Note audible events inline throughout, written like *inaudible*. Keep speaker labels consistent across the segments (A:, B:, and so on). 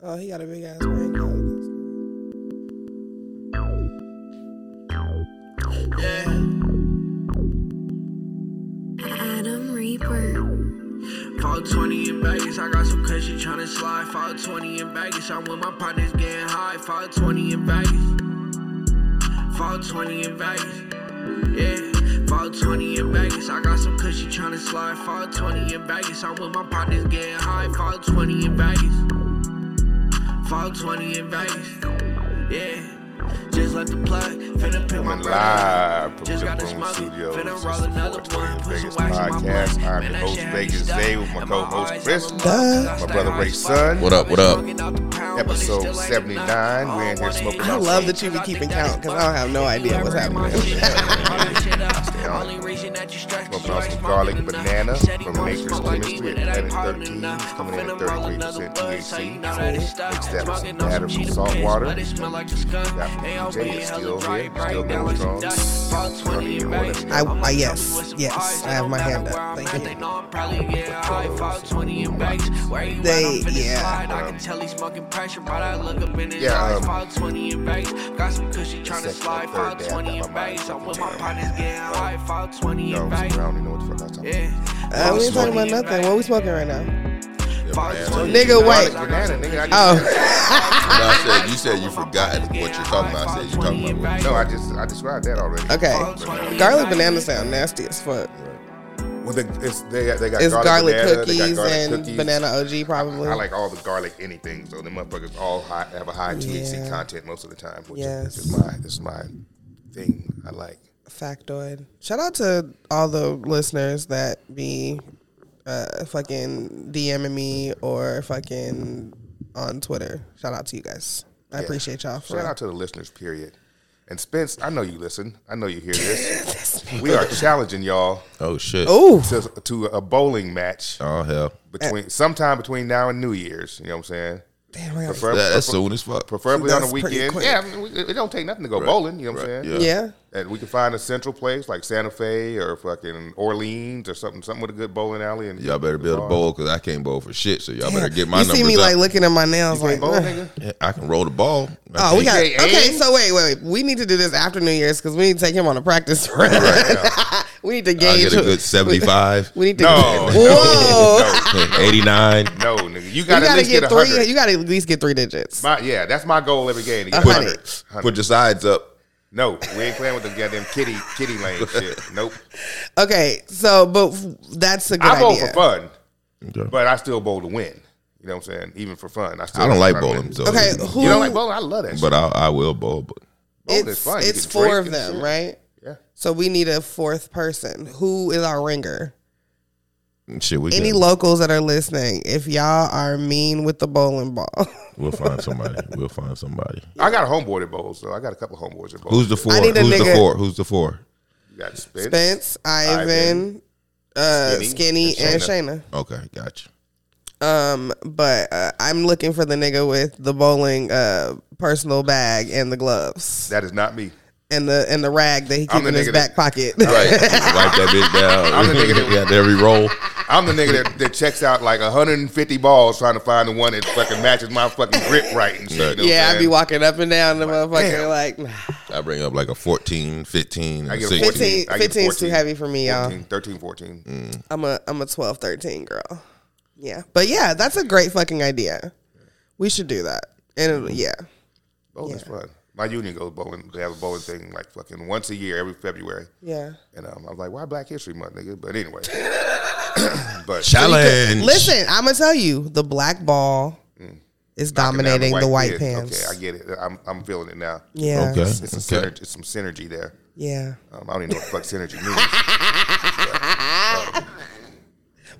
A: Oh, he got a big ass ring. Oh, that's-
B: Adam Reaper.
C: Fall 20 in Vegas, I got some cushion tryna slide. Fall 20 in Vegas, I'm with my partners getting high. Fall 20 in Vegas. Fall 20 in Vegas. Yeah. Fall 20 in Vegas, I got some cushion tryna slide. Fall 20 in Vegas, I'm with my partners getting high. Fall 20 in Vegas. Fall 20 in Vegas. Yeah. Just let the plug, finna put my
D: Coming
C: brother on.
D: live from
C: Just
D: the
C: got this
D: Boom
C: money,
D: Studios.
C: finna
D: This
C: roll
D: is the
C: another one,
D: 420 in
C: put
D: Vegas
C: some wax in my
D: podcast.
C: blunt.
D: I'm
C: Man,
D: your
C: that
D: host,
C: shit
D: Vegas
C: had me
D: Zay, with my
C: stuck. And
D: co-host, Chris.
C: my eyes,
A: Duh.
D: My
C: I'm a
D: brother,
C: motherfucker,
D: Ray
C: I stay
D: Sun.
E: What up, what up?
D: Episode 79. We're in here smoking
A: I love that you be keeping count because I don't have no idea what's
D: *laughs*
A: happening.
D: Smoking on some garlic banana from Nature's Chemistry at Planet 13. It's coming in at 33% THC. Mix that with some batter from salt water. That Jay is still here, still going strong. Don't even want to
A: I, I yes, yes, I have my hand up. Thank you. They- yeah.
D: Yeah, um,
C: Got some cushy trying to
D: second
C: slide.
D: or third
C: Fall
D: day I
C: 20
D: got
C: in
D: my mind
C: Vegas. I'm with
D: fucking
C: my
D: jammed.
C: partners getting high. Fall 20 in
D: No, I
C: Vegas.
D: don't even know what the fuck I'm talking about.
A: Uh, we ain't talking about
C: Fall 20 in
A: nothing. What we smoking right now?
D: Banana.
A: Nigga,
D: Garlic
A: wait.
D: banana, nigga. I just-
A: Oh, *laughs*
E: When I said you said you forgot what you're talking about. I said you talking about what
D: No, I just I described that already.
A: okay. Garlic banana sound nasty as fuck.
D: Well, they, it's, they, they got
A: It's garlic
D: banana, they got
A: cookies
D: garlic
A: and
D: cookies.
A: banana OG probably.
D: I like all the garlic anything, so them motherfuckers all high, have a high THC
A: Yeah.
D: content most of the time, which
A: Yes.
D: is, is my is my thing. I like.
A: Factoid. Shout out to all the listeners that be uh, fucking DMing me or fucking on Twitter. Shout out to you guys. I
D: Yeah.
A: appreciate y'all for
D: Shout out to the listeners, period. And Spence, I know you listen. I know you
A: *laughs*
D: hear this. we are challenging y'all
E: Oh shit.
A: Ooh,
D: to, to a bowling match
E: Oh hell.
D: between sometime between now and New Year's. You know what I'm saying?
A: damn! I gotta,
D: Prefer-
E: That, that's
D: prefer-
E: soon as fuck.
D: preferably on
A: That's
D: a
A: pretty
D: weekend.
A: quick.
D: Yeah, I mean, we- it don't take nothing to go bowling. You know what I'm
E: Right,
D: saying?
E: yeah.
A: yeah.
D: And we can find a central place like Santa Fe or fucking Orleans or something, something with a good bowling alley. And
E: Y'all better build a
D: bar.
E: bowl because I can't bowl for shit. So y'all better get my
A: you
E: numbers
A: see me
E: up.
A: like looking at my nails,
D: You can't
A: like.
D: bowl,
A: *laughs* "Ugh."
D: "Oh, nigga.
E: Yeah, I can roll the ball. I
A: Oh, we
E: can't-
A: got
D: PKA?
A: okay. So wait, wait, wait. We need to do this after New Year's because we need to take him on a practice *laughs* run. *laughs* we need to
E: I'll
A: gauge.
E: get
A: *laughs*
E: a good seventy-five. *laughs*
A: We need to.
D: *laughs* No.
A: Whoa.
E: Eighty-nine.
D: No, nigga. You
A: You
D: gotta, at
A: gotta
D: least get,
A: get
D: a
A: three.
D: hundred.
A: You gotta at least get three digits.
D: My- yeah, that's my goal every game. To get
A: A
D: a
A: hundred.
D: hundred.
E: Put your sides up.
D: No, we ain't playing with them goddamn kitty kitty
E: *laughs*
D: lane shit. Nope.
A: Okay, so but f- that's a good
D: I bowl
A: idea.
D: for fun,
E: Okay.
D: but I still bowl to win. You know what I'm saying? Even for fun, I still
E: I don't like
D: try to win.
E: bowling. So
A: Okay, who?
D: You don't like bowling? I love that. shit.
E: But I, I will bowl. But
D: Bowling
A: it's
D: is fun. You
A: it's
D: can
A: four
D: drink
A: of
D: and
A: them,
D: shit.
A: right?
D: Yeah.
A: So we need a fourth person. Who is our ringer?
E: shit, we
A: Any
E: can,
A: locals that are listening, if y'all are mean with the bowling ball, *laughs*
E: we'll find somebody. We'll find somebody.
D: I got a homeboy that bowls, so I got a couple of homeboys that bowl.
E: Who's the four?
A: I
E: Who's
A: need a
E: the
A: nigga-
E: four? Who's the four?
D: You got Spence.
A: Spence, Ivan,
D: Ivan,
A: uh, Skinny,
D: Skinny,
A: and
D: and
A: Shayna.
E: Okay, gotcha.
A: Um, but uh, I'm looking for the nigga with the bowling uh, personal bag and the gloves
D: That is not me.
A: and the and the rag that he keeps
D: I'm the
A: in his
D: nigga
A: back
D: that-
A: pocket.
E: Right, wipe that bitch down. *laughs*
D: I'm the nigga that-
E: yeah, every roll.
D: I'm the nigga that, that checks out like 150 balls trying to find the one that fucking matches my fucking grip right and shit. you know what
A: *laughs* yeah,
D: I'm
A: I'd be
D: saying?
A: walking up and down the motherfucker
D: damn.
A: like nah.
E: I bring up like a 14, 15,
D: I
E: and
D: get a
E: 16.
D: 14.
A: 15,
D: I get
A: 15 is too
D: 14.
A: heavy for me, y'all. Mm.
D: 14, 13, 14.
A: I'm a I'm a 12, 13 girl. Yeah. But yeah, that's a great fucking idea. We should do that. And
D: Mm-hmm.
A: it- yeah.
D: Bowling is
A: Yeah.
D: fun. My union goes bowling. They have a bowling thing like fucking once a year, every February.
A: Yeah.
D: And um, I was like, why Black History Month, nigga? But anyway. but
E: Challenge.
A: Listen, I'm gonna tell you, the black ball is
D: Mm. knocking
A: *laughs*
D: down
A: dominating the white
D: kid.
A: pants.
D: Okay, I get it. I'm, I'm feeling it now.
A: Yeah.
E: Okay.
D: It's, some
E: okay.
D: synergy, it's some synergy there.
A: Yeah.
D: Um, I don't even know what the fuck
A: *laughs*
D: synergy means.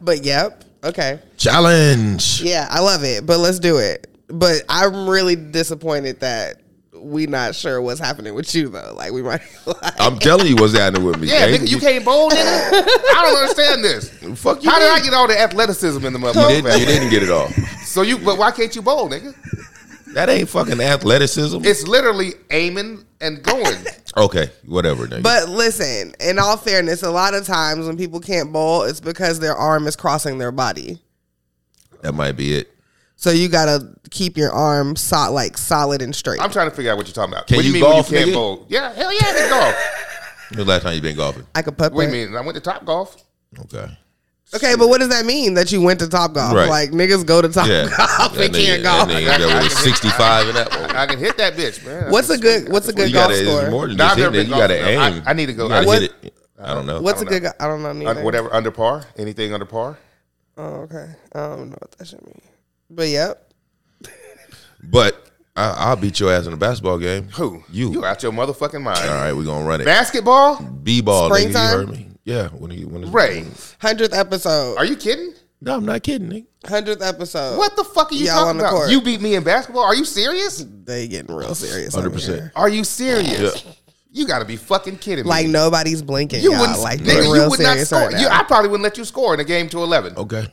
A: But yep. Okay.
E: Challenge.
A: Yeah, I love it. But let's do it. But I'm really disappointed that we not sure what's happening with you though. Like we might *laughs* like,
E: I'm telling you what's happening with me.
D: Yeah,
E: gang.
D: nigga, you can't bowl,
E: *laughs*
D: nigga. I don't understand this.
E: Fuck you.
D: How did I
E: mean?
D: get all the athleticism in the
E: You
D: motherfucker?
E: didn't, you didn't get
D: *laughs*
E: it all.
D: So you, but why can't you bowl, nigga?
E: That ain't fucking athleticism.
D: It's literally aiming and going.
E: okay, whatever, nigga.
A: But listen, in all fairness, a lot of times when people can't bowl, it's because their arm is crossing their body.
E: that might be it.
A: So you gotta keep your arm sol- like solid and straight.
D: I'm trying to figure out what you're talking about.
E: Can
D: what do
E: you
D: you mean when
E: golf,
D: you can't
E: nigga?
D: bowl? Yeah, hell yeah, I can golf.
E: When the last time you been golfing?
A: I could putt.
D: Wait a
A: putt.
D: minute, I went to Top Golf.
E: Okay.
D: *laughs*
A: Okay, but what does that mean that you went to Top Golf?
E: Right.
A: Like niggas go to Top
E: Yeah.
A: Golf
E: That
A: and
E: nigga,
A: can't
E: that
A: golf.
E: nigga there with a 65 in that one.
D: I can hit that bitch, man.
A: What's a good What's a good
E: you
A: golf
E: gotta,
A: score?
E: It's more than
D: Nah,
E: just
D: I've
E: hitting
D: never
E: it.
D: been
E: You got to
D: golfing. I-
E: aim.
D: I need to go-
E: You gotta
D: What-
E: hit it. I don't know.
A: What's
D: I
A: a
D: don't
A: good?
D: know.
A: Go- I don't know.
D: Un-
A: Neither.
D: whatever under par, anything under par.
A: Oh, okay. I don't know what that should mean. But yep.
E: But I, I'll beat your ass in a basketball game.
D: Who
E: You.
D: You out your motherfucking mind?
E: All right, we're gonna run it.
D: Basketball,
E: B ball. Nigga, you
A: Springtime?
E: heard me. Yeah. When he, when it's,
D: Ray.
A: Hundredth episode.
D: Are you kidding?
E: No, I'm not kidding. Nigga.
A: Hundredth episode.
D: What the fuck are you
A: Y'all on
D: talking
A: the
D: about?
A: court.
D: You beat me in basketball? Are you serious?
A: They getting real serious. over
E: Hundred percent.
A: here.
D: Are you serious?
E: Yeah.
D: You got to be fucking kidding me.
A: Like nobody's blinking.
D: you
A: y'all.
D: wouldn't,
A: Like
D: nigga,
A: they're
D: you
A: real
D: would not
A: serious
D: score.
A: right
D: You-
A: now.
D: I probably wouldn't let you score in a game to eleven.
E: Okay.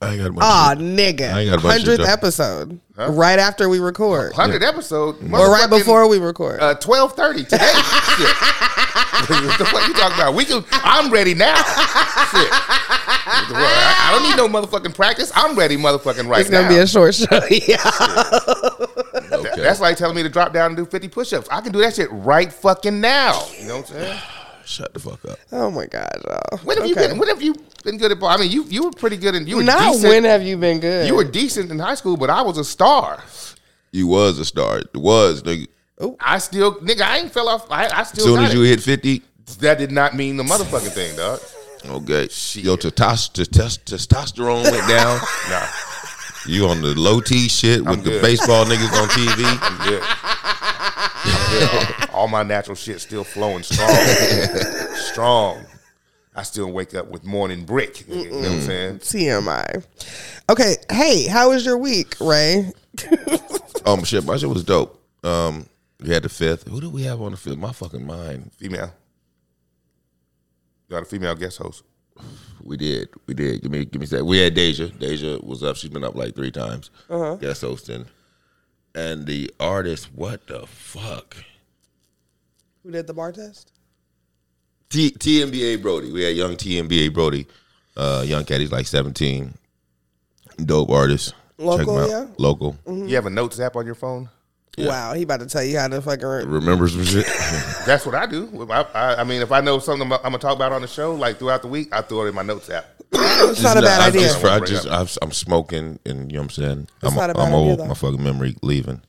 E: I ain't got a bunch
A: Ah,
E: of shit.
A: nigga.
E: I ain't got a bunch of
A: Hundredth
E: shit.
A: episode. Right after we record.
D: Hundred episode,
A: Or right before we record.
D: uh, twelve
A: *laughs*
D: thirty today. Shit. *laughs* what the fuck you talking about? We can. I'm ready now. Shit. I, I don't need no motherfucking practice. I'm ready, motherfucking right
A: it's
D: now.
A: gonna be a short show. *laughs* yeah.
E: Okay.
D: That's like telling me to drop down and do 50 push-ups. I can do that shit right fucking now. You know what I'm saying?
E: Shut the fuck up.
A: Oh my god. y'all.
D: When have you
A: Okay.
D: been when have you been good at ball? I mean, you you were pretty good and you were
A: Not
D: decent.
A: when have you been good?
D: you were decent in high school, but I was a star.
E: You was a star. It was nigga.
D: I still nigga, I ain't fell off. I, I
E: As
D: still
E: soon
D: got
E: as
D: it.
E: you hit fifty,
D: that did not mean the motherfucking thing, *laughs* dog.
E: okay, your tetos- tetos- testosterone went down.
D: *laughs* Nah.
E: You on the low T shit with the
D: good.
E: baseball niggas on
D: *laughs*
E: TV.
D: I'm good. I'm good. All my natural shit still flowing strong. strong. I still wake up with morning brick. nigga. You know what I'm saying?
A: TMI. Okay. Hey, how was your week, Ray?
D: *laughs*
E: Um, shit, my shit was dope. Um, we had the fifth. Who do we have on the fifth? My fucking mind.
D: Female. Got a female guest host.
E: We did, we did. Give me, give me that. We had Deja. Deja was up. She's been up like three times. Uh-huh. Guest hosting, and the artist. What the fuck?
A: Who did the bar test?
E: T- TMBA Brody. We had young TMBA Brody. Uh, young cat. He's like seventeen. Dope artist.
A: Local,
E: out.
A: yeah? Mm-hmm.
E: Local.
D: You have a notes app on your phone?
A: Wow, he about to tell you how to fucking. re-
E: Remember
A: *laughs*
E: some shit.
D: That's what I do. With my- I, I mean, if I know something I'm, gonna talk about on the show, like throughout the week, I throw it in my notes app.
A: It's not a
E: No,
A: bad
E: I
A: idea.
E: Just, I just, I've, I'm smoking, and you know what I'm saying. I'm,
A: not a bad
E: I'm
A: idea,
E: old.
A: though.
E: My fucking memory leaving.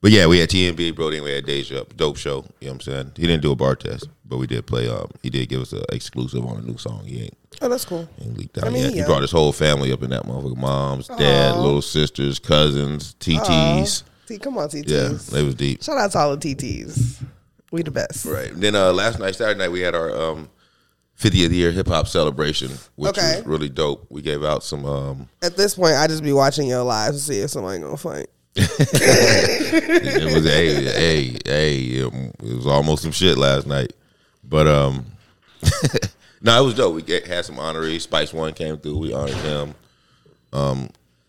E: But yeah, we had TNB Brody, and we had Deja up. Dope show. You know what I'm saying. He didn't do a bar test, but we did play. Um, he did give us an exclusive on a new song. He ain't,
A: oh, that's cool.
E: ain't leaked out
A: I mean,
E: yet. He
A: yeah.
E: brought his whole family up in that motherfucker. Moms, dad, little sisters, cousins, TTs.
A: T, come on, TTs.
E: Yeah, they was deep.
A: Shout out to all the TTs. We the best.
E: Right. And then uh, last night, Saturday night, we had our um, 50th year hip hop celebration, which
A: Okay.
E: was really dope. We gave out some. Um,
A: At this point, I just be watching your live to see if somebody gonna fight.
E: it was hey hey hey um, it was almost some shit last night but um *laughs* no it was dope we get, had some honorees spice one came through we honored him um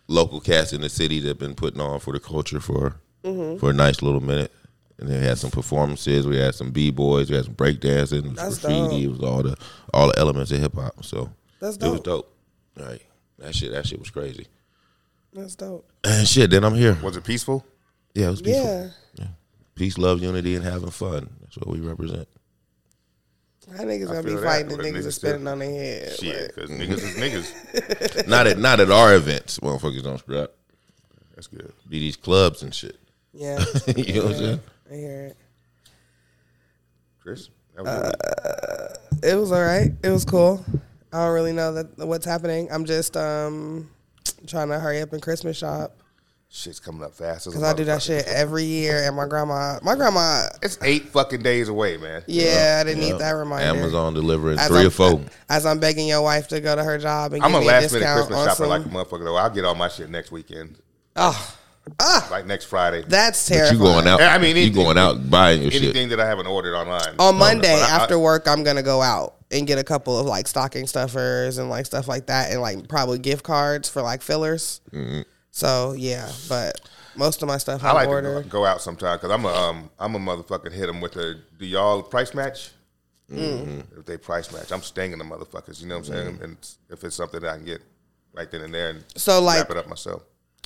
E: local cats in the city that been putting on for the culture for
A: Mm-hmm.
E: for a nice little minute and then had some performances we had some b-boys we had some breakdancing it was
A: That's
E: graffiti it was all the all the elements of hip-hop so
A: That's
E: it was
A: dope.
E: dope right that shit that shit was crazy
A: That's dope.
E: and shit then i'm here
D: Was it peaceful?
E: yeah it was beautiful
A: Yeah,
E: peace, love, unity, and having fun. That's what we represent.
A: how niggas gonna be
D: feel that.
A: fighting and
D: What a
A: niggas
D: nigga
A: are spinning on their head.
D: Shit, because niggas is niggas.
E: *laughs* not at not at our events. Motherfuckers don't scrap.
D: That's good.
E: Be these clubs and shit.
A: *laughs*
E: *laughs*
A: Yeah,
E: you know what I'm saying?
A: I hear it.
D: Chris, that
E: Uh,
D: was your week.
A: It was all right. It was cool. I don't really know that what's happening. I'm just um trying to hurry up and Christmas shop
D: shit's coming up fast.
A: because I do that shit every year. And my grandma, my grandma,
D: It's eight fucking days away, man.
A: yeah, I didn't need that reminder.
E: Amazon delivering
A: As
E: three
A: I'm,
E: or four.
A: As I'm begging your wife to go to her job and
D: I'm
A: give
D: a
A: me a
D: last minute
A: discount
D: Christmas
A: on
D: shopper
A: some.
D: like a motherfucker though. I'll get all my shit next weekend,
A: oh,
D: like next Friday.
A: that's
E: But
A: terrifying.
E: you going out?
D: I mean,
E: you
D: anything-
E: going out buying your shit?
D: Anything that I haven't ordered online.
A: on Monday
D: I-
A: after work, I'm gonna go out and get a couple of like stocking stuffers and like stuff like that, and like probably gift cards for like fillers. So yeah, but most of my stuff I,
D: I like to
A: ordered.
D: go- go out sometime because I'm a um, I'm a motherfucking hit them with a do y'all price match.
A: Mm.
D: If they price match, I'm stinging the motherfuckers. You know what I'm saying? And it's- if it's something that I can get right then and there and
A: So, like-
D: wrap it up myself.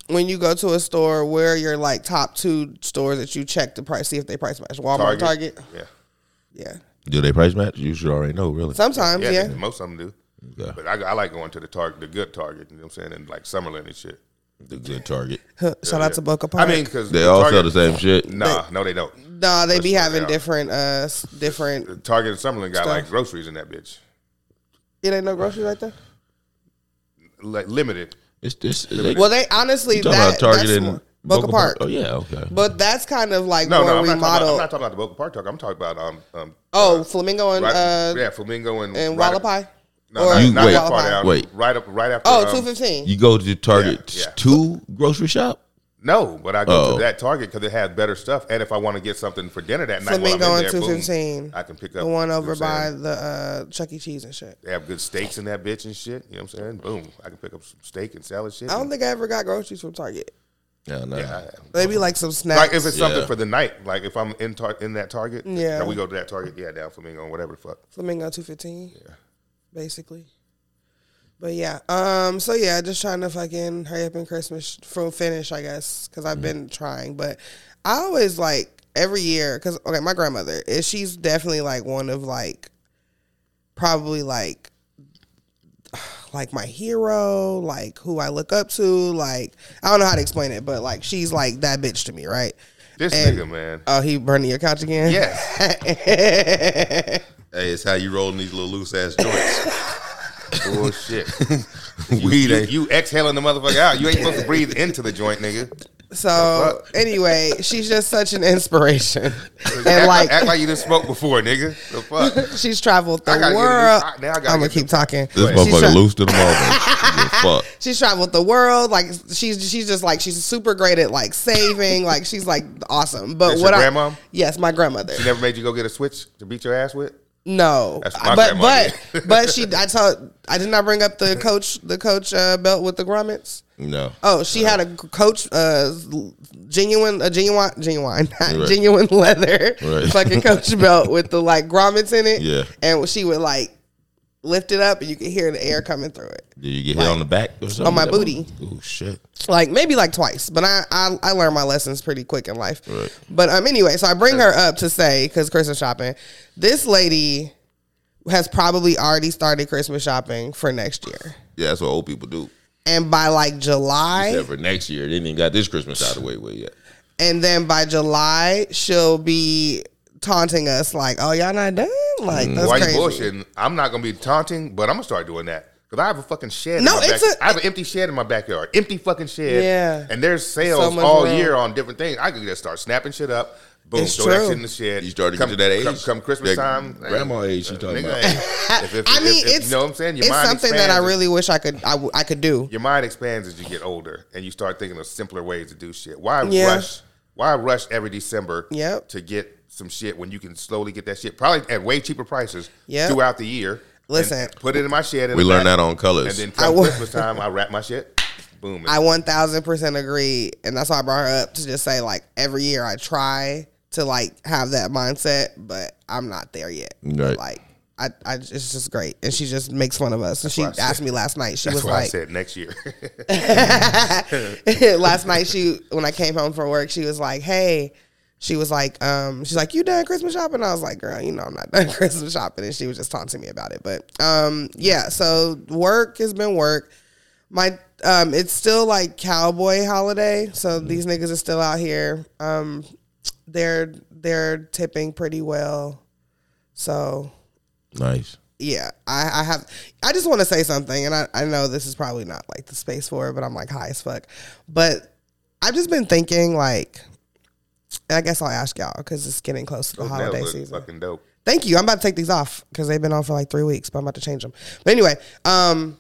A: when you go to a store, where are your like top two stores that you check the price, see if they price match? Walmart, Target.
D: Yeah.
A: Yeah.
E: Do they price match? You should already know, really.
A: Sometimes,
D: Yeah,
A: yeah.
D: they- most of them do.
E: Yeah.
D: But I, I like going to the target, the good target. You know what I'm saying? And like Summerlin and shit.
E: The good Target.
A: Shout out to Boca
D: I
A: Park.
D: mean, because
E: They all sell the same shit.
D: Nah, no, they don't.
A: nah, they be
D: Let's
A: having
D: go.
A: different, uh, s- different.
D: The Target and Summerlin got
A: Stuff.
D: like groceries in that bitch,
A: It ain't no groceries right there.
D: like limited.
E: It's this. They,
A: Well, they honestly
E: you talking
A: that
E: about Target
A: that's
E: and
A: more- Boca Park.
E: Oh yeah, okay.
A: But that's kind of like
D: No,
A: where
D: no, I'm
A: we
D: not, talking about,
A: model.
D: I'm not talking about the Boca Park Target. I'm talking about um, um
A: oh, Flamingo and
D: right,
A: uh,
D: yeah, Flamingo and
A: and
D: right-
A: Wallapai.
D: No, not,
E: You-
D: not
E: wait.
D: that far down.
E: Wait.
D: right up, right after.
A: Oh,
D: um,
A: 215.
E: you go to Target
D: Yeah, yeah.
E: two grocery shop.
D: No, but I go
E: Oh.
D: to that Target because it has better stuff, and if I want to get something for dinner that night,
A: Flamingo
D: while I'm in
A: and
D: there, boom,
A: 215.
D: I can pick up
A: the one
D: you know
A: over
D: what I'm
A: by
D: saying?
A: the uh, Chuck E. Cheese and shit.
D: They have good steaks in that bitch and shit. You know what I'm saying? Boom, I can pick up some steak and salad shit.
A: I don't think I ever got groceries from Target.
E: Yeah, no.
D: I-
A: Maybe like some snacks.
D: like if it's something
E: Yeah.
D: for the night, like if I'm in tar- in that Target,
A: Yeah.
D: yeah, we go to that Target, yeah, down Flamingo and whatever. the Fuck,
A: Flamingo 215. Yeah. Basically. But yeah, um, so yeah, just trying to fucking hurry up and Christmas from finish, I guess, because I've been trying. But I always like every year, because okay, my grandmother, is she's definitely like one of like probably like *sighs* like my hero, like who I look up to, like I don't know how to explain it, but like she's like that bitch to me, right?
D: this
A: And-
D: nigga, man.
A: Oh, he burning your couch again?
D: Yes,
A: *laughs*
E: Hey, it's how you rolling these little loose ass joints.
D: *laughs*
E: *laughs*
D: bullshit.
E: Weed
D: you,
E: ain't.
D: you exhaling the motherfucker out. You ain't supposed to breathe into the joint, nigga.
A: So anyway, she's just such an inspiration, and
D: *laughs* act,
A: like
D: act like you didn't smoke before, nigga. The
A: *laughs*
D: fuck.
A: she's traveled the
D: I gotta get a new-
A: world.
D: I- now I
A: I'm
D: gotta
A: gonna
D: get
A: keep talking.
E: This
A: She's
E: motherfucker
A: tra-
E: loose to the *laughs* motherfucker. Fuck.
A: She's traveled the world. Like she's she's just like she's super great at like saving. like she's like awesome. But
D: That's
A: what
D: your
A: I
D: grandma?
A: yes, my grandmother.
D: She never made you go get a switch to beat your ass with.
A: No,
D: That's my
A: but
D: grandma
A: but
D: did. *laughs*
A: but she. I told I did not bring up the coach the coach uh, belt with the grommets.
E: No.
A: Oh, she had a coach, uh, genuine, a genuine, genuine, *laughs* not
E: Right.
A: genuine leather
E: Right.
A: fucking
E: *laughs*
A: coach belt with the like grommets in it.
E: Yeah.
A: and she would like lift it up, and you could hear the air coming through it.
E: Did you get hit on the back or something?
A: on my
E: with that
A: booty.
E: one? Oh shit.
A: Like maybe like twice, but I I, I learned my lessons pretty quick in life.
E: Right.
A: But um, anyway, so I bring her up to say because Christmas shopping, this lady has probably already started Christmas shopping for next year,
E: Yeah, that's what old people do.
A: and by like July,
E: Except for next year, they didn't even got this Christmas out of the way with yet.
A: and then by July she'll be taunting us like, "Oh, y'all not done." Like that's
D: Why
A: crazy.
D: you bullshitting? I'm not gonna be taunting, but I'm gonna start doing that because I have a fucking shed.
A: No,
D: in my
A: it's
D: back-
A: a-
D: I have an empty shed in my backyard, empty fucking shed.
A: Yeah.
D: and there's sales
A: much
D: all
A: room.
D: year on different things. I could just start snapping shit up. Boom,
A: It's
D: throw that
A: true.
D: shit in the shed.
E: You started to
D: come,
E: get to that age.
D: Come, come Christmas
E: That
D: time,
E: grandma age she
D: uh,
E: talking
D: nigga,
E: about.
D: hey, if- if-
A: *laughs* I mean,
D: if- if-
A: it's
D: you know what I'm saying. Your
A: it's
D: mind
A: something that
D: expands
A: I
D: and-
A: really wish I could I, w- I could do.
D: your mind expands as you get older and you start thinking of simpler ways to do shit. Why
A: Yeah.
D: rush? Why rush every December
A: Yep.
D: to get some shit when you can slowly get that shit probably at way cheaper prices
A: Yep.
D: throughout the year?
A: Listen.
D: and put it in my shed. in
E: We
D: the
E: learned
D: back,
E: that on
D: And
E: colors.
D: then
A: I
D: come
A: wa-
D: Christmas time, I wrap my shit. Boom.
A: I one thousand percent agree, and that's why I brought her up to just say like every year I try to like have that mindset, but I'm not there yet.
E: Right.
A: Like I, I it's just great, and she just makes fun of us. And she
D: why I said-
A: asked me last night. She
D: That's
A: was
D: why I
A: like,
D: said next year. *laughs*
A: *laughs* last night she when I came home from work, she was like, "Hey," she was like, um, "She's like, you done Christmas shopping?" I was like, "Girl, you know I'm not *laughs* done Christmas shopping," and she was just taunting me about it. But um, yeah, so work has been work. My um, it's still like cowboy holiday, so these niggas are still out here. Um, they're they're tipping pretty well, so
E: nice.
A: yeah, I, I have. I just want to say something, and I, I know this is probably not like the space for it, but I'm like high as fuck. But I've just been thinking, like, and I guess I'll ask y'all because it's getting close to the holiday
D: Nails look
A: season.
D: Fucking dope.
A: Thank you. I'm about to take these off because they've been on for like three weeks, but I'm about to change them. But anyway, um,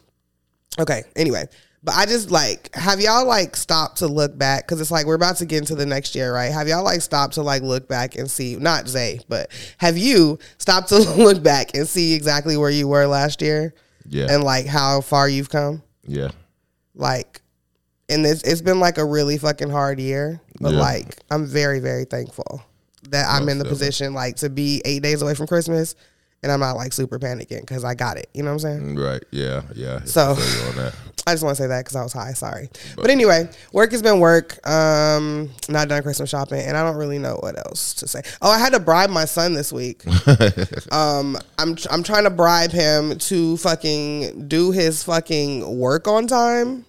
A: okay. Anyway, but I just like have y'all like stopped to look back because it's like we're about to get into the next year, right? Have y'all like stopped to like look back and see not Zay, but have you stopped to *laughs* look back and see exactly where you were last year
E: Yeah.
A: and like how far you've come?
E: yeah.
A: Like, and it's it's been like a really fucking hard year, but
E: Yeah.
A: like I'm very very thankful that I'm in the
E: definitely.
A: position like to be eight days away from Christmas,
E: Mm.
A: and I'm not like super panicking because I got it. You know what I'm saying?
E: Right. Yeah. Yeah.
A: So-
E: I feel you on that.
A: I just want to say that because I was high. Sorry. But, anyway, work has been work. Um, not done Christmas shopping, and I don't really know what else to say. Oh, I had to bribe my son this
D: *laughs*
A: week. um, I'm tr- I'm trying to bribe him to fucking do his fucking work on time,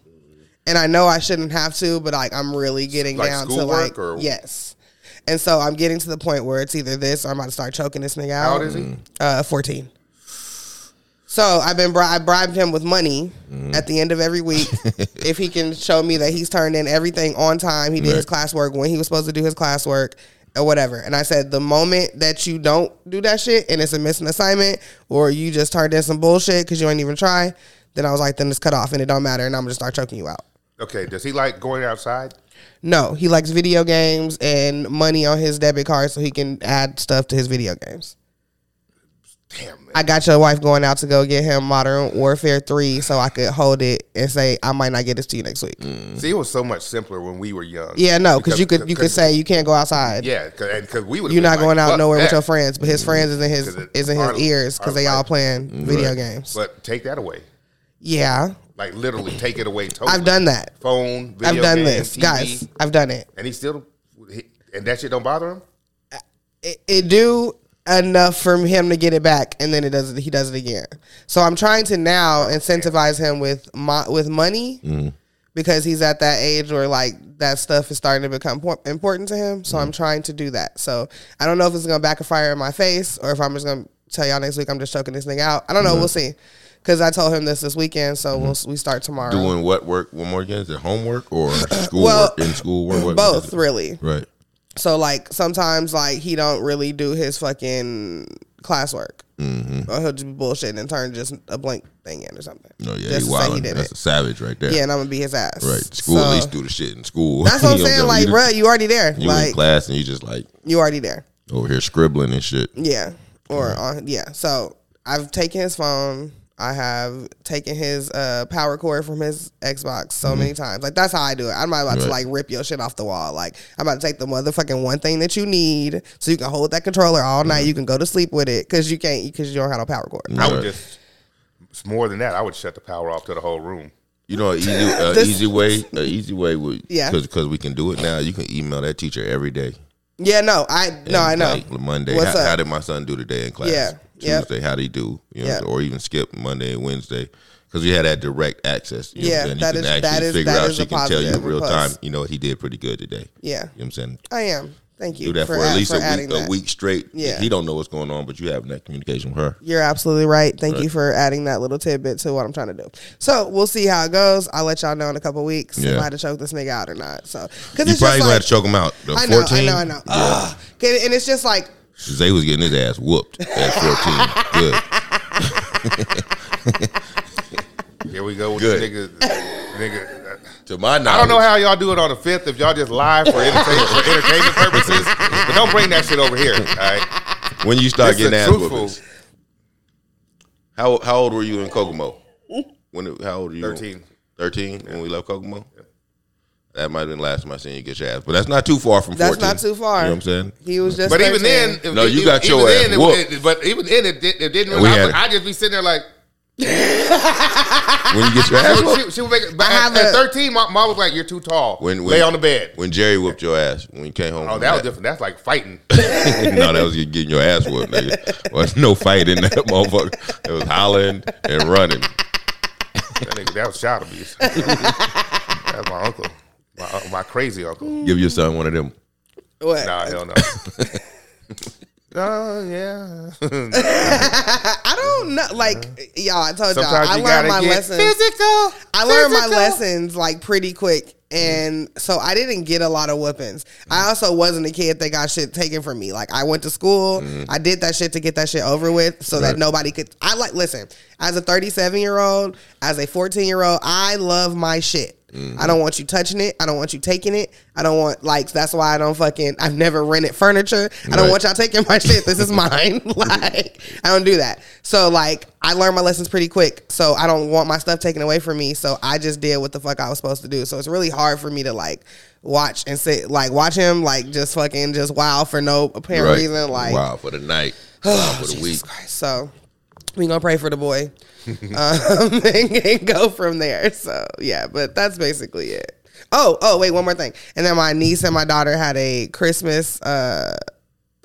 A: and I know I shouldn't have to, but like I'm really getting
D: Like
A: down to
D: schoolwork
A: like
D: or-
A: yes. And so I'm getting to the point where it's either this or I'm about to start choking this nigga out.
D: How old is
E: Mm.
D: he?
A: Uh, 14. So I've been bri- I bribed him with money at the end of every week if he can show me that he's turned in everything on time. He did his classwork when he was supposed to do his classwork or whatever. And I said the moment that you don't do that shit and it's a missing assignment or you just turned in some bullshit because you ain't even try, then I was like, then it's cut off and it don't matter and I'm gonna start choking you out.
D: Okay, does he like going outside?
A: No, he likes video games and money on his debit card so he can add stuff to his video games.
D: Damn, man.
A: I got your wife going out to go get him Modern Warfare 3 so I could hold it and say, I might not get this to you next week.
D: See, it was so much simpler when we were young.
A: Yeah, no, because you could you could
D: 'cause-
A: say you can't go outside.
D: yeah, 'cause- and because we would
A: You're not going out nowhere with your
D: friends.
A: friends, but his friends is in his
D: Mm-hmm. 'Cause it-
A: is in his
D: our-
A: ears because
D: our
A: they all
D: life-
A: playing video games.
D: But take that away,
A: yeah,
D: like literally take it away. Totally.
A: I've done that.
D: Phone, video
A: I've done
D: game,
A: this,
D: TV,
A: guys. I've done it.
D: and he still, he, and that shit don't bother him.
A: it, it do enough for him to get it back, and then it does. He does it again. So I'm trying to now incentivize him with mo- with money
E: Mm.
A: because he's at that age where like that stuff is starting to become por- important to him. So
E: Mm.
A: I'm trying to do that. So I don't know if it's gonna backfire in my face or if I'm just gonna tell y'all next week I'm just choking this nigga out. I don't
E: Mm-hmm.
A: know. We'll see. Because I told him this this weekend, so we'll s- we start tomorrow.
E: Doing what work? One more again? Is it homework or school
A: Well,
E: work? In school work? What- what
A: both
E: is it?
A: really.
E: Right.
A: So like sometimes like he don't really do his fucking classwork,
E: Mm-hmm.
A: or he'll just be bullshitting and turn just a blank thing in or something.
E: No, Oh, yeah,
A: just
E: he
A: to say he
E: wilding.
A: did it.
E: That's a savage right there.
A: yeah, and I'm gonna be his ass.
E: Right. School
A: So,
E: at least do the shit in school.
A: That's
E: *laughs*
A: what I'm
E: You don't
A: saying.
E: go-
A: Like,
E: you
A: bruh, you already there.
E: You in
A: like
E: class and you just like
A: you already there.
E: over here scribbling and shit.
A: Yeah. Or on yeah. So I've taken his phone. I have taken his uh, power cord from his Xbox so many times. Like that's how I do it. I'm not about to
E: Mm-hmm. Right.
A: like rip your shit off the wall. Like I'm about to take the motherfucking one thing that you need so you can hold that controller all night.
E: Mm-hmm.
A: You can go to sleep with it because you can't because you don't have no power cord.
D: I would
E: Right.
D: just. It's more than that. I would shut the power off to the whole room.
E: You
A: *laughs*
E: know, an easy, a
A: This-
E: easy way, an easy way would,
A: Yeah.
E: because we can do it now. You can email that teacher every day.
A: Yeah, no, I no, I
E: And,
A: know.
E: Like Monday,
A: What's
E: how,
A: up?
E: how did my son do today in class?
A: Yeah. Yep.
E: Tuesday, how did he do? You know,
A: Yep.
E: or even skip Monday and Wednesday because you had that direct access.
A: Yeah,
E: You know what I'm saying?
A: that
E: you
A: is- that is- that is
E: She
A: a
E: can tell you
A: positive
E: real
A: plus.
E: time. You know, he did pretty good today.
A: Yeah.
E: You know what I'm saying?
A: I am. Thank you.
E: Do that for, at
A: add-
E: least a
A: adding
E: week, a
A: that.
E: week straight.
A: Yeah.
E: He don't know what's going on, but you having that communication with her.
A: You're absolutely right. Thank you for adding that little tidbit to what I'm trying to do. So we'll see how it goes. I'll let y'all know in a couple weeks
E: Yeah.
A: if I had to choke this nigga out or not. So because
E: You
A: it's just
E: probably gonna have
A: like
E: to choke him out. The
A: I know,
E: 14,
A: I know, I know, Ugh. And- And it's just like
E: Zay was getting his ass whooped at
A: *laughs*
E: 14. Good.
D: Here we go with
E: Good.
D: this nigga. nigga.
E: To my knowledge,
D: I don't know how y'all do it on the fifth. If y'all just live for entertainment, for entertainment purposes, but don't bring that shit over here. All right,
E: when you start
D: This is
E: getting ass
D: truthful.
E: whoopings. How how old were you in Kokomo?
D: Hmm?
E: When it- how old were you?
D: 13.
E: Thirteen when we left Kokomo. That might have been the last time I seen you get your ass, but that's not too far from.
A: That's
E: 14.
A: not too far.
E: You know what I'm saying?
A: he was just.
D: but even
A: 13.
D: then, if-
E: No, you
D: even-
E: got your
D: even
E: ass
D: then,
E: whooped.
D: it, it, But even then, it, did, it didn't.
E: And we
D: I,
E: had
D: would-
E: it.
D: I'd just be sitting there like
E: When you
D: *laughs*
E: get your ass whooped.
D: she, she would make. But
A: I
D: at,
A: have
D: at
A: a-
D: thirteen, my mom was like, "You're too tall.
E: When, when
D: Lay on the bed."
E: When Jerry whooped your ass when you came home.
D: oh,
E: from
D: that was different. That's like
A: *laughs*
D: fighting.
E: *laughs* no, that was you getting your ass whooped. Nigga. There was no fight in that *laughs* motherfucker. It was hollering and running.
D: That, nigga, that was child
A: *laughs*
D: abuse. That's my uncle, my, uh, my crazy uncle.
E: Give your son one of them.
A: what?
D: Nah,
A: *laughs*
D: hell no. Oh yeah.
A: I don't know. Like y'all, I told y'all,
D: Sometimes
A: I
D: you
A: learned
D: gotta
A: my
D: get
A: lessons.
D: physical.
A: I learned my
D: physical.
A: lessons like pretty quick. And so I didn't get a lot of whoopings.
E: Mm.
A: I also wasn't a kid that got shit taken from me. Like I went to school, I did that shit to get that shit over with so
E: Mm. Right.
A: that nobody could I like listen, as a 37-year-old, as a 14-year-old, I love my shit.
E: Mm-hmm.
A: I don't want you touching it. I don't want you taking it. I don't want like that's why I don't fucking I've never rented furniture. I don't
E: Right.
A: want y'all taking my shit. This is mine. *laughs* like I don't do that. So like I learned my lessons pretty quick. So I don't want my stuff taken away from me. So I just did what the fuck I was supposed to do. So it's really hard for me to like watch and sit like watch him like just fucking just wow for no apparent
E: Right.
A: reason. Like *sighs* Oh,
E: wow for the night. Wow for the week.
A: Jesus Christ. So we gonna pray for the boy um, *laughs* and, and go from there. So yeah, but that's basically it. Oh, oh, wait, one more thing. And then my niece and my daughter had a Christmas, uh,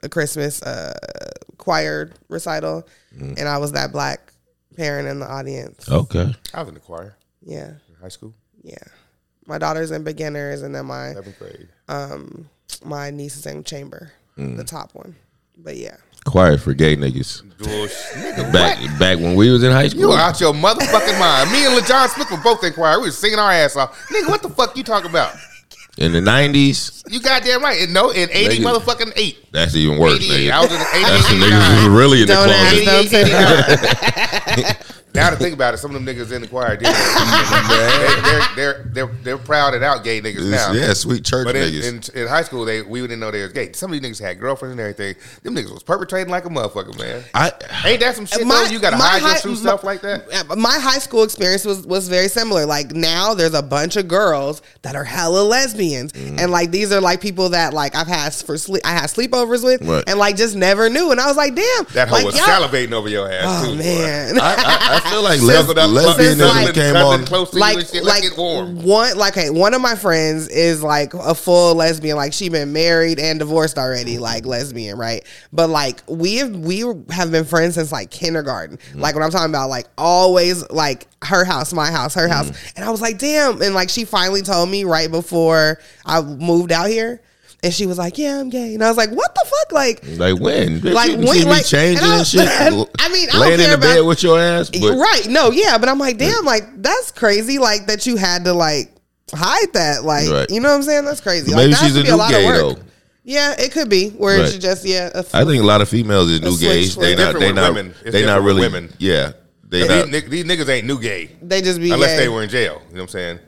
A: a Christmas uh, choir recital, and I was that black parent in the audience.
E: Okay.
D: I was in the choir
A: Yeah,
D: in high school,
A: yeah. My daughter's in beginners, and then my
D: 11th grade.
A: um my niece is in chamber, the top one. But yeah,
E: Choir for gay niggas.
D: Nigga,
E: Back back when we was in high
D: You
E: school.
D: are out your motherfucking mind. Me and LeJon Smith were both in choir. We was singing our ass off. Nigga, what the fuck you talking about?
E: in the nineties,
D: You goddamn right. And no, in 80
E: Nigga.
D: motherfucking 8.
E: that's even worse,
D: 88. I
E: nigga.
D: was in
E: *laughs* That's the
D: 88,
E: niggas who
D: 89.
E: was really in the
A: Don't ask.
E: closet.
A: Don't say
E: *laughs*
D: Now to think about it, some of them niggas in the choir did. they're, they're, they're, they're proud and out gay niggas now.
E: It's- Yeah, sweet church
D: But in,
E: niggas.
D: in, in high school, they we didn't know they was gay. Some of these niggas had girlfriends and everything. Them niggas was perpetrating like a motherfucker, man.
E: I
D: Ain't that some shit?
A: My-
D: though? You gotta
A: my
D: hide your
A: high-
D: true
A: my-
D: self like that.
A: Yeah, but my high school experience was was very similar. Like now, there's a bunch of girls that are hella lesbians,
D: Mm-hmm.
A: and like these are like people that like I've had for sleep I had sleepovers with,
E: Right.
A: and like just never knew. And I was like, damn,
D: That hoe
A: like,
D: was
A: y'all-
D: salivating over your ass
A: Oh
D: too. boy.
A: man,
E: I, I feel like les-
D: Sucking up, fucking,
E: lesbianism
D: cuddling,
E: came
D: cuddling
E: on.
D: close to you and
A: like
D: shit.
A: like
D: Let's get warm.
A: one like hey, one of my friends is like a full lesbian like she been married and divorced already like lesbian right but like we have we have been friends since like kindergarten
D: Mm.
A: like when i'm talking about like always like her house my house
D: Mm.
A: her house and i was like damn and like she finally told me right before i moved out here and she was like yeah i'm gay and i was like what the fuck like
E: Like when? Bitch,
A: Like,
E: you can
A: when-
E: see me
A: like-
E: changing
A: and I-
E: and shit.
A: *laughs* I mean, I don't
E: laying in
A: care
E: the bed
A: about-
E: with your ass. But
A: right. No, yeah, but I'm like, damn, like that's crazy. Like that you had to like hide that. Like
E: Right.
A: you know what I'm saying? That's crazy.
E: Maybe
A: like, that
E: she's
A: could
E: a new gay, though.
A: Yeah, it could be where
E: Right.
A: it's just yeah. A
E: I think a lot of females is new
A: switch
E: gays.
A: for-
E: They
A: It's
E: not.
D: different
E: They
D: with
E: not.
D: women. It's
E: They not
D: different with
E: really.
D: women.
E: Yeah. They
D: These,
E: not.
D: ni- these niggas ain't new gay
A: they just be
D: unless
A: gay.
D: they were in jail. You know what I'm saying?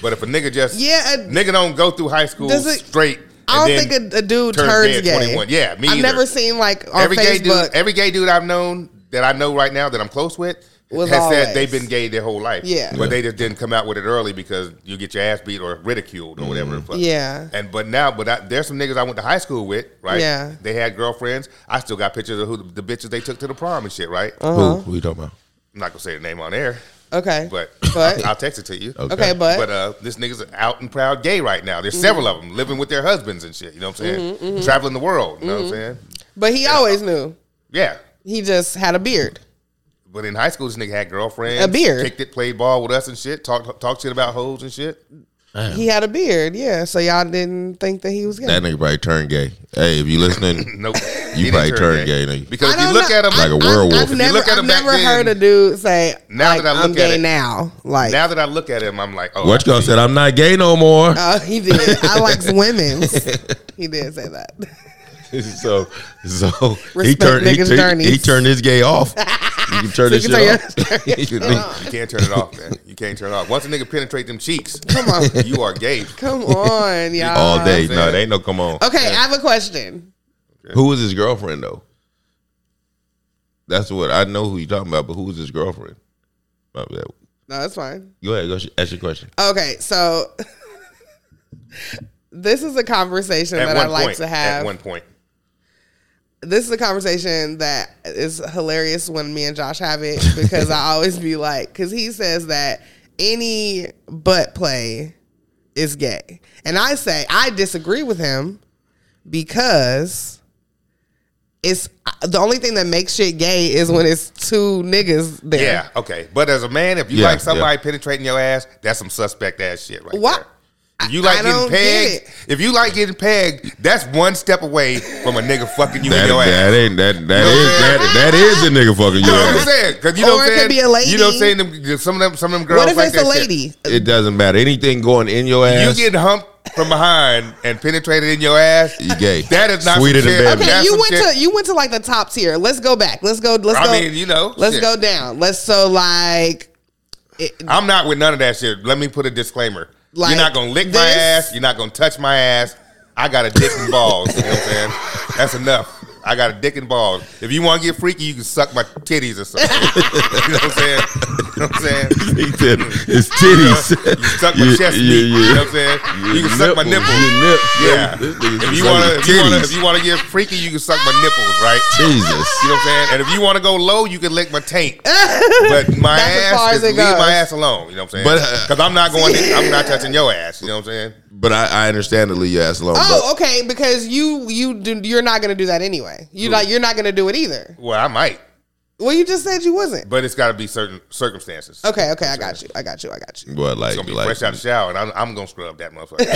D: But if a nigga just
A: Yeah, a-
D: nigga don't go through high school
A: Does it-
D: straight.
A: I
D: and
A: don't
D: then
A: think a, a dude
D: turn
A: turns
D: at
A: gay.
D: 21. Yeah, me
A: I've
D: either.
A: never seen like on
D: every gay dude,
A: Facebook.
D: every gay dude I've known that I know right now that I'm close with.
A: Was
D: has
A: always.
D: said they've been gay their whole life,
A: Yeah.
D: But they just didn't come out with it early because you get your ass beat or ridiculed or whatever. the fuck.
A: Mm. Yeah.
D: And but now, but I, there's some niggas I went to high school with, right?
A: Yeah.
D: They had girlfriends. I still got pictures of who the, the bitches they took to the prom and shit, right?
A: Uh-huh.
E: Who? Who you talking about?
D: I'm not gonna say the name on air,
A: okay,
D: but,
A: But-
D: *coughs* I'll text it to you.
E: Okay.
A: okay, but, Mm-hmm.
D: But uh, this nigga's an out and proud gay right now. There's several of them living with their husbands and shit. You know what I'm saying? Traveling the world. You know what I'm
A: Mm-hmm.
D: saying?
A: but he always knew.
D: Yeah.
A: He just had a beard.
D: But in high school, this nigga had girlfriends.
A: A beard.
D: Kicked it, played ball with us and shit. Talk, talk shit about hoes and shit.
A: He had a beard, yeah. So y'all didn't think that he was gay.
E: That nigga probably turned gay. Hey, if
D: *laughs*
E: you
A: *laughs*
E: listening,
D: Nope.
E: you
D: He
E: probably
D: didn't turn
E: turned gay, nigga.
A: I
D: Because if you
A: don't
D: look
A: know.
D: at him,
E: Like a
A: I-
E: werewolf.
A: I,
E: If
A: have
E: you
A: never,
D: look at
A: I've
D: him back
A: never
D: then-
A: heard a dude say,
D: Now
A: like,
D: that I
A: I'm
D: look at
A: gay
D: it-
A: now." Like,
D: now that I look at him, I'm like, oh.
E: what you said? I'm not gay no more.
A: oh, he did. I like women. *laughs* he did say that.
E: *laughs* so, so he
A: Respect
E: turned he,
A: niggas'
E: he,
A: journeys.
E: he turned his gay off.
D: *laughs*
E: You can turn this
A: you
E: shit
A: can
E: off. *laughs* You nigga-
D: You can't turn it off, man. You can't turn it off. Once a nigga penetrate
A: *laughs*
D: them cheeks,
A: Come on,
D: you are gay. *laughs*
A: come on, y'all.
E: All day, no,
D: man.
E: they ain't no come on.
A: Okay, I have a question.
E: Who was his girlfriend though? That's what I know who you talking about, but who was his girlfriend? My bad.
A: No, that's fine.
E: Go ahead, go sh- ask your question.
A: Okay, so *laughs* this is a conversation
D: At
A: that
D: one
A: I like
D: point.
A: to have.
D: At one point.
A: this is a conversation that is hilarious when me and Josh have it because
D: *laughs*
A: I always be like, because he says that any butt play is gay. And I say, I disagree with him because it's the only thing that makes shit gay is when it's two niggas there.
D: Yeah, okay. But as a man, if you
E: Yeah,
D: like somebody penetrating your ass, that's some suspect ass shit right
A: Why-
D: there. If you like
A: I
D: getting
A: don't get
D: pegged,
A: it.
D: if you like getting pegged, that's one step away from a nigga fucking you in
E: That,
D: your ass.
E: that ain't that that
D: No.
E: is that that is a nigga fucking you.
D: You know what I'm
E: ass.
D: saying? 'Cause you know
A: Or
D: what I'm
A: it could
D: saying?
A: be a lady.
D: You know what I'm saying? Them- some of them, some of them girls.
A: What if
D: like
A: it's
D: that
A: a
D: shit.
A: lady?
E: It doesn't matter. Anything going in your ass,
D: You get humped from behind and penetrated in your ass.
E: you gay.
D: That is not
E: Sweeter
D: some
E: than
D: shit.
E: baby.
A: Okay,
D: That's
A: you
D: some
A: went
D: shit.
A: to you went to like the top tier. Let's go back. Let's go. Let's
D: I
A: go.
D: mean, you know,
A: Let's
D: shit.
A: go down. Let's so like. It,
D: I'm not with none of that shit. Let me put a disclaimer.
A: Like
D: you're not gonna lick my
A: this?
D: ass. You're not gonna touch my ass. I got a dick and balls. you know what I'm saying? That's enough. I got a dick and balls. If you want to get freaky, you can suck my titties or something. *laughs* you know what I'm saying? You know what I'm saying?
E: *laughs* He said, it's titties.
D: *laughs* You suck my
E: Yeah,
D: chest
E: yeah,
D: meat. You
E: yeah.
D: know what I'm saying? you can suck my nipples.
E: Your nipples.
D: Yeah.
E: This nigga's
D: If you
E: sucking
D: want to, if you want to,
E: titties.
D: if you want to get freaky, you can suck my nipples, right?
E: Jesus.
D: You know what I'm saying? And if you want to go low, you can lick my
A: *laughs*
D: taint. But my
A: That's as far
D: ass,
A: as
D: is,
A: it
D: leave
A: goes.
D: my ass alone. You know what I'm saying?
E: But, uh,
D: because I'm
A: *laughs*
D: not going, to, I'm not touching your ass. You know what I'm saying?
E: But I, I understand to leave your ass alone.
A: Oh, okay. Because you you do, you're not gonna do that anyway. You like you're not gonna do it either.
D: Well, I might,
A: Well, you just said you wasn't.
D: but it's got to be certain circumstances.
A: Okay, okay. I got you. I got you. I got you.
E: But, but like,
D: oh. It's gonna be
E: like
D: fresh out of the shower, and I'm, I'm gonna scrub
A: *laughs*
D: that motherfucker.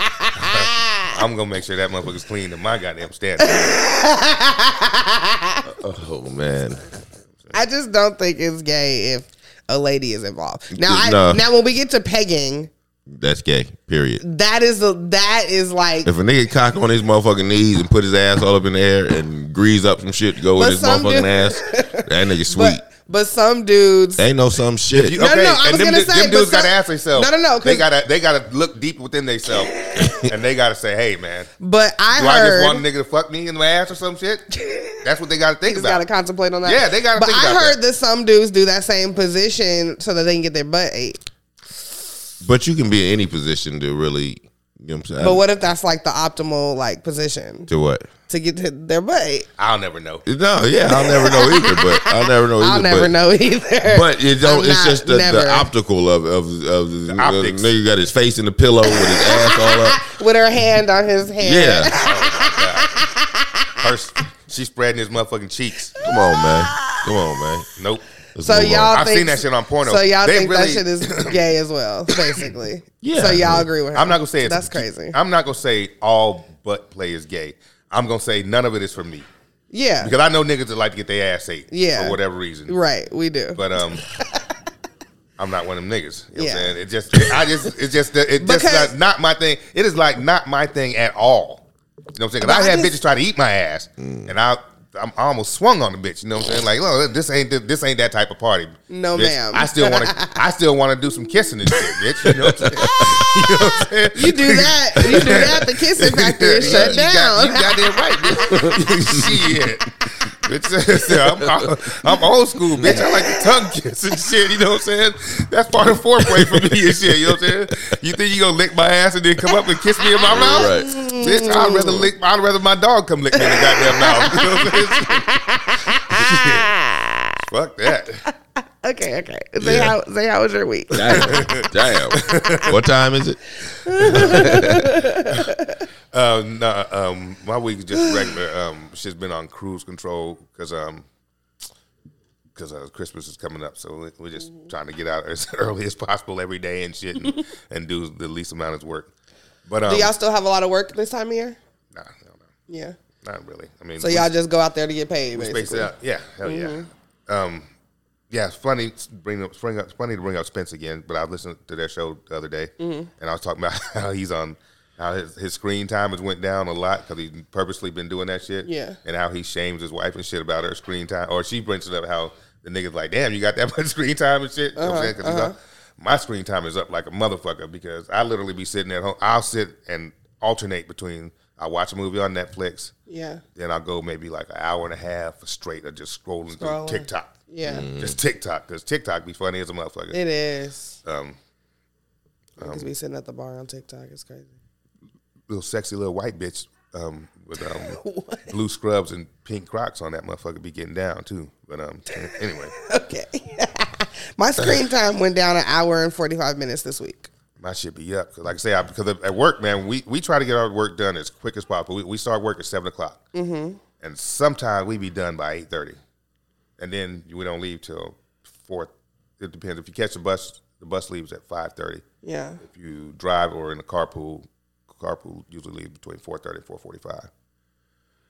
D: *laughs* I'm gonna make sure that motherfucker's clean to my goddamn standard.
E: oh man,
A: I just don't think it's gay if a lady is involved. Now, I,
E: No.
A: now when we get to pegging,
E: that's gay. Period.
A: that is the that is like.
E: If a nigga cock on his motherfucking knees and put his ass all up in the air and grease up some shit to go with
A: But
E: his
A: some
E: motherfucking
A: do-
E: ass, that
D: *laughs*
E: nigga sweet.
A: But but some dudes.
E: Ain't no some shit.
A: No, no, I was
D: them,
A: gonna
D: du-
A: say,
D: them
A: but
D: dudes gotta
A: some-
D: ask themselves.
A: No, no, no, 'cause-
D: They gotta, they gotta look deep within themselves, and they gotta say, "Hey, man,
A: But I
D: do I
A: heard.
D: just want a nigga to fuck me in the ass or some shit?" That's what they gotta
A: *laughs*
D: think
A: Niggas got
D: about.
A: to contemplate on that.
D: Yeah, they gotta
A: But
D: think
A: I
D: about
A: heard that. some dudes do that same position so that they can get their butt ate.
E: But you can be in any position to really, you know what I'm saying?
A: But what if that's like the optimal like position
E: to what?
A: to get to their butt? Ate?
D: I'll never know.
E: No, yeah, I'll never know either. But I'll never know either.
A: I'll never
E: but,
A: know *laughs* either.
E: But it don't,
A: I'm
E: it's
A: not-
E: just the,
A: never.
E: the optical of of, of the,
D: optics.
E: nigga got his face in the pillow with
A: *laughs*
E: his ass all up.
A: with her hand on his head.
E: Yeah,
D: Her, she's spreading his motherfucking cheeks.
E: come on, man. Come on, man.
D: Nope.
E: Let's
A: So
E: move on.
A: y'all *laughs*
D: I've
A: think,
D: seen that shit on porno.
A: So y'all
D: They
A: think that
D: really-
A: shit is
D: *coughs*
A: gay as well, basically.
E: Yeah.
A: So y'all agree with her.
D: I'm not gonna say it's
A: that's crazy.
D: I'm not gonna say all butt play is gay. I'm gonna say none of it is for me
A: yeah.
D: because I know niggas that like to get their ass ate
A: Yeah.
D: for whatever reason.
A: Right. We do. *laughs*
D: But um, I'm not one of them niggas. You know
A: Yeah.
D: what I'm saying? It just it, I just it's just it just
A: Because-
D: not, not my thing. It is like not my thing at all. You know what I'm saying? 'Cause
A: But
D: I
A: I
D: had
A: just- Mm.
D: bitches try to eat my ass, and I. I'm I almost swung on the bitch, you know what I'm saying? Like, look, this ain't this ain't that type of party.
A: No,
D: bitch.
A: ma'am.
D: I still
A: *laughs*
D: want to, I still want to do some kissing and shit, bitch. You know what I'm saying? You know what I'm saying?
A: you
D: *laughs*
A: do that. You do that. The kissing factory is shut
D: Yeah, *laughs* you Got, you
A: down.
D: goddamn right, *laughs* bitch. shit. Bitch, I'm, I'm old school, bitch. I like the tongue kiss and shit. You know what I'm saying? That's part of foreplay for me and shit. You know what I'm saying? You think you gonna lick my ass and then come up and kiss me in my mouth?
E: Right.
D: Bitch, I'd rather lick. I'd rather my dog come lick me in the goddamn mouth. You know what I'm saying? *laughs* Fuck that.
A: *laughs* okay. Okay. Say
E: Yeah.
A: how. Say how was your week?
E: Damn. Damn. *laughs* What time is it?
D: Uh, nah, um, my week is
A: *sighs*
D: just regular. Um, shit's been on cruise control because um, because uh, Christmas is coming up, so we- we're just trying to get out as *laughs* early as possible every day and
A: *laughs*
D: shit, and, and do the least amount of work. But um,
A: Do y'all still have a lot of work this time of year?
D: nah, no, no,
A: Yeah.
D: not really. I mean,
A: So
D: we
A: y'all just go out there to get paid,
D: space
A: basically. Mm-hmm.
D: it out. Yeah, hell yeah. Um, yeah, it's funny. to Bring up, bring up, it's funny to bring up Spence again, but I listened to their show the other day,
A: Mm-hmm.
D: and I was talking about *laughs* how he's on. How his, his screen time has went down a lot because he's purposely been doing that shit.
A: Yeah.
D: and how he shames his wife and shit about her screen time, or she brings it up how the niggas like, damn, you got that *laughs* much screen time and shit. You know what I'm saying? 'Cause
A: Uh-huh,
D: he's like, my screen time is up like a motherfucker because I literally be sitting at home. I'll sit and alternate between I watch a movie on Netflix,
A: Yeah.
D: then I'll go maybe like an hour and a half straight of just scrolling,
A: Scrolling.
D: through TikTok.
A: Yeah.
D: Just TikTok, because TikTok be funny as a motherfucker.
A: It is.
D: um,
A: Because we sitting at the bar on TikTok. It's crazy.
D: little sexy little white bitch um, with
A: *laughs*
D: um, blue scrubs and pink Crocs on that motherfucker be getting down too. But um, *laughs* anyway,
A: Okay. *laughs* My screen time went down an hour and 45 minutes this week.
D: my shit be up. 'Cause Like I say, I, because at work, man, we, we try to get our work done as quick as possible. We, we start work at seven o'clock, mm-hmm. and sometimes we be done by eight thirty, and then we don't leave till four. It depends if you catch the bus. The bus leaves at five thirty.
A: Yeah.
D: if you drive or in a carpool, carpool usually leaves between four thirty and four forty five.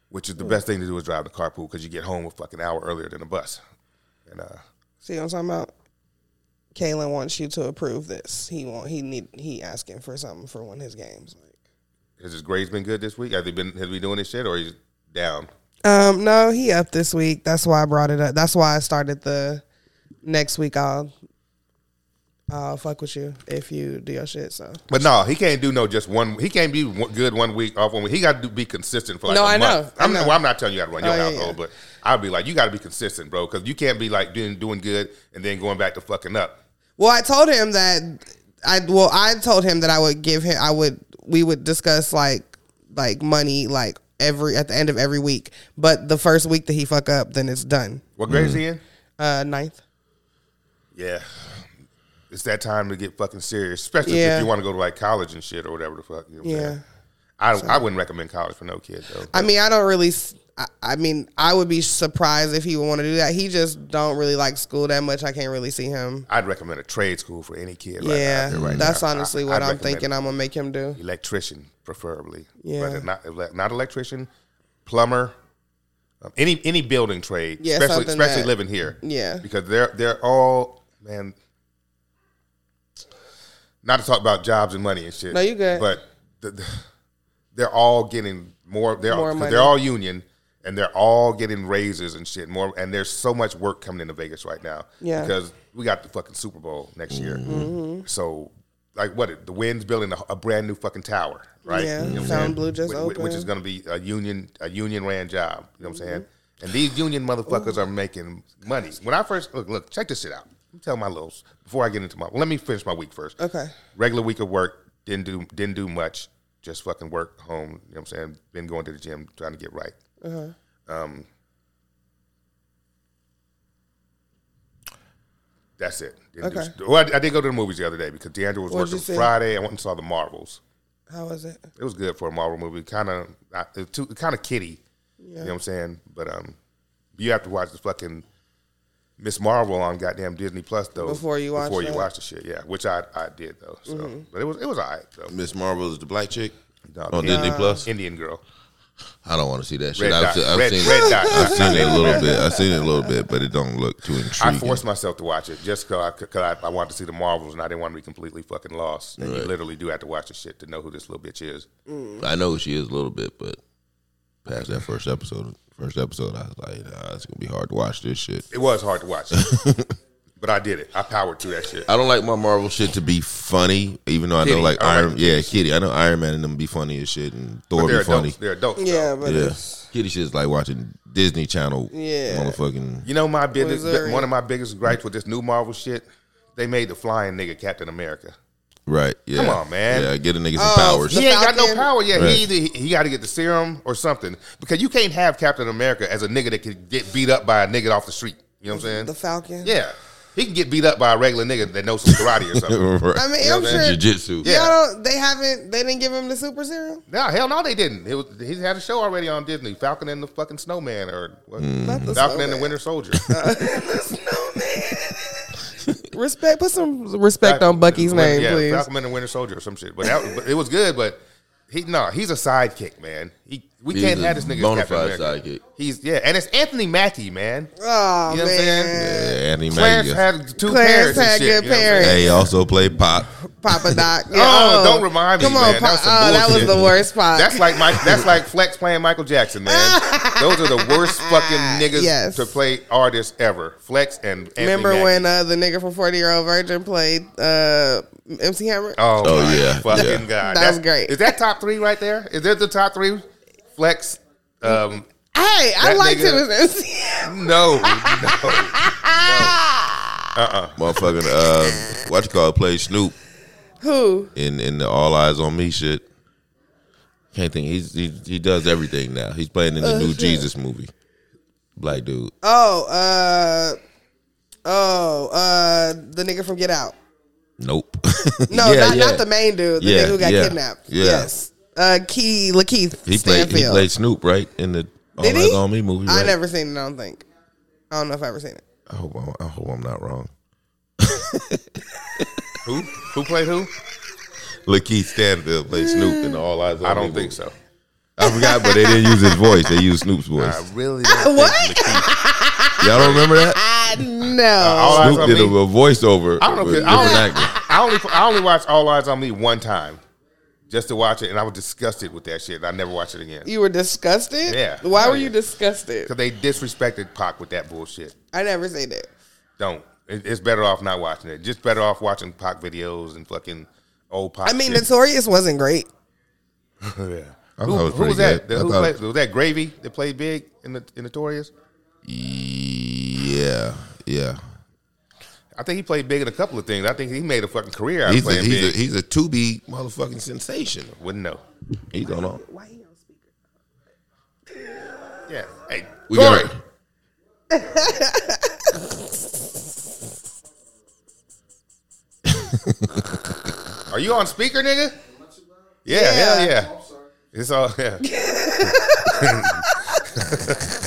D: Which is the best thing to do is drive the carpool because you get home a fucking hour earlier than the bus. And uh,
A: See what I'm talking about? Kalen wants you to approve this. He want he need he asking for something for one of his games.
D: has his grades been good this week? Have they been has he been doing this shit or he's down?
A: Um, no, he up this week. That's why I brought it up. That's why I started the next week I'll I'll fuck with you if you do your shit. So
D: But no, he can't do no just one. He can't be one- good one week off one week. He got to be consistent for like
A: No,
D: I
A: I know, I
D: I'm,
A: know.
D: Well, I'm not telling you how to run your
A: Oh, yeah,
D: household,
A: yeah.
D: but I'd be like, you got to be consistent, bro, because you can't be like doing doing good and then going back to fucking up.
A: Well, I told him that I well, I told him that I would give him I would we would discuss like like money like every at the end of every week. But the first week that he fuck up, then it's done.
D: What grade is he in?
A: Uh ninth.
D: Yeah. It's that time to get fucking serious, especially
A: Yeah.
D: if you want to go to like college and shit or whatever the fuck. You know what I'm
A: Yeah.
D: saying? I, I wouldn't recommend college for no kid though.
A: I mean, I don't really. s- I, I mean, I would be surprised if he would want to do that. He just don't really like school that much. I can't really see him.
D: I'd recommend a trade school for any kid. Right
A: yeah,
D: now, out there right
A: that's
D: now.
A: honestly
D: I-
A: what
D: I'd
A: I'm
D: recommend
A: thinking. I'm gonna make him do.
D: electrician, preferably.
A: Yeah.
D: but not ele- not electrician, plumber, um, any any building trade,
A: Yeah,
D: especially
A: something
D: especially
A: that-
D: living here.
A: Yeah.
D: because they're they're all man. Not to talk about jobs and money and shit.
A: No, you good.
D: But the, the- they're all getting more. They're
A: More
D: all, 'cause
A: money.
D: they're all union. And they're all getting raises and shit more, and there's so much work coming into Vegas right now.
A: Yeah. Mm-hmm.
D: because we got the fucking Super Bowl next year. So, like, what the wind's building a, a brand new fucking tower, right?
A: Yeah,
D: what I'm
A: Fountain
D: saying?
A: Blue just
D: Wh- wh- which, is
A: opened. Mm-hmm.
D: going to be a union a union ran job. You know what I'm saying? And these union motherfuckers are making money. When I first look, look, check this shit out. Let me tell my littles before I get into my. Let me finish my week first.
A: Okay.
D: Regular week of work didn't do didn't do much. Just fucking work home. You know what I'm saying? Been going to the gym trying to get right.
A: Uh-huh.
D: Um, that's it. Didn't do
A: Okay.
D: sh- well, I, I did go to the movies the other day because DeAndre was
A: What'd you
D: working
A: see?
D: Friday. I went and saw the Marvels.
A: How was it?
D: It was good for a Marvel movie. Kind of, it's too kind of kiddie. You know
A: Yeah.
D: what I'm saying? But um, you have to watch the fucking Miss Marvel on goddamn Disney Plus though
A: Before you watch
D: before you
A: that? Mm-hmm.
D: watch the shit. Yeah, which I I did though. So, but it was it was alright though.
E: Miss Marvel is the black chick
D: No,
E: on
D: yeah.
E: Disney Plus.
D: Indian girl.
E: I don't want to see that shit.
D: Red
E: I've,
D: dot.
E: se- I've
D: red,
E: seen
D: red
E: it.
D: dot.
E: I've seen it a little bit. I've seen it a little bit, but it don't look too
D: I
E: intriguing.
D: forced myself to watch it just because I, 'cause I, I wanted to see the Marvels and I didn't want to be completely fucking lost. And you
E: Right.
D: literally do have to watch the shit to know who this little bitch is.
E: I know she is a little bit, but past that first episode, first episode, I was like, nah, it's gonna be hard to watch this shit.
D: It was hard to
E: *laughs*
D: watch, but I did it. I powered through that shit.
E: I don't like my Marvel shit to be funny, even though I
D: Kitty.
E: know like
D: I like
E: Iron,
D: the
E: yeah, Kitty. I know Iron Man and them be funny as shit, and Thor
D: But
E: be
D: they're
E: funny.
D: adults. They're adults.
A: Yeah,
D: though.
A: but
E: Yeah,
A: it's-
E: Kitty shit's like watching Disney Channel.
A: Yeah.
E: motherfucking.
D: You know my biggest,
A: Missouri.
D: one of my biggest gripes with this new Marvel shit, they made the flying nigga Captain America.
E: Right. Yeah.
D: Come on, man.
E: Yeah, get a nigga some
A: Oh,
E: powers.
A: the
D: he ain't got no
A: Falcon?
D: power yet.
E: Right.
D: He either, he, got to get the serum or something because you can't have Captain America as a nigga that can get beat up by a nigga off the street. You know what I'm saying?
A: the Falcon.
D: Yeah, he can get beat up by a regular nigga that knows some karate or something.
E: *laughs* *laughs* Right.
A: I mean,
D: Yeah,
A: I'm
D: man.
A: sure.
E: Jiu-jitsu.
D: Yeah.
A: Y'all don't, they haven't. They didn't give him the super serum.
D: No, hell no, they didn't. It was, he had a show already on Disney, Falcon and the fucking Snowman, or what?
E: Mm.
A: Not the
D: Falcon and the
A: snowman.
D: Winter
E: *laughs*
D: Soldier.
A: Respect. Put some respect on Bucky's
D: Winter-
A: name,
D: yeah,
A: please.
D: Falcon and the Winter Soldier or some shit. But, that, but it was good. But he no, he's a sidekick, man. He we
E: He's
D: can't
E: a
D: have this nigga as
E: bona
D: Captain
E: fide
D: America.
E: sidekick.
D: He's yeah, and it's Anthony Mackie, man.
A: Oh
D: You know what I'm
A: man,
D: saying?
E: Yeah, and he
D: Clarence
E: made it.
D: had two
A: Clarence
D: parents. and
A: had good
D: shit, you know what I'm
A: parents.
D: saying?
E: Hey, also played Pop.
A: Papa Doc. Yeah,
D: *laughs* Oh, don't remind me,
A: Come on,
D: man.
A: Pa-
D: That was some
A: oh, that was
D: bullshit.
A: the worst part.
D: That's like Mike. That's like Flex playing Michael Jackson, man.
A: *laughs*
D: Those are the worst fucking niggas
A: Yes.
D: to play artists ever. Flex and Anthony
A: Remember
D: Mackie.
A: when uh, the nigga from Forty Year Old Virgin played uh, MC Hammer?
D: Oh,
E: Oh,
D: my
E: yeah.
D: fucking
E: Yeah.
D: god,
A: That was great.
D: Is that top three right there? Is that the top three? Flex. Um,
A: hey, I
D: that
A: liked
D: nigga-
A: him as MC. Hammer.
D: no, no.
E: Motherfucking, uh, what you call it, played Snoop
A: Who?
E: in, in the All Eyes on Me shit. Can't think. He's, he, he does everything now. He's playing in the new Jesus movie. Black dude.
A: Oh, uh, oh, uh, the nigga from Get Out.
E: Nope. *laughs*
A: No,
E: Yeah,
A: not,
E: yeah.
A: not the main dude. The
E: Yeah,
A: nigga who got
E: yeah,
A: kidnapped.
E: yeah.
A: Yes. Uh, Key Lakeith
E: He played,
A: Stanfield.
E: he played Snoop, right? In the All
A: Did
E: Eyes
A: he?
E: on Me movie.
A: I
E: right?
A: never seen it. I don't think. I don't know if I ever seen it.
E: I hope, I'm, I hope I'm not wrong.
D: Who? Who played who?
E: Lakeith Stanfield played
A: Mm.
E: Snoop in the All Eyes on Me
D: I don't
E: movie.
D: think so.
E: I forgot, but they didn't use his voice. They used Snoop's voice.
A: *laughs*
D: I really
A: *laughs*
D: don't
A: What?
D: think Lakeith-
E: Y'all don't remember that?
A: I no.
D: All Eyes
E: Snoop
D: on
E: did a,
D: Me.
E: a voiceover.
D: I don't know.
E: with
D: If, I,
E: different
D: only,
E: actor.
D: I only I only watched All Eyes on Me one time, just to watch it, and I was disgusted with that shit. and I never watched it again
A: you were disgusted.
D: Yeah.
A: Why
D: Hell
A: were you
D: yeah.
A: disgusted?
D: because they disrespected Pac with that bullshit.
A: I never seen it.
D: Don't. It, it's better off not watching it. Just better off watching Pac videos and fucking old Pac.
A: I mean,
D: shit.
A: Notorious wasn't great.
D: yeah.
E: I
D: Who,
E: thought it
D: who
E: was pretty
D: was that?
E: good.
D: The-
E: I
D: who
E: thought-
D: played, was that Gravy that played big in the in Notorious?
E: Yeah, yeah.
D: I think he played big in a couple of things. I think he made a fucking career out of
E: He's a,
D: playing
E: he's a
D: big.
E: he's a two B motherfucking sensation.
D: Wouldn't know.
E: He's on all.
A: Why he on speaker?
D: Yeah. Hey,
E: We
D: Corey.
E: got
D: Are you on speaker, nigga? Yeah, hell yeah. It's all yeah.
E: *laughs*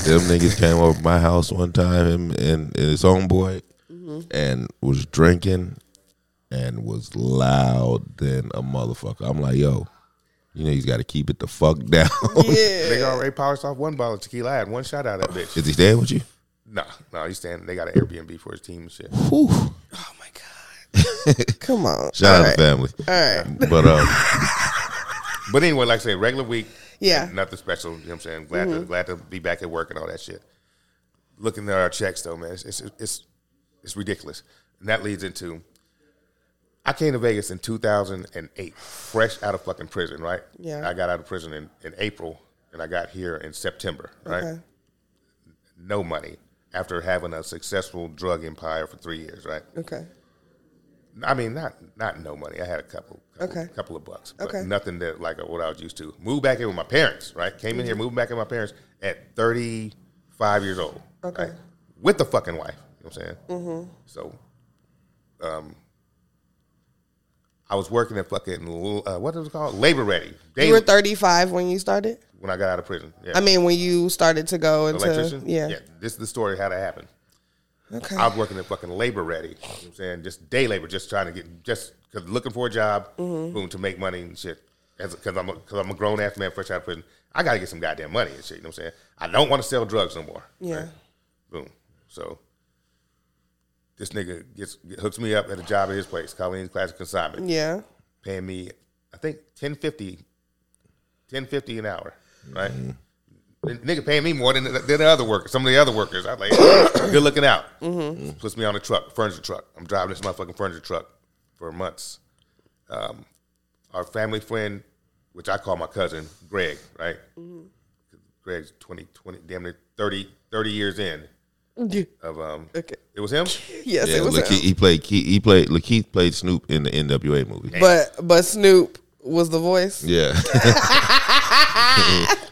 E: them niggas came over my house one time, him and, and his homeboy,
A: Mm-hmm.
E: and was drinking, and was loud than a motherfucker. I'm like, yo, you know, he's got to keep it the fuck *laughs* down.
A: Yeah.
D: They already polished off one bottle of tequila. I had one shot out of that bitch.
E: Is he staying with you?
D: Nah, no, he's standing. They got an Airbnb for his team and shit.
E: Whew.
A: Oh my god. Come on.
E: Shout out
A: All right.
E: to family.
A: All right. *laughs*
E: But um,
D: But anyway, like I said, regular week,
A: Yeah.
D: nothing special. You know what I'm saying? Glad to glad to be back at work and all that shit. Looking at our checks though, man, it's it's it's, it's ridiculous. And that leads into I came to Vegas in 2008, fresh out of fucking prison, right?
A: Yeah.
D: I got out of prison in, in April, and I got here in September, right?
A: Okay.
D: No money after having a successful drug empire for three years, right?
A: Okay.
D: I mean, not not no money. I had a couple, couple
A: Okay.
D: couple of bucks, but
A: Okay.
D: nothing that like what I was used to. Moved back in with my parents, right? Came
A: Mm-hmm.
D: in here, moved back in with my parents at thirty five years old,
A: Okay.
D: right? with the fucking wife. You know what I'm saying? Mm-hmm. So, um, I was working at fucking uh, what was it called? Labor Ready. Daily,
A: You were 35 when you started?
D: when I got out of prison. Yeah.
A: I mean, when you started to go into
D: electrician.
A: yeah.
D: This is the story of how that happened.
A: Okay.
D: I was working at fucking labor ready. You know what I'm saying just day labor, just trying to get just 'cause looking for a job,
A: Mm-hmm.
D: boom, to make money and shit. Because I'm because I'm a grown ass man, fresh out of prison. I gotta get some goddamn money and shit. You know what I'm saying? I don't want to sell drugs no more.
A: Yeah.
D: Boom. So this nigga gets hooks me up at a job at his place, Colleen's Classic
A: *laughs*
D: Consignment,
A: yeah.
D: paying me I think 1050 1050 an hour, right? The Nigga paying me more than the, than the other workers, some of the other workers. I like, *coughs* good looking out. Puts me on a truck, furniture truck. I'm driving this motherfucking furniture truck for months. Um, our family friend, which I call my cousin, Greg, right? Greg's 20, 20, damn near 30, 30 years in of, um,
A: Okay.
D: it was him?
A: Yes,
E: yeah,
A: it was
E: Lakeith,
A: him.
E: he played Ke- he played Lakeith played Snoop in the NWA movie.
A: But but Snoop was the voice.
E: Yeah. *laughs*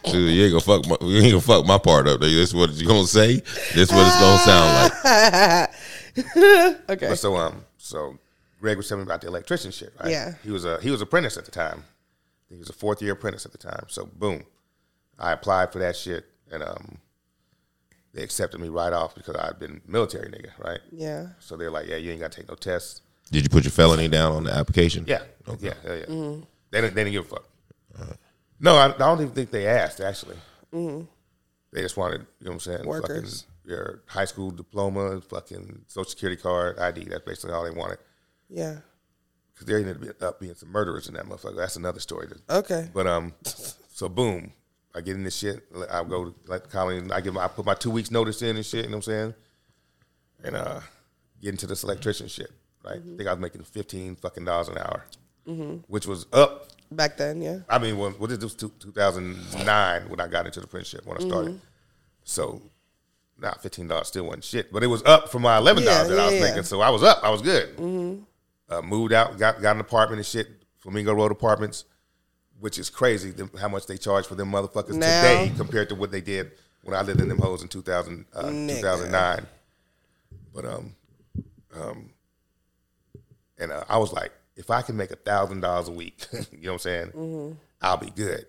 E: Dude, you ain't gonna fuck my you ain't gonna fuck my part up. nigga. This is what you gonna say. This is what it's gonna sound like.
A: Okay.
D: But so um, so Greg was telling me about the electrician shit, right?
A: Yeah.
D: He was a he was apprentice at the time. He was a fourth year apprentice at the time. So boom, I applied for that shit, and um, they accepted me right off because I'd been military nigga, right?
A: Yeah.
D: So they're like, yeah, you ain't gotta take no tests.
E: Did you put your felony down on the application?
D: Yeah, yeah, hell yeah.
A: Mm-hmm.
D: They didn't they didn't give a fuck. No, I, I don't even think they asked actually. They just wanted, you know what I'm saying?
A: Mm-hmm. Workers.
D: Fucking your high school diploma, fucking social security card, ID. That's basically all they wanted.
A: Yeah.
D: because they ended up being some murderers in that motherfucker. That's another story.
A: Okay.
D: But um, so boom, I get in this shit. I go to like Colin. I give. my- I put my two weeks notice in and shit. You know what I'm saying? And uh, get into this electrician shit. Right? I think I was making fifteen fucking dollars an hour, which was up.
A: Back then, yeah.
D: I mean, when, what is this? Two thousand nine when I got into the apprenticeship when I started.
A: Mm-hmm.
D: So. Nah, fifteen dollars still wasn't shit, but it was up from my eleven dollars
A: Yeah,
D: that I was
A: yeah, Mm-hmm. yeah.
D: making. So I was up, I was good uh, moved out, got got an apartment and shit, Flamingo Road Apartments, which is crazy them, how much they charge for them motherfuckers
A: Now-
D: today compared to what they did when I lived in them hoes in 2000, uh,
A: Nigga.
D: 2009. But um, um, and uh, I was like, if I can make a thousand dollars a week, *laughs* you know what I'm saying? I'll be good.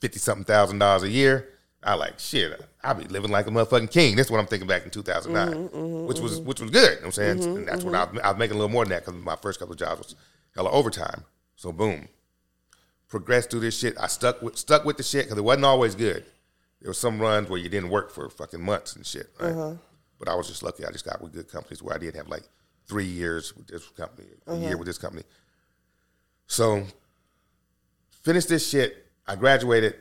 D: Fifty something thousand dollars a year. I like shit. uh, I'll be living like a motherfucking king. That's what I'm thinking back in 2009, which was which was good. You know what I'm saying, and that's when I, was- I was making a little more than that because my first couple of jobs was hella overtime. So boom, progressed through this shit. I stuck with stuck with the shit because it wasn't always good. There was some runs where you didn't work for fucking months and shit. Right? But I was just lucky. I just got with good companies where I did have like three years with this company, a year with this company. So finished this shit. I graduated.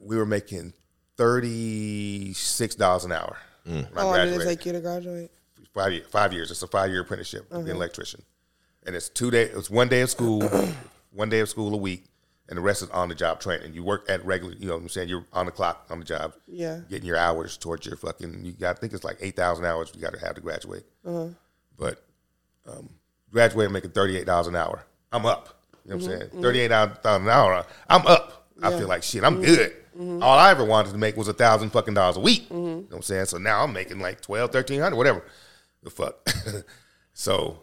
D: We were making thirty six dollars an hour. when I
A: How long did it
D: graduated.
A: take you to graduate?
D: five ye- five years. It's a five year apprenticeship to be an electrician, and it's two day. It's one day of school, *coughs* one day of school a week, and the rest is on the job training. You work at regular. You know what I'm saying? You're on the clock on the job.
A: Yeah.
D: getting your hours towards your fucking. You got. I think it's like eight thousand hours you got to have to graduate. But graduating making thirty eight dollars an hour. I'm up. You know what
A: Mm-hmm.
D: I'm saying? Thirty eight dollars an hour. I'm up. I feel like shit.
A: Mm-hmm.
D: I'm good. All I ever wanted to make was a thousand fucking dollars a week.
A: Mm-hmm.
D: You know what I'm saying? So now I'm making like twelve, thirteen hundred, whatever. The fuck. *laughs* so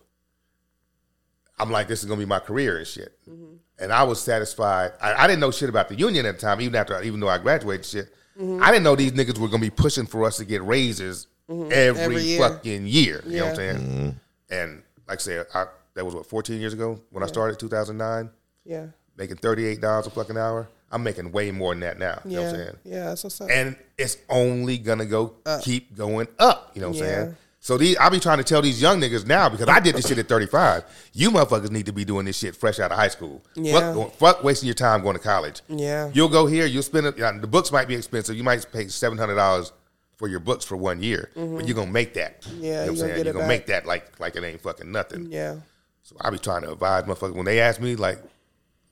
D: I'm like, this is gonna be my career and shit.
A: Mm-hmm.
D: And I was satisfied. I, I didn't know shit about the union at the time, even after, even though I graduated, shit.
A: Mm-hmm.
D: I didn't know these niggas were gonna be pushing for us to get raises every,
A: Mm-hmm. Every year.
D: fucking year. You know what I'm
A: Yeah.
D: saying? And like I said, I, that was what 14 years ago when I started 2009,
A: Yeah.
D: making 38 dollars a fucking hour. I'm making way more than that now. You know what I'm
A: Yeah.
D: saying?
A: Yeah. That's what's up.
D: and it's only gonna go keep going up. You know what
A: Yeah.
D: I'm saying? So these, I be trying to tell these young niggas now because I did this shit at 35. You motherfuckers need to be doing this shit fresh out of high school.
A: Yeah.
D: Fuck, fuck wasting your time going to college.
A: Yeah.
D: You'll go here. You'll spend it. The books might be expensive. You might pay seven hundred dollars for your books for one year, but you're gonna make that.
A: Mm-hmm. Yeah,
D: you know what
A: you
D: I'm
A: gonna
D: saying?
A: get
D: You're
A: it
D: gonna
A: back.
D: make that like like it ain't fucking nothing.
A: yeah.
D: So I be trying to advise motherfuckers when they ask me like,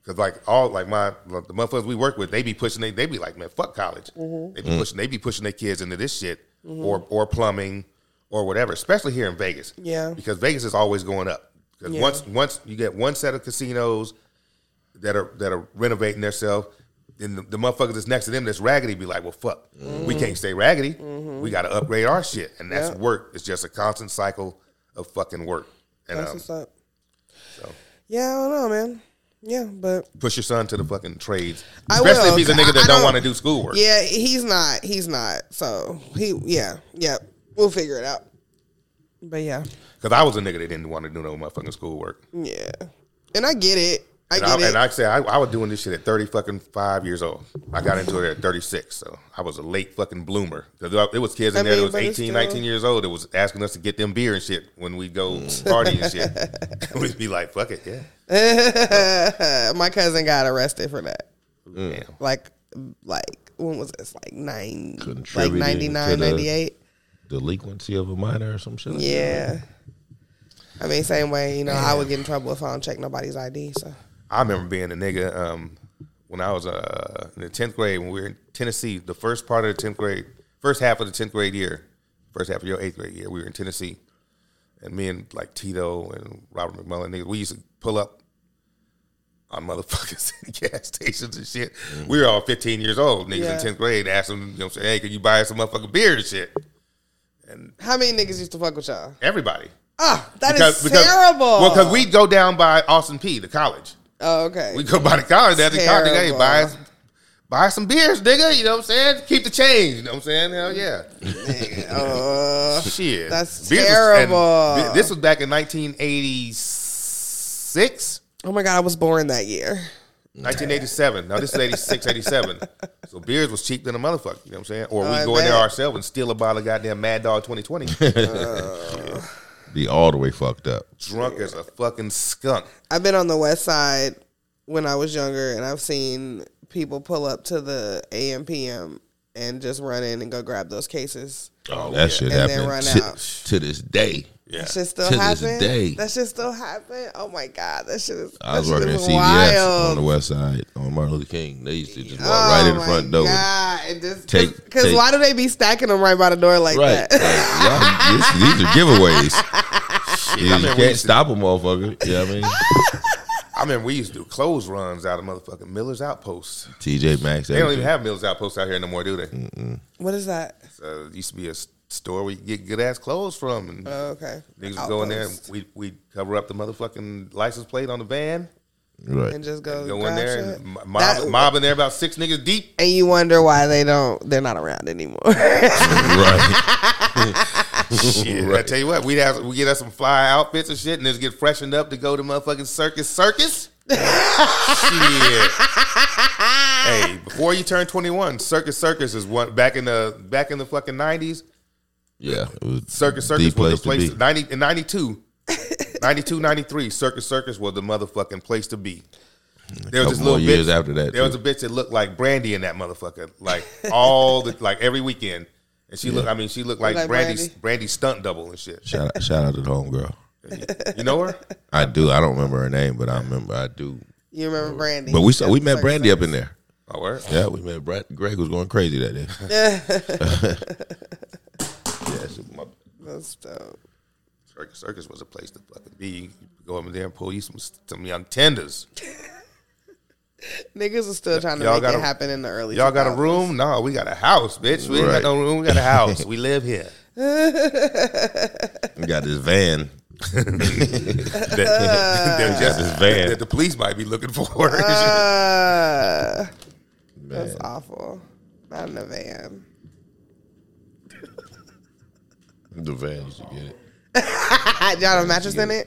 D: cause like all like my like the motherfuckers we work with, they be pushing they they be like, man, fuck college.
A: Mm-hmm.
D: They be pushing they be pushing their kids into this shit or or plumbing or whatever, especially here in Vegas.
A: Yeah.
D: because Vegas is always going up. 'Cause
A: Yeah.
D: once once you get one set of casinos that are that are renovating themselves. Then the, the motherfuckers that's next to them that's raggedy be like, well, fuck,
A: Mm.
D: we can't stay raggedy.
A: Mm-hmm.
D: We got to upgrade our shit, and that's
A: Yep.
D: work. It's just a constant cycle of fucking work. And
A: That's
D: um,
A: what's up.
D: so.
A: Yeah. I don't know, man. Yeah, but
D: push your son to the fucking trades,
A: I
D: especially
A: will.
D: if he's a
A: I-
D: nigga that
A: I
D: don't
A: don't-
D: want to do schoolwork.
A: yeah, he's not. He's not. So he. Yeah. Yeah. We'll figure it out. But yeah.
D: Because I was a nigga that didn't want to do no motherfucking schoolwork.
A: Yeah. And I get it. I
D: And
A: get
D: I,
A: it.
D: and I said I, I was doing this shit at thirty fucking five years old. I got into it at thirty six, so I was a late fucking bloomer. 'Cause There was kids in
A: I
D: there
A: mean,
D: that was
A: but it's
D: 18,
A: still-
D: 19 years old that was asking us to get them beer and shit when we go party and
A: *laughs*
D: shit. *laughs* We'd be like, "Fuck it, yeah,
A: Uh, my cousin got arrested for that.
D: yeah.
A: Like, like when was this? Like nine, like
E: Contributing
A: 99,
E: to the-
A: 98?
E: Delinquency of a minor or some shit. like
A: Yeah. I mean, same way, you know, I would get in trouble if I don't check nobody's ID. So,
D: I remember being a nigga um, when I was uh, in the tenth grade when we were in Tennessee. The first part of the tenth grade, first half of the tenth grade year, first half of your eighth grade year, we were in Tennessee, and me and like Tito and Robert McMullen niggas, we used to pull up on *laughs* motherfuckers in gas stations and shit. We were all fifteen years old, niggas
A: Mm. Yeah.
D: in tenth grade. Asked them, you know, what I'm saying, hey, can you buy us some motherfucking beer and shit? And
A: how many niggas used to fuck with y'all?
D: everybody.
A: Ah, that is terrible.
D: Well, because we'd go down by Austin P, the college.
A: Oh, okay.
D: We go by the college at the college, nigga. Hey,
A: Terrible.
D: buy us, buy us some beers, nigga. You know what I'm saying? Keep the change. You know what I'm saying? Hell yeah.
A: Uh,
D: *laughs* Shit.
A: That's
D: Beers was- and
A: terrible.
D: thi- this was back in 1986,
A: oh my God, I was born that year.
D: 1987. Now, this is 86, 87. So beers was cheap than a motherfucker. You know what I'm saying? Or we
A: I
D: go in there
A: bet.
D: ourselves and steal a bottle of goddamn Mad Dog 2020.
E: that. Be all the way fucked up.
D: drunk as a fucking skunk.
A: I've been on the west side when I was younger, and I've seen people pull up to the AM PM and just run in and go grab those cases.
E: Oh, that
A: And
E: shit
A: then
E: happened
A: run
E: to,
A: out.
E: to this day.
D: Yeah.
A: That shit still
E: To this
A: happen.
E: day.
A: That shit still happen. Oh my god, that shit is.
E: I was
A: that shit
E: working at
A: is
E: CVS
A: wild.
E: on the west side on Martin Luther King. They used to just walk
A: Oh
E: right in the
A: my
E: front door.
A: God. And just,
E: Take-
A: Cause
E: take-
A: why do they be stacking them right by the door like
E: Right.
A: that?
E: Like, y'all, this, these are giveaways. You
D: I remember we
E: can't
D: used to-
E: stop a motherfucker. You know
A: *laughs*
E: what I mean?
D: I remember we used to do clothes runs out of motherfucking Miller's Outpost.
E: TJ Maxx.
D: They don't
E: everything.
D: even have Miller's Outpost out here no more, do they?
A: *laughs* What is that?
D: uh, it used to be a s- store where you could get good ass clothes from. And
A: Oh, okay.
D: niggas would go in there. And
A: Outpost.
D: we we cover up the motherfucking license plate on the van.
E: Right.
A: and just go,
D: Go in
A: grab
D: there
A: shit.
D: and m- mob,
A: That-
D: mob in there about six niggas deep.
A: and you wonder why they don't. They're not around anymore. *laughs*
E: right.
D: *laughs* Shit, I tell you what, we'd have we get us some fly outfits and shit, and just get freshened up to go to motherfucking circus circus. *laughs* shit. hey, before you turn twenty one, circus circus is one back in the back in the fucking nineties.
E: Yeah. It was
D: Circus
E: the
D: Circus was the
E: place
D: place.
E: to be.
D: 90, in 92, 92, 93, Circus Circus was the motherfucking place to be. There
E: couple
D: was this little
E: more
D: bitch,
E: years after that,
D: There was a
E: too.
D: bitch that looked like Brandy in that motherfucker, like all the like every weekend. And she looked. I mean, she looked like,
A: Like
D: Brandy's
A: Brandy.
D: Brandy's stunt double and shit.
E: Shout out, shout out to the homegirl.
D: You know *laughs* her?
E: I do. I don't remember her name, but I remember I do.
A: You remember Brandy?
E: But we saw, we met Brandy up in there.
D: Oh, word.
E: Yeah, we met Brad. Greg was going crazy that day. yeah, it's my-
A: That's dope.
D: Circus, circus was a place to fucking be. Go up in there and pull you some some young tenders.
A: Niggas are still trying to
D: Y'all
A: make
D: got
A: it
D: a-
A: happen in the early.
D: Y'all got a
A: 2000s.
D: room? No, we got a house, bitch. We ain't
E: Right.
D: got no room. We got a
E: *laughs*
D: house. we live here.
E: we got this van.
D: That, *laughs* that just-
E: this van.
D: that the police might be looking for.
A: Uh, that's
E: Man,
A: awful. Not in a van. *laughs*
E: the van used to get it.
A: Y'all have a mattress in it?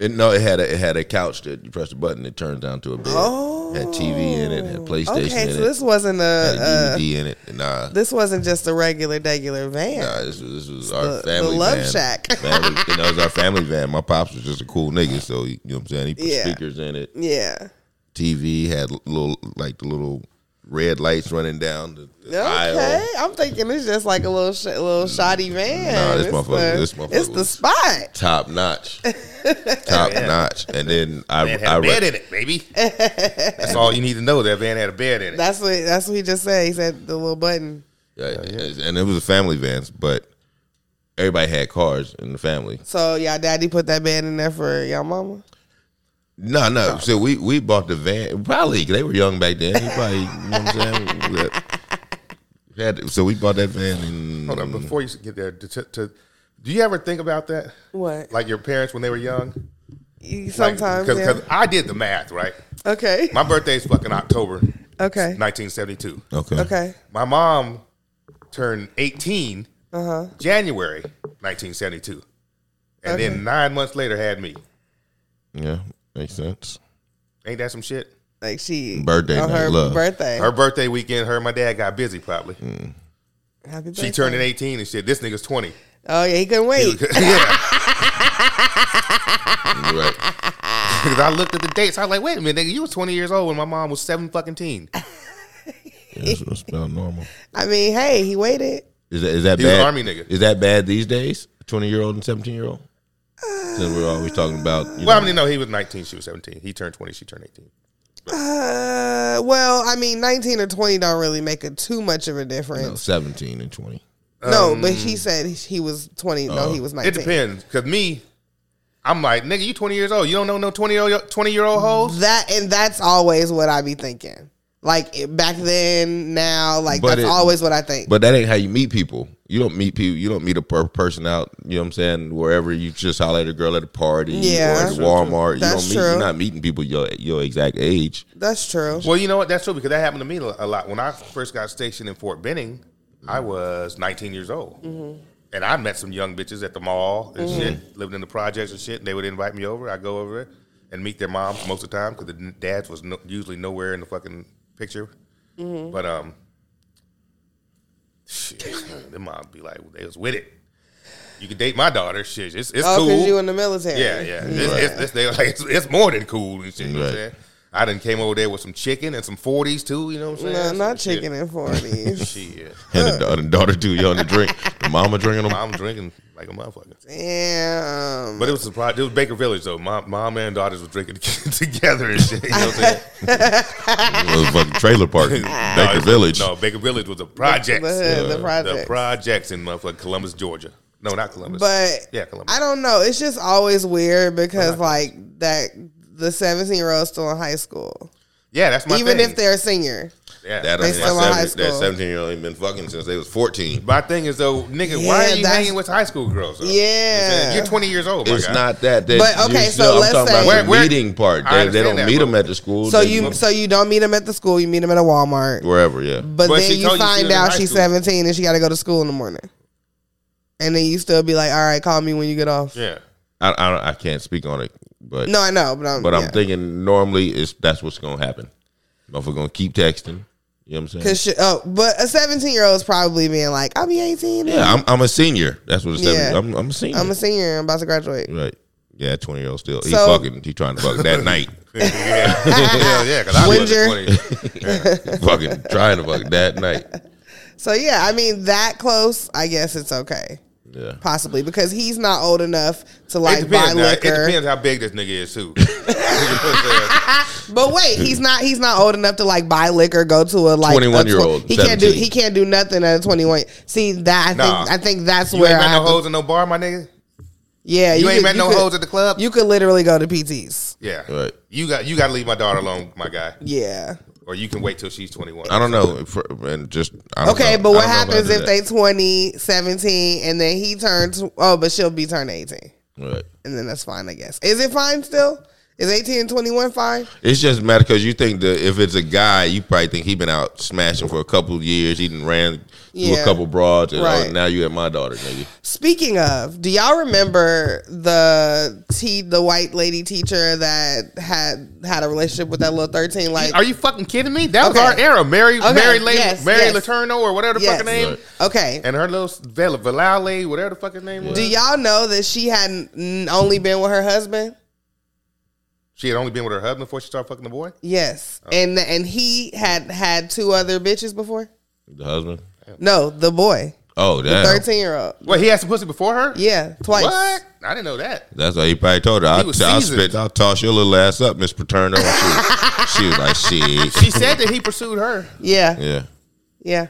E: And no, it had a it had a couch that you press the button, it turned down to a bed. had TV in it, had PlayStation
A: Okay,
E: in
A: so
E: it,
A: this wasn't a
E: had a
A: uh,
E: DVD in it. Nah,
A: this wasn't just a regular, regular van.
E: nah, this was, this was our
A: the
E: family
A: love
E: van.
A: shack.
E: family, you know, it was our family van. My pops was just a cool nigga, so he- you know what I'm saying. He put
A: Yeah.
E: speakers in it.
A: Yeah.
E: TV had little like the little red lights running down the, the
A: Okay,
E: aisle.
A: I'm thinking it's just like a little sh- little shoddy van.
E: Nah, this
A: it's
E: motherfucker-
A: the,
E: this motherfucker
A: It's the
E: was-
A: spot.
E: Top
A: *laughs*
E: notch, top notch, and then I,
D: Van had
E: I
D: a bed
E: re-
D: in it, *laughs* baby. That's all you need to know. That van had a bed in it.
A: That's what that's what he just said. He said the little button.
E: yeah, yeah, and it was a family van, but everybody had cars in the family.
A: So y'all daddy put that bed in there for y'all mama.
E: No, no. So we we bought the van. Probably 'cause they were young back then. We probably, you know what I'm saying. We had- we had- so we bought that van. In,
D: Hold on, before you get there, to, to, to- do you ever think about that?
A: What?
D: Like your parents when they were young?
A: You-
D: Like,
A: Mm. Sometimes.
D: cause,
A: yeah.
D: 'cause I did the math, right?
A: okay.
D: My birthday's fucking October
A: okay.
D: 1972.
E: okay.
A: Okay.
D: My mom turned 18
A: Uh-huh.
D: January 1972. And then nine months later had me.
E: Yeah, makes sense.
D: Ain't that some shit?
A: Like she
E: Birthday
A: on
E: night,
A: her
E: love.
A: birthday.
D: Her birthday weekend, her and my dad got busy probably.
A: Mm. Happy birthday.
D: She turned in 18 and shit. This nigga's 20.
A: Oh yeah, he couldn't wait.
D: *laughs* yeah.
E: You're right.
D: Because I looked at the dates. I was like, wait a minute, nigga, you was 20 years old when my mom was seven fucking teen.
E: Yeah, That's what's about normal.
A: I mean, hey, he waited.
E: Is that is that
D: He was
E: bad?
D: an army nigga.
E: Is that bad these days? Twenty year old and seventeen year old. Since we're always talking about. you
D: Well, I
E: know,
D: mean, no, he was 19. She was 17. He turned 20. She turned 18.
A: Uh, well, I mean, nineteen or twenty don't really make a too much of a
E: no,
A: difference.
E: seventeen and twenty.
A: No, but he said he was twenty.
E: uh,
A: no, he was
D: Um, It
A: nineteen.
D: depends. Because me, I'm like, nigga, you 20 years old. You don't know no 20 year old, 20 year old hoes?
A: That and that's always what I be thinking. Like it- back then, now, like
E: But
A: that's
E: it-
A: always what I think.
E: But that ain't how you meet people. You don't meet people. You don't meet a per- person out. You know what I'm saying? Wherever you just holler at a girl at a party
A: Yeah.
E: or at the Walmart.
A: That's
E: you don't meet.
A: true.
E: You're not meeting people your your exact age.
A: that's true.
D: Well, you know what? That's true because that happened to me a lot. When I first got stationed in Fort Benning, I
A: Mm-hmm.
D: was 19 years old. And I met some young bitches at the mall
A: Mm-hmm.
D: and shit, living in the projects and shit. And they would invite me over. I go over there and meet their moms most of the time because the dads was no, usually nowhere in the fucking picture.
A: Mm-hmm.
D: But, um, shit, their mom be like, they was with it. You can date my daughter. Shit, it's, it's
A: Oh,
D: cool.
A: because you in the military.
D: Yeah, yeah. It's, it's, it's, they like, it's, it's more than cool and shit. You know what I'm
E: Right.
D: saying? I done came over there with some chicken and some 40s too. You know what I'm saying?
A: No,
D: Some
A: not
D: shit.
A: chicken and
D: *laughs*
A: forties.
D: Shit.
E: And the, da- the daughter too young to drink. The mama drinking them.
D: I'm drinking like a motherfucker.
A: Damn.
D: But it was surprise. It was Baker Village though. Mom, mom and daughters was drinking *laughs* together and shit. You know what I'm
A: *laughs*
D: saying?
E: It was a uh, fucking trailer park, in
D: No,
E: Baker
D: it's-
E: Village.
D: No, Baker Village was a project.
A: the, hood, the
D: The
A: project.
D: projects in motherfucking Columbus, Georgia. No, not Columbus.
A: but
D: yeah, Columbus.
A: I don't know. It's just always weird because like that the seventeen year old still in high school,
D: yeah, that's my
A: even
D: thing.
A: if they're a senior.
D: yeah.
E: That
A: They
E: I
A: still in high
E: that
A: school.
E: seventeen year old ain't been fucking since they was fourteen.
D: my thing is though, nigga,
A: Yeah,
D: why are you
A: that's-
D: hanging with high school girls? Though?
A: Yeah.
D: you're 20 years old. Oh My
E: It's
D: guy.
E: not that. They,
A: But, okay,
E: you
A: so
E: still-
A: let's
E: I'm talking
A: say-
E: about the
D: Where- where-
E: meeting part.
D: I
E: They, they
D: understand
E: don't
D: that,
E: meet
D: bro.
E: them at the school.
A: So
E: They
A: you
E: meet
A: so you don't meet them at the school. You meet them at a Walmart.
E: wherever, yeah.
A: But,
D: But
A: then
D: she
A: you
D: told you she
A: find
D: was in
A: out
D: high
A: she's
D: school.
A: 17 and she got to go to school in the morning. And then you still be like, all right, call me when you get off.
D: Yeah.
E: I, I don't- I can't speak on it, but
A: No, I know, but I'm
E: But
A: yeah.
E: I'm thinking normally it's that's what's gonna happen. Motherfucker gonna keep texting. You know what I'm saying?
A: Cause she, oh, but a 17 year old is probably being like, I'll be 18.
E: Yeah, I'm I'm a senior. That's what it's
A: Yeah.
E: yeah. I'm I'm a senior.
A: I'm a senior. I'm about to graduate.
E: right. Yeah, twenty year old still. He
A: So-
E: fucking he trying to fuck that night.
D: *laughs* yeah, yeah, because I was
A: Winger.
D: 20.
E: *laughs* fucking trying to fuck that night.
A: So yeah, I mean that close. I guess it's okay.
E: Yeah.
A: Possibly because he's not old enough to like
D: it
A: buy
D: depends. now, it
A: liquor.
D: depends how big this nigga is
A: *laughs*
D: too. You know what I'm saying?
A: But wait, he's not he's not old enough to like buy liquor, go to a like a
E: 21-year-old,
A: tw- He can't do
E: 17.
A: he can't do nothing at a twenty one. See that I
D: Nah.
A: think I think that's
D: you
A: where
D: ain't
A: I
D: met no
A: have to-
D: hoes in no bar, my nigga.
A: yeah
D: You, ain't
A: could-
D: met no
A: could-
D: hoes at the club.
A: You could literally go to PTs.
D: yeah,
E: Right.
D: You got you got to leave my daughter alone, my guy,
A: Yeah.
D: or you can wait till she's 21.
E: I don't know. For, and just I don't
A: Okay,
E: know.
A: but
E: I
A: what
E: don't know
A: happens
E: about
A: if they 20, 17, and then he turns oh, but she'll be turned eighteen.
E: that. Right.
A: And then that's fine, I guess. Is it fine still? Is eighteen and twenty one fine?
E: It's just matter because you think that if it's a guy, you probably think he been out smashing for a couple of years. He done ran through
A: Yeah.
E: a couple broads, and oh,
A: Right.
E: now you at my daughter, nigga.
A: Speaking of, do y'all remember the te- the white lady teacher that had had a relationship with that little thirteen? Like,
D: Are you fucking kidding me? That was
A: Okay.
D: our era. Mary,
A: Okay,
D: Mary, Lane,
A: yes,
D: Mary
A: yes.
D: Letourneau, or whatever the
A: Yes.
D: fucking name,
E: Right.
A: okay.
D: and her little Val- Valale, whatever the fucking name was.
A: Do y'all know that she had n- only been with her husband?
D: She had only been with her husband before she started fucking the boy.
A: Yes, and and he had had two other bitches before.
E: The husband.
A: No, the boy,
E: Oh, damn.
A: thirteen year old.
D: Wait, he had some pussy before her?
A: Yeah, twice.
D: What? I didn't know that.
E: That's why he probably told her. I,
D: was
E: I
D: seasoned.
E: spit. I'll toss your little ass up, Miss Paterno. And she, was- she was like, shit.
D: She said that he pursued her.
A: Yeah, yeah.
E: Yeah.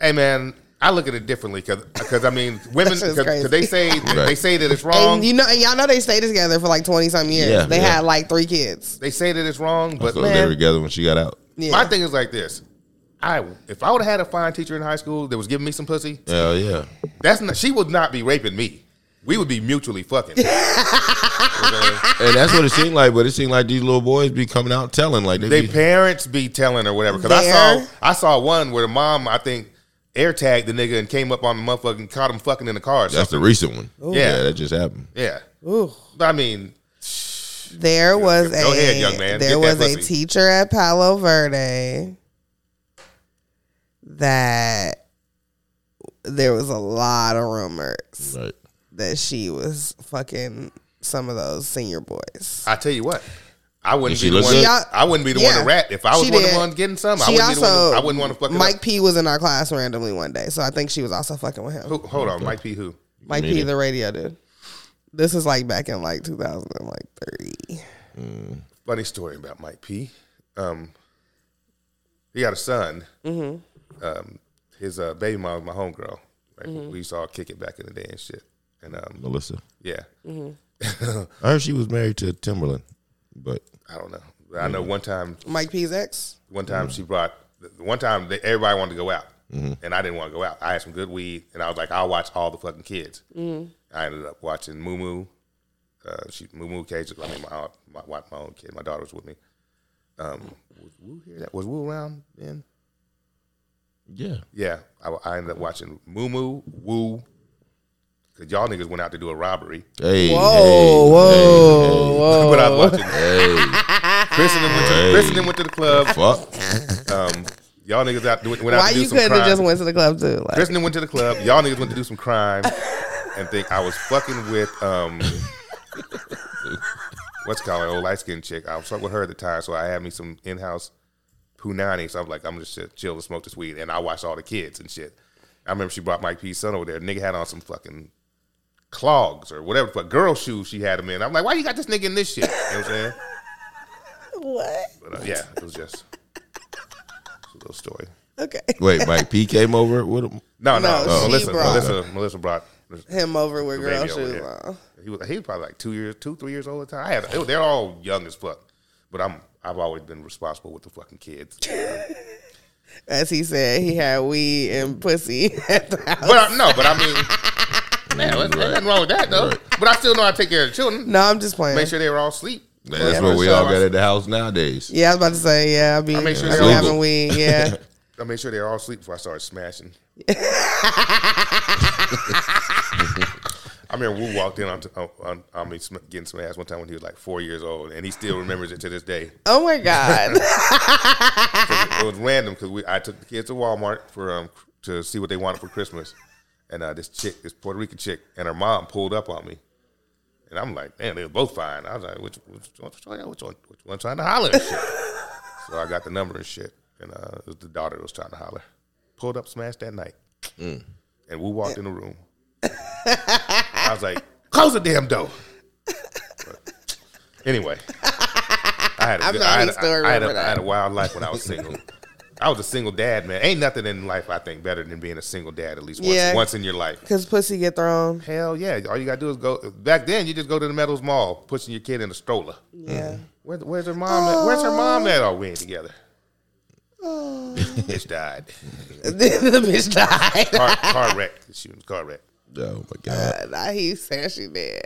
D: Hey man, I look at it differently because I mean women
A: *laughs* That shit's
D: because
A: crazy.
D: they say they
E: Right.
D: say that it's wrong.
A: And you know, and y'all know they stayed together for like twenty some years.
E: Yeah,
A: they
E: yeah.
A: had like three kids.
D: they say that it's wrong, but
E: So
D: man,
E: they were together when she got out.
A: Yeah,
D: my thing is like this. I if I would have had a fine teacher in high school that was giving me some pussy,
E: Hell yeah.
D: that's not she would not be raping me. We would be mutually fucking.
E: And that's what it seemed like. But it seemed like these little boys be coming out telling like they,
D: they
E: be,
D: parents be telling or whatever. Because I
A: There.
D: saw I saw one where the mom I think air tagged the nigga and came up on the motherfucker and caught him fucking in the car. or
E: That's the
D: something.
E: recent one.
D: Yeah.
E: yeah, that just happened.
D: yeah.
A: Ooh.
D: I mean,
A: There was
D: Go
A: a
D: ahead, young man.
A: there
D: Get that
A: was a
D: pussy.
A: teacher at Palo Verde that there was a lot of rumors
E: Right.
A: that she was fucking some of those senior boys.
D: I tell you what. I wouldn't
E: Did
D: be
E: she
D: the
E: look
D: one.
E: good?
A: She al-
D: I wouldn't be the one
A: Yeah.
D: to rat. If I was
A: She
D: one of
A: did.
D: the ones getting some, I
A: She
D: wouldn't be the one.
A: also
D: To, I wouldn't want to fucking.
A: Mike P was in our class randomly one day, so I think she was also fucking with him.
D: Who, hold on, Mike P. Who?
A: Mike P, the radio dude. This is like back in like 2000 and like 30.
D: Funny story about Mike P. Um, he got a son.
A: Mm-hmm.
D: Um, his uh, baby mom was my homegirl. Right? We used to all kick it back in the day and shit. And um,
E: Melissa.
D: yeah,
A: Mm-hmm.
E: I heard she was married to Timberland, but
D: I don't know. But I know
E: Mm-hmm.
D: one time,
A: Mike P's ex?
D: one time she brought. the One time they, everybody wanted to go out, Mm-hmm. and I didn't want to go out. I had some good weed, and I was like, I'll watch all the fucking kids.
A: Mm-hmm.
D: I ended up watching Moo Moo. Uh, she Moo Moo Cage. I mean, my, my my my own kid. My daughter was with me. Um, was Woo here? That was Woo around then.
E: yeah,
D: Yeah, I, I ended up watching Moo Moo Woo. Cause y'all niggas went out to do a robbery,
E: hey,
A: Whoa,
E: hey,
A: whoa,
E: hey,
A: whoa.
D: *laughs* but I was watching.
E: hey,
D: Chris and them went to, Chris and them went to the club.
E: fuck,
D: Um, y'all niggas out went, went out
A: Why
D: to do
A: you
D: some
A: couldn't
D: crime.
A: have just went to the club too? Like,
D: Kristen went to the club. Y'all niggas went to do some crime and think I was fucking with um what's it called an old light skinned chick. I was fucking with her at the time, so I had me some in house punani. So I'm like, I'm just shit- chill and smoke this weed, and I watched all the kids and shit. I remember she brought Mike P's son over there. Nigga had on some fucking clogs or whatever, but girl shoes she had him in. I'm like, why you got this nigga in this shit? You know what I'm saying?
A: what?
D: But uh, yeah, it was just it's a little story.
A: Okay.
E: wait, Mike P came over with him.
D: No, no, uh,
A: No, she
D: Melissa,
A: brought-
D: Melissa, Melissa brought
A: Him over with
D: the
A: girl
D: baby over
A: shoes
D: there.
A: on.
D: He was, he was probably like two years, two, three years old at the time. I had, they were- they're all young as fuck, but I'm, I've always been responsible with the fucking kids.
A: As he said, he had weed and pussy *laughs* at the house.
D: But I, no, but I mean,
E: *laughs*
D: man, there's there's nothing wrong with that though. But I still know I take care of the children,
A: No, I'm just playing.
D: make sure they were all asleep.
E: That's what we all got at the house nowadays.
A: yeah, I was about to say, yeah, I be
D: make sure
A: I be
D: they're
A: having
E: legal.
A: weed,
D: *laughs*
A: yeah.
D: I made sure they were all asleep before I started
E: *laughs*
D: smashing. I remember Wu walked in on, on, on, on me sm- getting smashed one time when he was like four years old, and he still remembers it to this day.
A: oh my
D: *laughs*
A: God. *laughs*
D: 'Cause it, it was random because we I took the kids to Walmart for um to see what they wanted for Christmas, and uh, this chick, this Puerto Rican chick, and her mom pulled up on me, and I'm like, damn, they were both fine. I was like, which which one, which one, which one, which one trying to holler and shit? so I got the number and shit, and uh, it was the daughter that was trying to holler. pulled up smash that night. And we walked in the room. I was like, close the damn door. But anyway, I had a
A: I'm
D: good-
A: sorry,
D: I had
A: I
D: a-
A: still
D: I had a-
A: remember
D: I had a wild life when I
A: *laughs*
D: was single. I was a single dad, man. Ain't nothing in life I think better than being a single dad at least once,
A: Yeah.
D: once in your life.
A: Because pussy get thrown.
D: Hell yeah! All you gotta do is go. Back then, you just go to the Meadows Mall, pushing your kid in a stroller.
A: Yeah. *laughs*
D: Where, where's her mom? At? Where's her mom at? Oh, we ain't together.
A: Oh.
D: *laughs* Bitch died.
A: the bitch died. *laughs*
D: Car, car wreck. She was car wreck.
E: Oh my god.
A: nah, he said she did.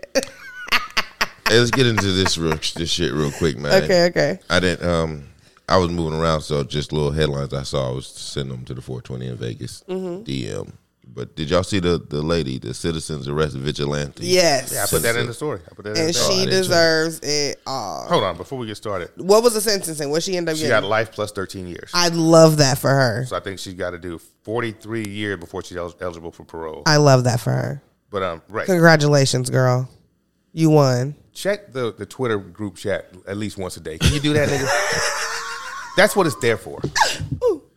E: Hey, let's get into this real, this shit real quick, man.
A: Okay, okay.
E: I didn't. Um, I was moving around, so just little headlines I saw. I was sending them to the 420 in Vegas DM. But did y'all see the the lady, the citizens arrest vigilante?
A: Yes.
D: Yeah, I put that in the story. I put that in the
A: and
D: story.
E: I
A: she
E: didn't
A: deserves it all.
D: Hold on, before we get started,
A: What was the sentencing? What she end up
D: she got
A: getting?
D: life plus thirteen years.
A: I love that for her.
D: So I think she's got to do forty three years before she's el- eligible for parole.
A: I love that for her.
D: But um, right,
A: Congratulations, girl. You won.
D: check the the Twitter group chat at least once a day. Can you do that, nigga? That's what it's there for.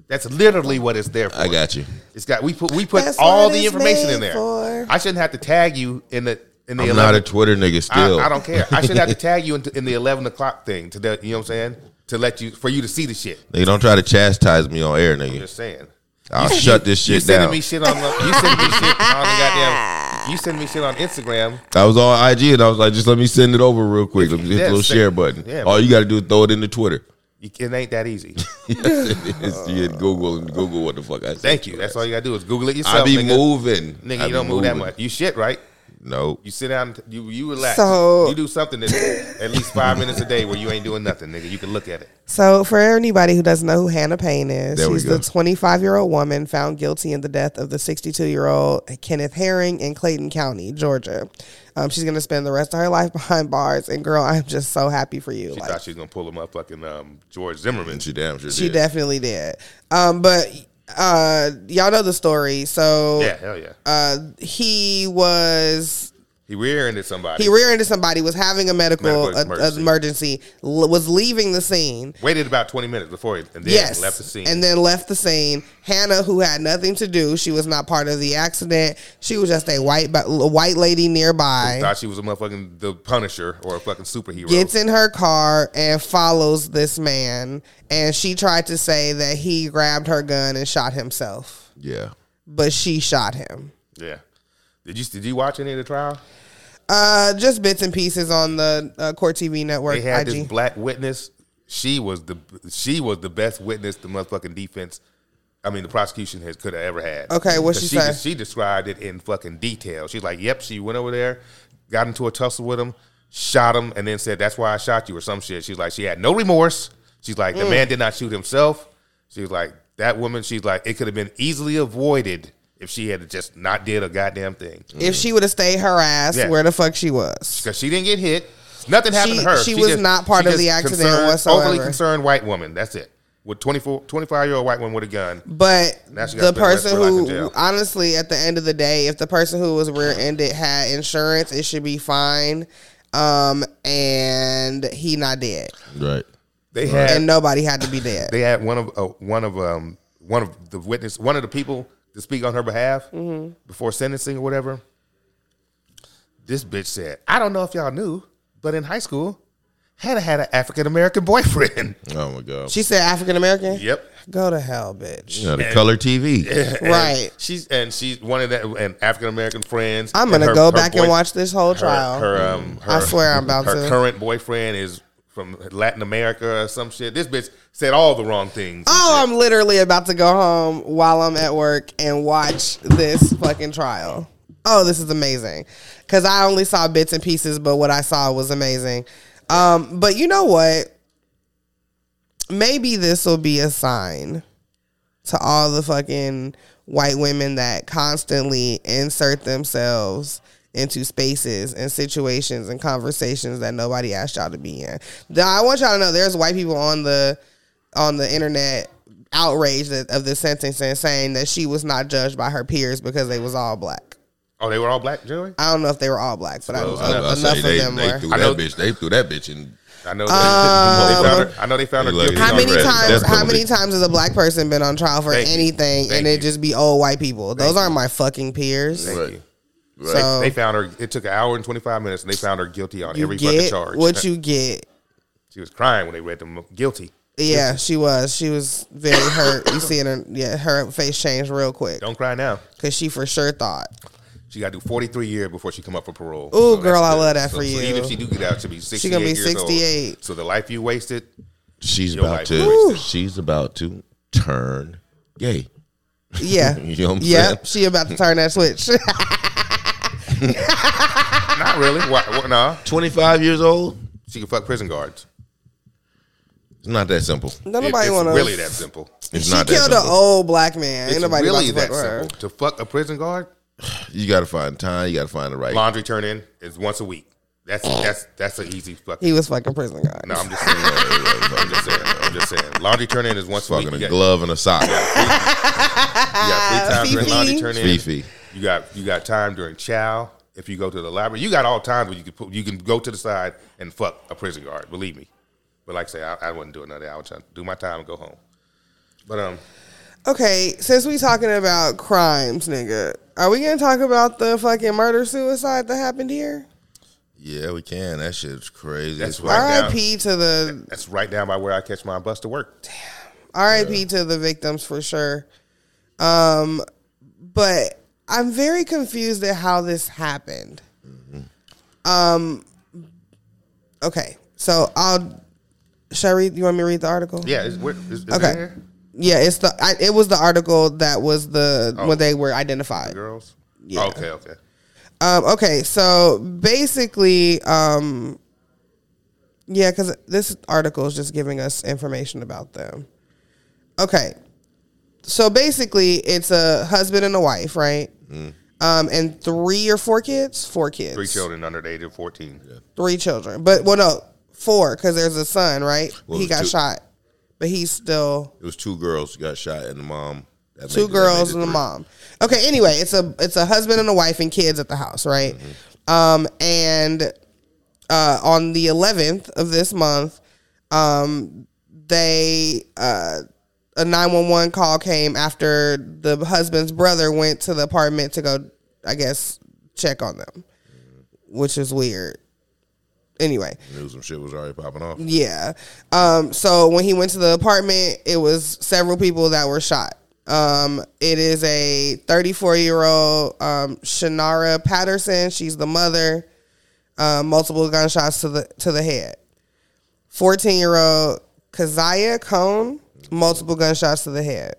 D: That's literally what it's there for.
E: I got you.
D: It's got we put we put
A: That's
D: all
A: what
D: the
A: it's
D: information in
A: made
D: there.
A: for.
D: I shouldn't have to tag you in the in the
E: I'm not a
D: 11
E: Twitter nigga
D: I
E: still.
D: I don't care.
E: *laughs*
D: I shouldn't have to tag you in, in the eleven o'clock thing to the, you know what I'm saying to let you for you to see the shit.
E: Nigga, don't try to chastise me on air,
D: I'm
E: nigga.
D: just saying.
E: I'll shut this
D: You
E: shit
D: sending
E: down.
D: me shit on the- you sending me shit on the
A: *laughs*
D: goddamn you sending me shit on Instagram.
E: I was on IG and I was like, just let me send it over real quick. Let me hit the
D: Yeah,
E: little
D: send-
E: share button.
D: yeah,
E: All you got to do is throw it
D: *laughs*
E: into Twitter. *laughs*
D: You, it ain't that easy.
E: yes, it is. You hit Google and Google what the fuck I said.
D: Thank you. That's all you gotta do is Google it yourself.
E: I be
D: nigga.
E: moving.
D: Nigga,
E: I
D: you
E: be
D: don't move that
E: moving.
D: much. You shit right.
E: No.
D: You sit down. and You you relax.
A: So-
D: you do something that, at least five minutes a day where you ain't doing nothing, nigga. You can look at it.
A: So, for anybody who doesn't know who Hannah Payne is,
E: There we
A: she's
E: go.
A: the 25 year old woman found guilty in the death of the 62 year old Kenneth Herring in Clayton County, Georgia. Um, she's going to spend the rest of her life *laughs* behind bars. And, girl, I'm just so happy for you.
D: She
A: Like,
D: thought she was gonna pull him up, fucking um, George Zimmerman.
E: And she damn sure
A: she
E: did.
A: definitely did. Um, but uh, y'all know the story. So,
D: Yeah, hell yeah.
A: uh, he was
D: he rear-ended somebody.
A: He rear ended somebody, was having a medical,
D: Medical
A: uh, emergency,
D: emergency.
A: l- was leaving the scene.
D: Waited about twenty minutes before he and then
A: yes.
D: left the scene.
A: And then left the scene. Hannah, who had nothing to do, she was not part of the accident. She was just a white ba- a white lady nearby.
D: thought she was a motherfucking the Punisher or a fucking superhero.
A: Gets in her car and follows this man. And she tried to say that he grabbed her gun and shot himself,
E: Yeah.
A: but she shot him.
D: yeah. Did you did you watch any of the trial?
A: Uh, just bits and pieces on the uh, Court TV network.
D: They had
A: IG.
D: this black witness. She was the she was the best witness the motherfucking defense. I mean, the prosecution has could have ever had.
A: Okay, what'd
D: 'Cause
A: she
D: she
A: say?
D: de- She described it in fucking detail. She's like, "Yep, she went over there, got into a tussle with him, shot him, and then said that's why I shot you or some shit." She's like, she had no remorse. She's like,
A: Mm.
D: the man did not shoot himself. She was like, that woman. She's like, it could have been easily avoided if she had just not did a goddamn thing
A: if she would have stayed her ass,
D: Yeah.
A: where the fuck she was.
D: because she didn't get hit. Nothing happened
A: She-
D: to her.
A: she was not part of
D: just
A: the accident
D: concerned-
A: whatsoever.
D: Overly concerned white woman. That's it. With 24, 25 year old white woman with a gun.
A: But
D: Now she
A: the
D: gotta spend the rest
A: person
D: of her life in
A: who,
D: jail.
A: honestly, at the end of the day, if the person who was rear ended had insurance, it should be fine. Um, and he not dead,
E: Right.
D: They had
A: and nobody had to be dead.
D: they had one of uh, one of um one of the witness one of the people to speak on her behalf
A: Mm-hmm.
D: before sentencing or whatever. This bitch said, "I don't know if y'all knew, but in high school, Hannah had an African American *laughs* boyfriend."
E: Oh my god.
A: she said African American.
D: yep.
A: Go to hell, bitch.
E: you know, the color TV.
A: Right.
D: She's and she's one of that and African American friends.
A: I'm
D: and
A: gonna
D: her-
A: go
D: her
A: back and
D: boy-
A: watch this whole trial. Mm-hmm.
D: Her, her, um, her,
A: I swear I'm about
D: her
A: to.
D: current boyfriend is from Latin America or some shit. This bitch said all the wrong things.
A: oh, I'm literally about to go home while I'm at work and watch this fucking trial. Oh, this is amazing. Cause I only saw bits and pieces, but what I saw was amazing. Um, but you know what? Maybe this will be a sign to all the fucking white women that constantly insert themselves into spaces and situations and conversations that nobody asked y'all to be in. Now, I want y'all to know there's white people on the on the internet outraged that- of this sentence and saying that she was not judged by her peers because they was all black.
D: oh, they were all black, Joey.
A: I don't know if they were all black, but I,
E: I, was about to
A: enough
E: say,
A: of
E: they,
A: them
E: they
A: were.
E: threw
D: I know-
E: that bitch. They threw that bitch in
D: I know. They, *laughs* they found her, I know they found
E: They
D: her
E: love
D: guilty.
E: you.
A: um, How many
D: already.
A: times?
E: That's
A: how
E: penalty.
A: many times has a black person been on trial for
D: Thank you.
A: anything,
D: Thank
A: and it
D: you.
A: just be old white people? Those aren't my fucking peers.
D: Thank you.
E: Right.
A: So
D: They found her. It took an hour and twenty five minutes, and they found her guilty on
A: you
D: every fucking
A: get
D: charge.
A: what you get.
D: she was crying when they read them guilty.
A: Yeah, she was. She was very hurt. You see her, yeah, her face changed real quick
D: Don't cry now.
A: because she for sure thought.
D: She got to do forty three years before she come up for parole.
A: Ooh,
D: that's
A: girl, I
D: good.
A: love that
D: So-
A: for
D: so
A: you.
D: even if she do get out, she'll be sixty.
A: She gonna be
D: years old.
A: 68.
D: So the life you wasted,
E: She's
D: Your
E: about
D: life
E: to.
D: wasted.
E: She's about to turn gay.
A: Yeah,
E: *laughs* You know what I'm
A: yep. She about to turn that switch. *laughs*
D: not really. Why, why, nah,
E: Twenty five years old.
D: she can fuck prison guards.
E: It's not that simple.
A: Don't
D: It-
A: nobody
D: it's
A: want to.
D: really that simple.
E: It's
A: she
E: not that
A: killed an
E: simple.
A: old black man.
D: It's
A: Ain't nobody about
D: really
A: to
D: that
A: fuck with her.
D: simple. To fuck a prison guard,
E: You got to find time. You got to find the right.
D: laundry turn in is once a week. That's that's that's an easy fucking.
A: He was fucking prison guard.
D: No, I'm just saying. I'm just saying. I'm just saying. Laundry turn in is once a week.
E: Fucking
D: You
E: a
D: got-
E: glove and a sock.
D: You got free time
A: Uh,
D: during
A: Fifi.
D: laundry turn in.
E: Fifi.
D: You got you got time during chow. If you go to the library, you got all times where you can put, you can go to the side and fuck a prison guard. Believe me. But like I say, I, I wouldn't do another. I would try to do my time and go home. But um,
A: Okay, since we talking about crimes, nigga, are we gonna talk about the fucking murder suicide that happened here?
E: Yeah, we can. That shit's crazy.
D: That's
E: That's
D: right.
E: why.
A: R.I.P. to the
D: that's right down by where I catch my bus to work.
A: R.I.P. to the victims for sure. Um, but I'm very confused at how this happened.
D: Mm-hmm.
A: Um, okay, so I'll. Shall I read? You want me to read the article?
D: Yeah. Is, where, is, is
A: Okay.
D: it there?
A: Yeah, it's the I, it was the article that was the when they were identified.
D: girls.
A: Yeah.
D: Okay. Okay.
A: Um, okay, so basically, um, yeah, because this article is just giving us information about them. Okay, so basically, it's a husband and a wife, right? Um, and three or four kids, four kids,
D: Three children under the age of fourteen.
A: three children. But well, no, four because there's a son, right?
E: Well,
A: he
E: it was
A: got
E: two.
A: shot, but he's still
E: It was two girls got shot and the mom. that
A: two
E: made- that
A: girls
E: made it
A: and a
E: three.
A: mom. Okay, anyway, it's a it's a husband and a wife and kids at the house, right?
E: Mm-hmm.
A: Um, and uh, on the 11th of this month, um, they uh, a 911 call came after the husband's brother went to the apartment to go, I guess, check on them,
E: Mm-hmm.
A: which is weird. Anyway,
E: Knew some shit was already popping off.
A: yeah. Um, so when he went to the apartment, it was several people that were shot. Um, it is a 34 year old um, Shannara Patterson. She's the mother. Uh, multiple gunshots to the to the head. 14 year old Kaziah Cone. Multiple gunshots to the head.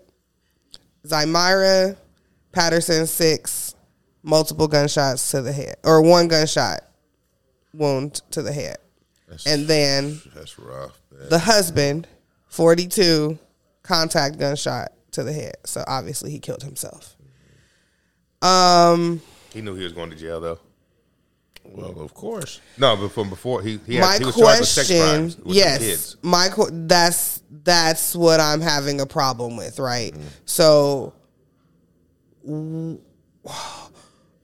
A: Zymira Patterson six. Multiple gunshots to the head, or one gunshot wound to the head. And then
E: That's rough. Man.
A: the husband, 42, contact gunshot to the head. So obviously he killed himself. Um,
D: He knew he was going to jail though.
E: Well, of course.
D: No, but from before he he, had,
A: my
D: he was charged with sex
A: question,
D: crimes with the
A: yes,
D: kids.
A: my qu- that's that's what I'm having a problem with, right?
D: Mm.
A: So, w-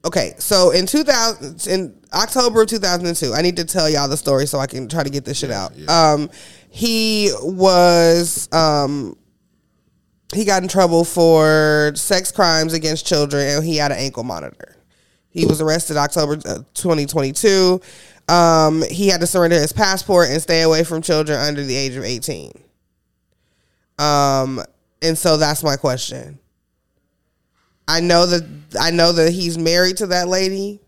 A: okay, so in 2000, in October of 2002, I need to tell y'all the story so I can try to get this shit out. Um, he was um he got in trouble for sex crimes against children and he had an ankle monitor. He was arrested October uh, 2022. Um, he had to surrender his passport and stay away from children under the age of 18. Um, and so that's my question. I know that I know that he's married to that lady,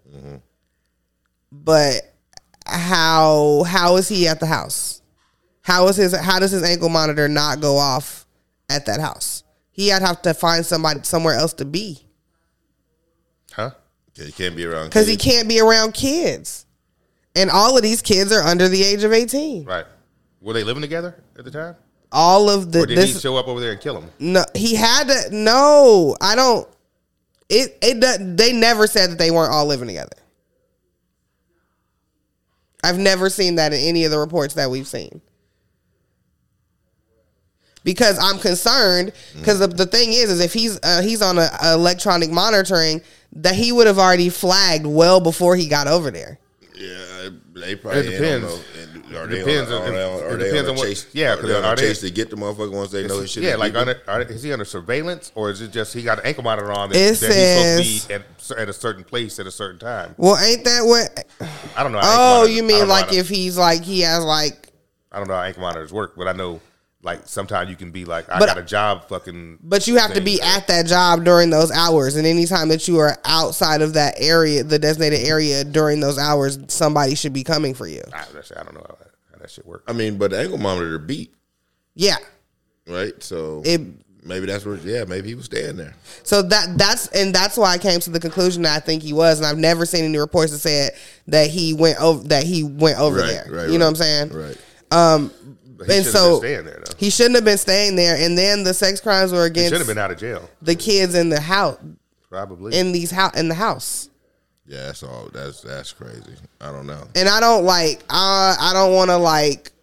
A: but how how is he at the house? How is his how does his ankle monitor not go off at that house? He'd have to find somebody somewhere else to be
D: Huh?
E: Okay, you can't be around
A: because he
E: kids.
A: can't be around kids, and all of these kids are under the age of eighteen.
D: Right. Were they living together at the time?
A: All of the
D: Or did he
A: this
D: show up over there and kill him?
A: no he had to no I don't it it doesn't- they never said that they weren't all living together. I've never seen that in any of the reports that we've seen. Because I'm concerned, because the, the thing is, is if he's uh, he's on a, a electronic monitoring, that he would have already flagged well before he got over there.
E: Yeah, they probably
D: It depends.
E: don't know. And Are they
D: Depends
E: on,
D: on-
E: are they on, are
D: it
E: they
D: depends
E: on,
D: on
E: a
D: what-
E: chase?
D: yeah,
E: are
D: 'cause
E: they on a
D: are they-
E: chase to get the motherfucker once they know his shit.
D: yeah,
E: is
D: like
E: legal?
D: under, are, is he under surveillance or is it just he got an ankle monitor on
A: It
D: that, that he's
A: says-
D: supposed to be at, cer- at a certain place at a certain time?
A: Well, ain't that what?
D: I don't know.
A: Oh,
D: how ankle monitors-
A: you
D: I
A: mean
D: don't know
A: like
D: how to-
A: if he's like he has like,
D: I don't know how ankle monitors work, but I know like sometimes you can be like, I
A: But-
D: got a job, fucking.
A: but you have to be
D: thing.
A: at that job during those hours, and anytime that you are outside of that area, the designated area during those hours, somebody should be coming for you.
D: I, that shit- I don't know how that, how that shit works.
E: I mean, but the ankle monitor beat
A: Yeah,
E: right, so
A: it
E: maybe that's where. Yeah, maybe he was staying there.
A: So that that's and that's why I came to the conclusion that I think he was, and I've never seen any reports that said that he went over that he went over
E: Right,
A: there.
E: right,
A: you know
E: right,
A: what I'm saying?
E: Right.
D: But
A: and
D: should've
A: so-
D: been staying there though.
A: He shouldn't have been staying there. And then the sex crimes were
D: He should have
A: against
D: been out of jail,
A: the kids in the house
D: probably.
A: in these house in the house.
E: Yeah, that's all. That's that's crazy. I don't know.
A: And I don't like I I don't want to like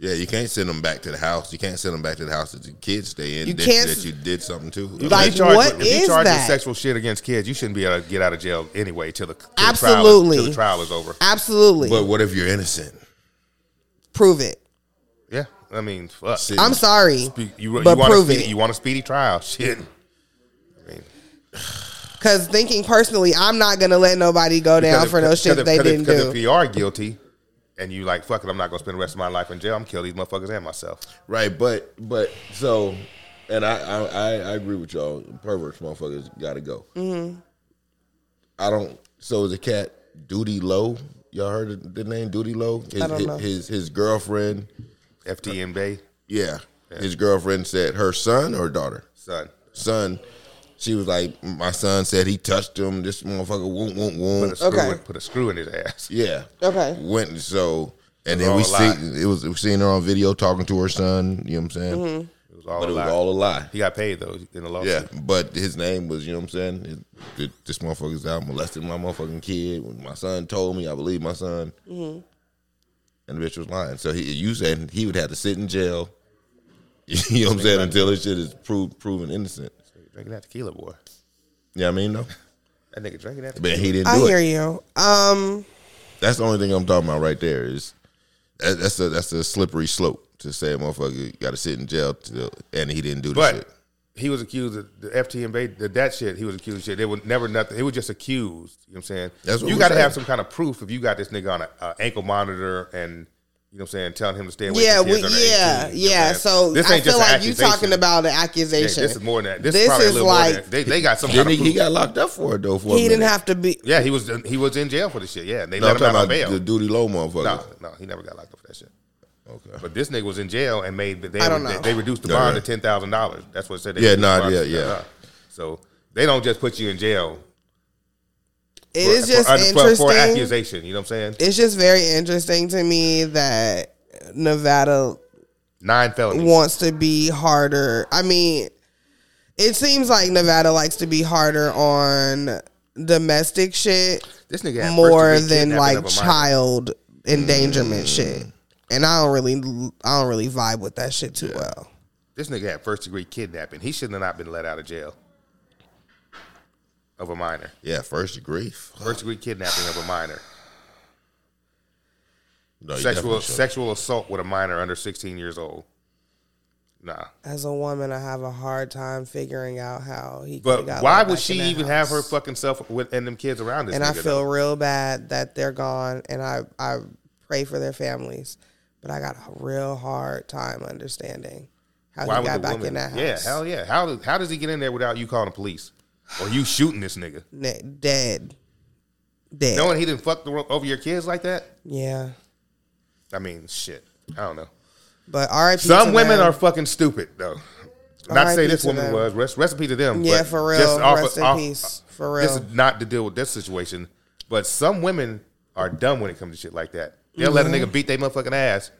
E: Yeah, you can't send them back to the house. You can't send them back to the house that your kids stay in.
A: You
E: that,
A: can't-
E: that you did something to.
A: Like,
D: If you charged
A: what
D: with- if
A: is
D: you charged
A: that?
D: with sexual shit against kids, you shouldn't be able to get out of jail anyway till the till the
A: Absolutely.
D: trial is, till the trial is over.
A: absolutely
E: but what if you're innocent?
A: prove it.
D: Yeah, I mean, fuck.
E: See,
A: I'm sorry,
D: You, you,
A: But
D: you want
A: prove
D: a speedy,
A: it.
D: You want a speedy trial? *laughs* Shit. I mean,
A: because thinking personally, I'm not gonna let nobody go down for no shit that they didn't
D: Because if
A: do.
D: you are guilty, and you like fuck it, I'm not gonna spend the rest of my life in jail. I'm kill these motherfuckers and myself.
E: Right, but but so, and I I, I, I agree with y'all. Perverts, motherfuckers, got to go. Mm-hmm. I don't. So is the cat Duty Low? Y'all heard the, the name Duty Low? His,
A: don't
E: his,
A: know.
E: his his girlfriend.
D: FTM Bay
E: Yeah, his girlfriend said her son or daughter
D: son.
E: son. She was like, my son said he touched him. This motherfucker, whoop whoop
D: Put a
E: whoop.
D: screw
A: Okay.
D: in, put a screw in his ass. *laughs*
E: Yeah.
A: Okay.
E: Went and so, and
D: It was
E: then we
D: all a
E: see it was we seen her on video talking to her son. You know what I'm saying?
A: Mm-hmm.
D: It was all
E: But
D: a
E: it was
D: lie.
E: all a lie.
D: He got paid though in the lawsuit.
E: Yeah, but his name was, you know what I'm saying? It, th- this motherfucker's out molesting my motherfucking kid. When my son told me, I believe my son. And the bitch was lying. So he, you saying he would have to sit in jail, *laughs* you know what I'm saying, until his shit is proved, proven innocent.
D: Drinking that tequila, boy.
E: Yeah, I mean, no.
D: That nigga drinking that.
E: But he didn't
A: I
E: do
A: hear
E: it.
A: you. Um,
E: That's the only thing I'm talking about right there is that, that's a that's a slippery slope to say a motherfucker got to sit in jail till, and he didn't do the shit.
D: But he was accused of the FTMA, the, that shit. He was accused of shit. They were never nothing. He was just accused. You know what I'm saying?
E: That's what
D: you
E: we're
D: got to
E: saying.
D: have some kind of proof if you got this nigga on an ankle monitor and, you know what I'm saying, telling him to stay away
A: Yeah,
D: from kids
A: we,
D: under
A: yeah,
D: 18, you know what I'm
A: yeah.
D: saying?
A: So
D: this ain't
A: I feel
D: just an
A: like you
D: accusation.
A: talking about an
D: Yeah,
A: accusation.
D: this is more than that. This,
A: This
D: is probably
A: is
D: a little more
A: like
D: than that. They, they got some
E: Then
D: kind
E: he,
D: of
E: he
D: proof.
E: got locked up for it though. For a
A: he didn't
E: minute.
A: have to be.
D: Yeah, he was he was in jail for this shit. Yeah, and they
E: No, I'm
D: let him
E: talking
D: out on bail.
E: about the duty low
D: No,
E: motherfucker.
D: no, he never got locked up for that shit.
E: Okay.
D: But this nigga was in jail and made they
A: I don't
D: they,
A: know.
D: they reduced the
E: Yeah,
D: bond
E: yeah.
D: to ten thousand dollars. That's what it said. They
E: Yeah,
D: reduced
E: nah,
D: the bond to
E: yeah, yeah.
D: $10,000. So they don't just put you in jail.
A: It is just
D: for, for-
A: interesting.
D: for accusation. You know what I'm saying?
A: it's just very interesting to me that Nevada
D: Nine felonies.
A: wants to be harder. I mean, it seems like Nevada likes to be harder on domestic shit
D: This nigga had
A: more
D: first-degree
A: than
D: kidnapping
A: like
D: of a Mm. minor.
A: child endangerment shit. And I don't really, I don't really vibe with that shit too well.
D: This nigga had first degree kidnapping. He should have not been let out of jail of a minor.
E: Yeah, first degree. Fuck.
D: First degree kidnapping of a minor.
E: No, Oh, you
D: sexual
E: definitely should.
D: sexual assault with a minor under 16 years old. Nah.
A: As a woman, I have a hard time figuring out how he.
D: But
A: could've got
D: why
A: let
D: would
A: back
D: she
A: in that
D: even
A: house.
D: have her fucking self with, and them kids around this
A: and
D: nigga?
A: I feel real bad that they're gone, and I I pray for their families, but I got a real hard time understanding how
D: though? why
A: he
D: would
A: got
D: the
A: back
D: woman-
A: in that house.
D: Yeah, hell yeah. How does, how does he get in there without you calling the police or you shooting this nigga?
A: Ne- dead, dead.
D: Knowing he didn't fuck the, over your kids like that?
A: yeah,
D: I mean, shit. I don't know.
A: but RIP.
D: Some
A: to
D: women
A: them.
D: are fucking stupid, though. Not to say
A: RIP
D: this
A: to
D: woman
A: them.
D: was. Rest, recipe to them.
A: Yeah,
D: but
A: for real.
D: just off-
A: Rest in
D: off-
A: peace. For real.
D: This is not to deal with this situation, but some women are dumb when it comes to shit like that. They'll let a
A: Mm-hmm.
D: nigga beat their motherfucking ass,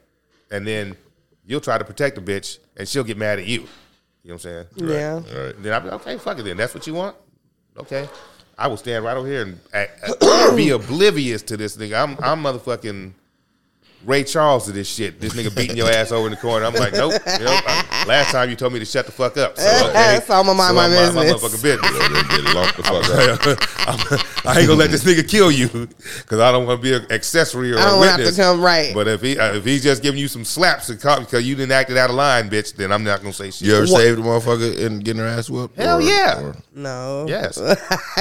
D: and then you'll try to protect the bitch, and she'll get mad at you. You know what I'm saying?
A: Yeah.
E: All right.
D: Then I'll be okay, fuck it. Then that's what you want. Okay, I will stand right over here and
A: *clears throat*
D: act, be oblivious to this nigga. I'm I'm motherfucking Ray Charles to this shit. This nigga beating your ass over in the corner. I'm like, nope. You know, I- last time you told me to shut
A: *laughs*
D: the fuck up. So, okay,
A: So I'ma mind my
D: I'ma
A: business.
E: *laughs*
D: motherfucking business.
E: Get it off the fuck up.
D: I'm, I ain't gonna let this nigga kill you because I don't want to be an accessory or
A: I
D: a
A: don't want to have
D: witness.
A: to come right.
D: But if he uh, if he's just giving you some slaps and cop because you didn't act it out of line, bitch, then I'm not gonna say shit.
E: You
D: *laughs*
E: ever saved a motherfucker and getting her ass whooped?
D: Hell yeah.
A: no.
D: Yes.
A: *laughs*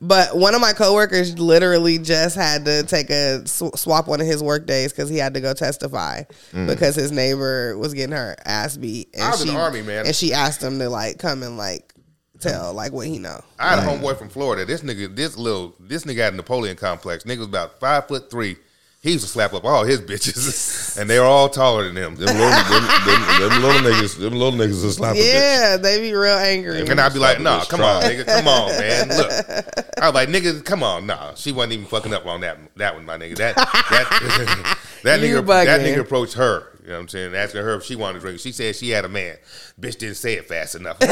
A: but one of my coworkers literally just had to take a sw- swap one of his work days because he had to go testify because his neighbor was getting her ass beat. And
D: Mm. I was in the army, man.
A: And she asked him to like come and like tell like what he know.
D: I had a homeboy from Florida. This nigga, this little, this nigga had a Napoleon complex. Nigga was about five foot three. He used to slap up all his *laughs* bitches, and they were all taller than him.
E: Them little, them, them, them little niggas, them little niggas will slap a bitch.
A: Yeah, they be real angry.
D: And I'd be like, nah,
E: Bitch,
D: come on,
E: try.
D: nigga, come on,
A: *laughs*
D: man. Look, I was like, nigga, come on, nah. She wasn't even fucking up on that that one, my nigga. That that *laughs* that
A: You
D: nigga that
A: bugging.
D: nigga approached her. You know what I'm saying? Asking her if she wanted a drink. She said she had a man. Bitch didn't say it fast enough. *laughs*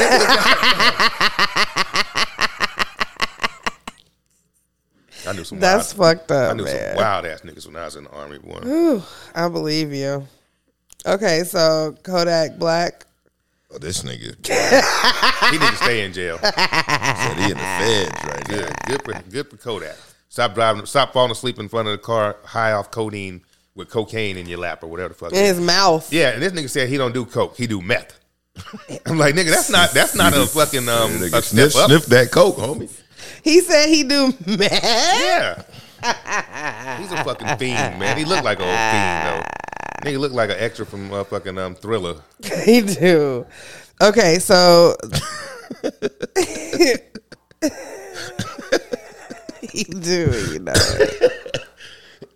D: I knew some.
A: That's
D: wild,
A: fucked up,
D: I knew
A: man.
D: some wild ass niggas when I was in the army. Boy,
A: I believe you. Okay, so Kodak Black.
E: Oh, this nigga
D: he need to stay in jail.
E: said he in the feds right now. *laughs*
D: Good, good for good for Kodak. Stop driving. Stop falling asleep in front of the car, high off codeine with cocaine in your lap or whatever the fuck. it
A: In
D: is.
A: his mouth.
D: Yeah, and this nigga said he don't do coke. He do meth. *laughs* I'm like, nigga, that's not that's not a fucking um
E: Nigga,
D: a step
E: sniff,
D: up.
E: sniff that coke, homie.
A: He said he do *laughs* meth.
D: Yeah, *laughs* he's a fucking fiend, man. He looked like a old fiend though. Nigga looked like an extra from uh, fucking um Thriller.
A: *laughs* He do. Okay, so *laughs* he do, you know.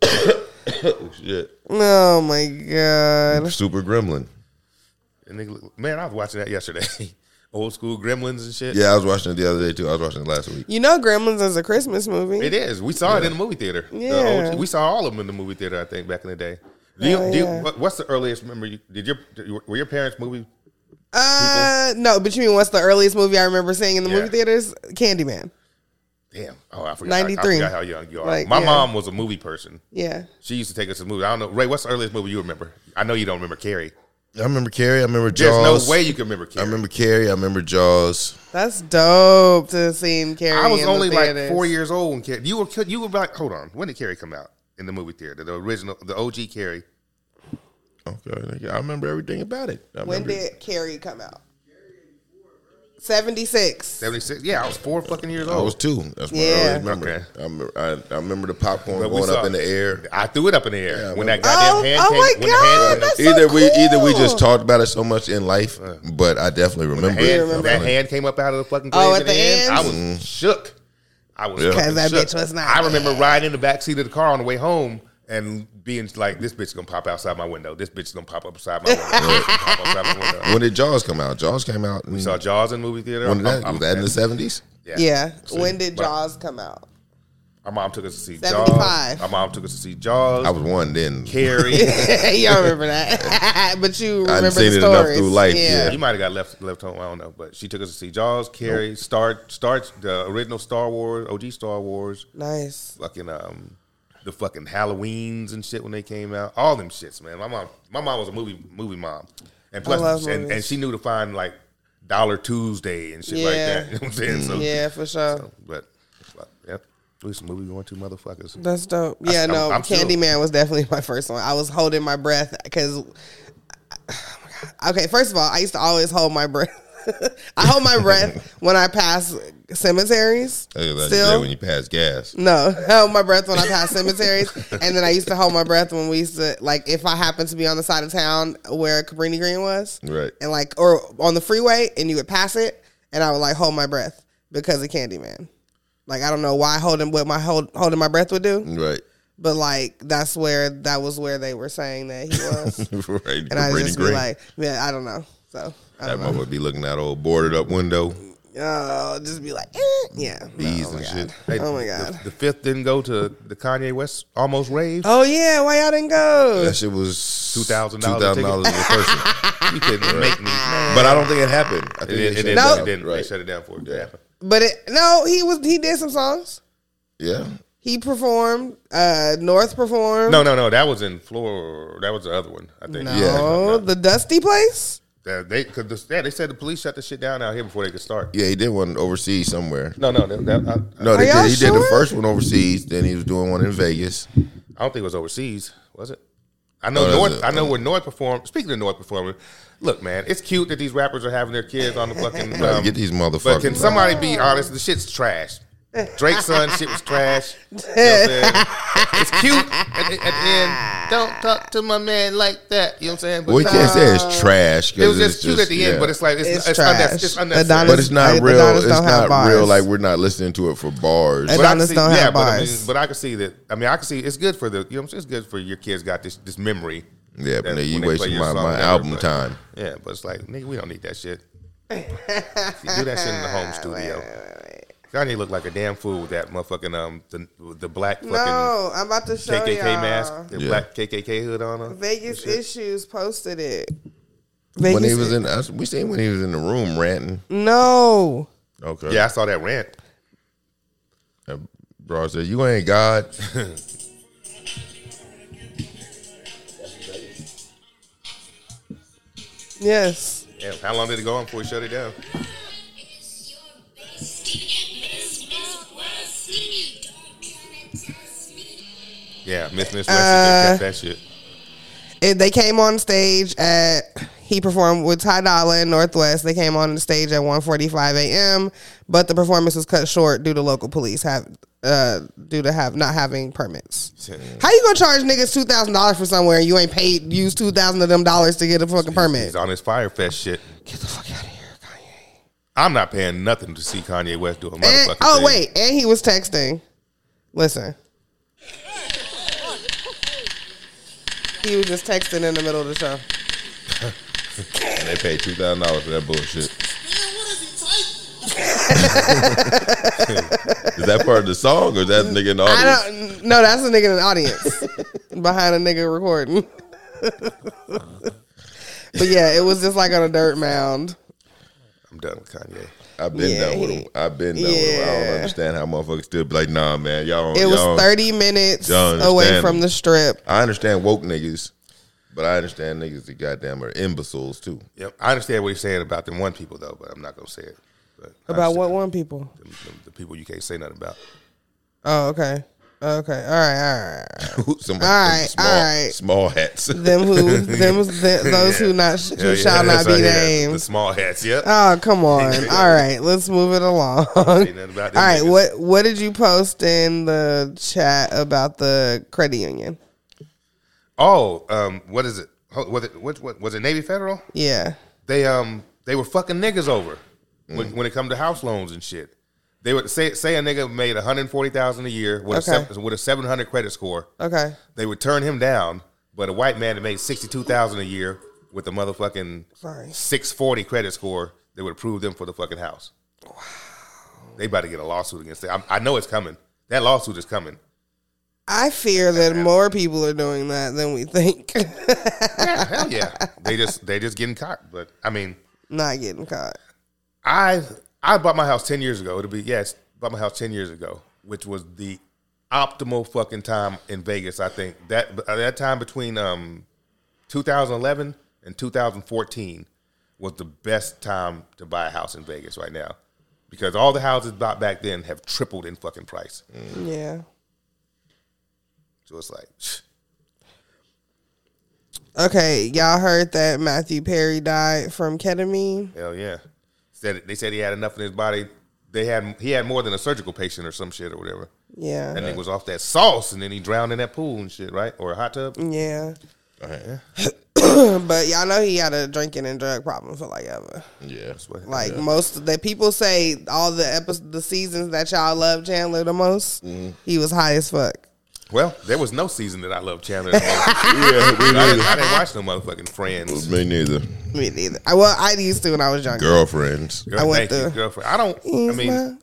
E: Oh, shit.
A: Oh my god.
E: Super gremlin.
D: And nigga, look- man, I was watching that yesterday. *laughs* Old school Gremlins and shit.
E: Yeah, I was watching it the other day too. I was watching it last week.
A: You know Gremlins is a Christmas movie.
D: It is. We saw it in the movie theater. The
A: Yeah.
D: OG we saw all of them in the movie theater. I think back in the day. Do you,
A: Oh,
D: do you,
A: yeah.
D: what- what's the earliest memory? You, did your did your- were your parents movie?
A: Uh no, but you mean what's the earliest movie I remember seeing in the
D: Yeah.
A: movie theaters? Candyman.
D: Damn. Oh, I forgot. I-
A: 93.
D: I, forgot how young you are.
A: Like,
D: My
A: yeah.
D: mom was a movie person.
A: Yeah.
D: She used to take us to movies. I don't know. Ray, what's the earliest movie you remember? I know you don't remember Carrie.
E: I remember Carrie. I remember
D: There's
E: Jaws.
D: no way you can remember Carrie.
E: I remember Carrie. I remember Jaws.
A: That's dope to see Carrie.
D: I was
A: in the
D: only like
A: theaters.
D: four years old when Carrie. You were you were like, hold on. When did Carrie come out in the movie theater? The original, the OG Carrie.
E: Okay, nigga, I remember everything about it. I
A: When
E: remember-
A: did Carrie come out? 76.
D: Seventy six. Yeah, I was four fucking years
E: I was
D: old.
E: two. That's my
A: Yeah.
E: earliest memory.
D: Okay.
E: I, remember, I, I remember the popcorn
D: But we
E: going
D: saw-
E: up in the air.
D: I threw it up in the air
E: Yeah, I
D: when that
E: remember.
D: goddamn
A: Oh,
D: hand
A: oh
D: came.
A: my
D: when the hand
A: God,
D: went up.
A: that's so
E: either we either we
A: cool.
E: just talked about it so much in life, but I definitely
D: That
E: remember. it.
D: hand,
E: I
D: that
E: remember.
D: hand came up out of the fucking grave
A: Oh,
D: at
A: at
D: the,
A: the
D: end.
A: end?
D: I was shook. I was
E: Yeah.
D: 'Cause
A: that
D: shook.
A: bitch was not
D: I remember riding in the back seat of the car on the way home and being like, "This bitch gonna pop outside my window. This bitch gonna pop outside my window. This bitch gonna pop outside my
E: *laughs*
D: window."
E: When did Jaws come out? Jaws came out. In, we
D: Saw Jaws in movie theater.
E: When did
D: I'm-
E: that,
D: I'm-
E: was that in the seventies?
D: yeah.
A: Yeah. When did
D: but-
A: Jaws come out?
D: Our mom took us to see Jaws.
A: 75.
D: Our mom took us to see Jaws.
E: I was one then.
A: *laughs*
D: Carrie.
A: Y'all remember that. *laughs* but you remember
E: I
A: the
E: done
A: stories.
E: seen it enough through life, yeah.
D: You might have got left left home. I don't know, but she took us to see Jaws, Carrie, Star, Star, the original Star Wars, OG Star Wars.
A: Nice.
D: fucking um the fucking Halloweens and shit when they came out. All them shits, man. My mom my mom was a movie movie mom. And plus
A: love
D: and, and
A: movies.
D: she knew to find like Dollar Tuesday and shit like
A: Yeah.
D: that. *laughs* You know what I'm saying? So
A: Yeah, for sure.
D: but but, yep. At least movie going to motherfuckers.
A: That's dope. Yeah,
D: I'm-
A: no,
D: I'm still-
A: Candyman was definitely *laughs* my first one. I was holding my breath *sighs* because, okay, first of all, I used to always hold my breath. *laughs* I hold my
E: *laughs*
A: breath when I pass cemeteries.
E: I was about to say
A: Still,
E: when Uh, you pass gas.
A: No, *laughs* I held my breath when I passed cemeteries, and then I used to hold my breath when we used to like if I happened to be on the side of town where Cabrini Green was,
E: Right.
A: and like or on the freeway, and you would pass it, and I would like hold my breath because of Candyman. Like I don't know why holding what my hold, holding my breath would do,
E: Right. *laughs*
A: but like that's where that was where they were saying that he
E: *laughs*
A: was,
E: right.
A: and I
E: Brady
A: just be
E: Green.
A: like, yeah, I don't know, so I
E: that
A: don't know,
E: mother be looking out old boarded up window.
A: oh, just be like, eh, yeah, No,
E: Bees
A: oh my
E: and
A: God.
E: shit.
D: Hey,
A: oh my
D: the-
A: god,
D: The, fifth didn't go to the Kanye West
A: *laughs*
D: almost rave.
A: oh yeah, why y'all didn't go?
E: That shit was
D: $2,000 a
E: $2,000 a person.
D: You couldn't make me mad.
E: But I don't think it happened. I think
D: It, didn't-
E: they
D: it
E: shut
D: didn't,
A: No.
E: down,
D: it didn't. They
E: Right.
D: shut it down for it.
E: Yeah.
D: Yeah.
A: But it, no, he was he did some songs.
E: Yeah.
A: He performed. Uh, North performed.
D: No, no, no. That was in Florida. That was the other one, I think.
A: no,
E: yeah, no,
A: the Dusty Place.
D: That they cause the, yeah, they said the police shut the shit down out here before they could start.
E: Yeah, he did one overseas somewhere.
D: No, no, that, that- I,
E: No, they
A: Are y'all
E: did, he did the
A: sure?
E: first one overseas. Then he was doing one in Vegas.
D: I don't think it was overseas, was it? I know
E: No, that's
D: North.
E: a-
D: I know where North performed. Speaking of North performing, look, man, it's cute that these rappers are having their kids
E: *laughs*
D: on the fucking.
E: Gotta
D: Um,
E: get these motherfuckers.
D: but can somebody be honest? The shit's trash. Drake's son shit was trash. You know what I'm saying? it's cute, and, and, and don't talk to my man like that. You know what I'm saying? But
E: Well, you
D: nah,
E: can't say
A: Uh,
E: it's trash. 'cause
D: it was just cute at the end,
E: yeah.
D: but it's like it's
A: It's
D: it's, it's, unnec-
A: trash.
D: it's
A: The
D: unnecessary.
E: but it's not
A: Like, the
E: real.
A: Dodgers
E: It's
A: don't have
E: not real.
A: bars.
E: Like we're not listening to it for bars.
A: And
D: But I
A: Adonis
D: can
A: don't have
D: but I,
A: bars.
D: mean, but I can see that. I mean, I can see it's good for the. You know, what I'm saying? it's good for your kids got this this memory.
E: Yeah, but
D: that
E: nigga,
D: when
E: you
D: they play
E: wasting
D: your
E: my,
D: song,
E: my
D: whatever,
E: album
D: but-
E: time.
D: Yeah, but it's like nigga, we don't need that shit.
A: *laughs*
D: you do that shit in the home studio. Kanye look like a damn fool with that motherfucking um the the black fucking
A: No, I'm about to show
D: KKK
A: y'all.
D: mask, the
E: Yeah.
D: black KKK hood on him.
A: Vegas issues posted it.
E: When he
A: Vegas
E: was in, us- we seen when he was in the room ranting.
A: no.
E: Okay.
D: Yeah, I saw that rant.
E: And Bro said, "You
D: *laughs*
E: ain't God."
A: Yes.
D: Damn, how long did it go on before he shut it down? Yeah, Miss Miss West kept
A: Uh,
D: that shit.
A: And they came on stage at he performed with Ty Dolla in Northwest. They came on stage at 1:45 a.m., but the performance was cut short due to local police have uh, due to have not having permits. How you gonna charge niggas two thousand dollars for somewhere and you ain't paid use two thousand of them dollars to get a fucking permit?
D: He's on his Fyre Fest shit.
A: Get the fuck out of here, Kanye.
D: I'm not paying nothing to see Kanye West do a motherfucking
A: And, oh
D: thing.
A: wait, and he was texting. Listen, he was just texting in the middle of the show.
E: and they paid two thousand dollars for that bullshit. Is that part of the song or is that nigga in the
A: I
E: audience?
A: don't. No, that's a nigga in the
D: *laughs*
A: audience behind a nigga recording. but yeah, it was just like on a dirt mound.
D: I'm done with Kanye.
E: I've been
A: Yeah,
E: done with
A: he-
E: him. I've been done with him. I
A: Yeah.
E: don't understand how motherfuckers still be like, nah, man, y'all. don't-
A: It was
E: y'all don't-
A: thirty minutes
E: y'all
A: away
E: understand.
A: from the strip.
E: I understand woke niggas, but I understand niggas that goddamn are imbeciles too.
D: Yep, I understand what he's saying about them one people though, but I'm not gonna say it. But I
A: About
D: understand
A: what one people?
D: them- them- the people you can't say nothing about.
A: Oh, okay, okay, all right, all right.
E: Some
A: All right,
E: small,
A: all right.
E: small hats. *laughs*
A: Them
D: *laughs*
A: who, them, th- those who not sh- who
D: Yeah, yeah,
A: shall not
D: that's right,
A: be
D: yeah, The
A: named.
D: small hats. Yep.
A: Oh, come
D: *laughs*
A: on. All right, let's move it along. All
D: nothing about them
A: right,
D: niggas.
A: what what did you post in the chat about the credit union?
D: Oh, um, what is it? Ho- Was it what, what was it Navy Federal?
A: Yeah.
D: They um they were fucking niggas over when, when it come to house loans and shit. They would say say a nigga made one hundred forty thousand a year with
A: Okay.
D: a seven, with a seven hundred credit score.
A: Okay.
D: They would turn him down, but a white man that made sixty two thousand a year with a motherfucking
A: Sorry.
D: six forty credit score, they would approve them for the fucking house. Wow. They about to get a lawsuit against that. I, I know it's coming. That lawsuit is coming.
A: I fear that more people are doing that than we think. *laughs*
D: Hell yeah. they just they just getting caught. But I mean,
A: Not getting caught.
D: I I bought my house ten years ago. It'll be yes, bought my house ten years ago, which was the optimal fucking time in Vegas. I think that uh, that time between um 2011 and 2014 was the best time to buy a house in Vegas right now because all the houses bought back then have tripled in fucking price.
A: Yeah.
D: So it's like *sniffs*
A: Okay, y'all heard that Matthew Perry died from ketamine.
D: hell yeah. Said they said he had enough in his body. They had he had more than a surgical patient or some shit or whatever. That
A: Yeah.
D: nigga was off that sauce and then he drowned in that pool and shit, right? Or a hot tub.
A: Yeah. but y'all know he had a drinking and drug problem for like ever.
E: yeah.
A: Like most that people say all the episodes, the seasons that y'all love Chandler the most,
D: Mm-hmm.
A: he was high as fuck.
D: Well, there was no season that I loved Chandler. the
A: *laughs*
D: most. I,
E: *laughs*
D: didn't, I didn't watch no motherfucking Friends.
E: Me neither.
A: Me neither. I, well, I used to when I was younger.
E: Girlfriends.
D: Girl,
A: I went
D: thank you,
A: through-
D: girlfriend. I don't. I mean,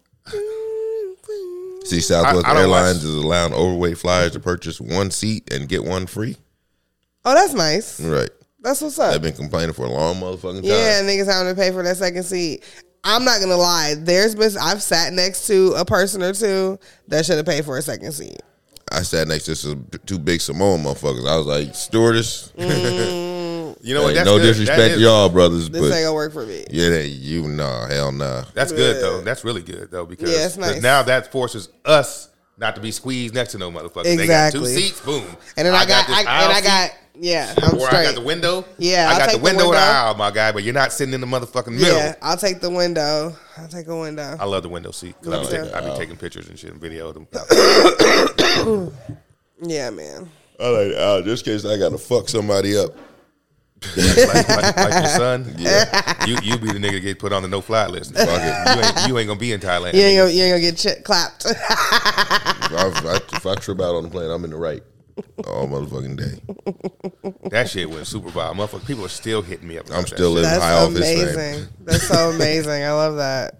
E: See, Southwest
D: I- I don't
E: Airlines
D: watch-
E: is allowing overweight flyers to purchase one seat and get one free.
A: *laughs* oh, that's
D: Mm-hmm.
A: nice.
E: Right.
A: That's what's up.
E: They've been complaining for a long motherfucking time.
A: Yeah, niggas having to pay for that second seat. I'm not gonna lie. There's been I've sat next to a person or two that should have paid for a second seat.
E: I sat next to some two big Samoan motherfuckers. I was *laughs* like, stewardess,
D: You know what?
E: Hey,
D: Mm. That's
E: no
D: good. That
E: disrespect
D: is-
E: to y'all brothers,
A: This
E: but
A: ain't gonna work for me.
E: yeah, that- you nah, hell nah.
D: That's good
A: Yeah.
D: though. That's really good though because
A: Yeah, it's
D: 'cause
A: nice.
D: now that forces us not to be squeezed next to no motherfuckers. They got two
A: Exactly.
D: seats, boom.
A: And then I, got,
D: this
A: I, and I
D: aisle
A: got yeah, I'm
D: seat, or I got
A: straight.
D: the window.
A: Yeah,
D: I
A: I'll
D: got the
A: take the
D: window and
A: window.
D: aisle, my guy. But you're not sitting in the motherfucking middle.
A: Yeah, I'll take the window. I'll take a window.
D: I love the window seat because I be,
A: Me
D: taking,
A: too.
D: I be taking pictures and shit and
A: *laughs*
D: video of them.
A: yeah, man.
E: I like uh, just in case I gotta fuck somebody up.
D: like, like, like your son,
A: *laughs*
D: yeah. You you be the nigga that get put on the no fly list. Fuck it. You ain't you ain't gonna be in Thailand.
A: You ain't gonna, you ain't gonna get ch-
D: *laughs*
A: clapped.
E: If I, if I- if I trip out on the plane, I'm in the right all motherfucking day.
D: That shit went super viral. Motherfucker, people are still hitting me up. about
E: I'm
D: that
E: still
D: shit.
E: living high
A: That's
E: off his fame.
A: amazing. That's so amazing. I love that.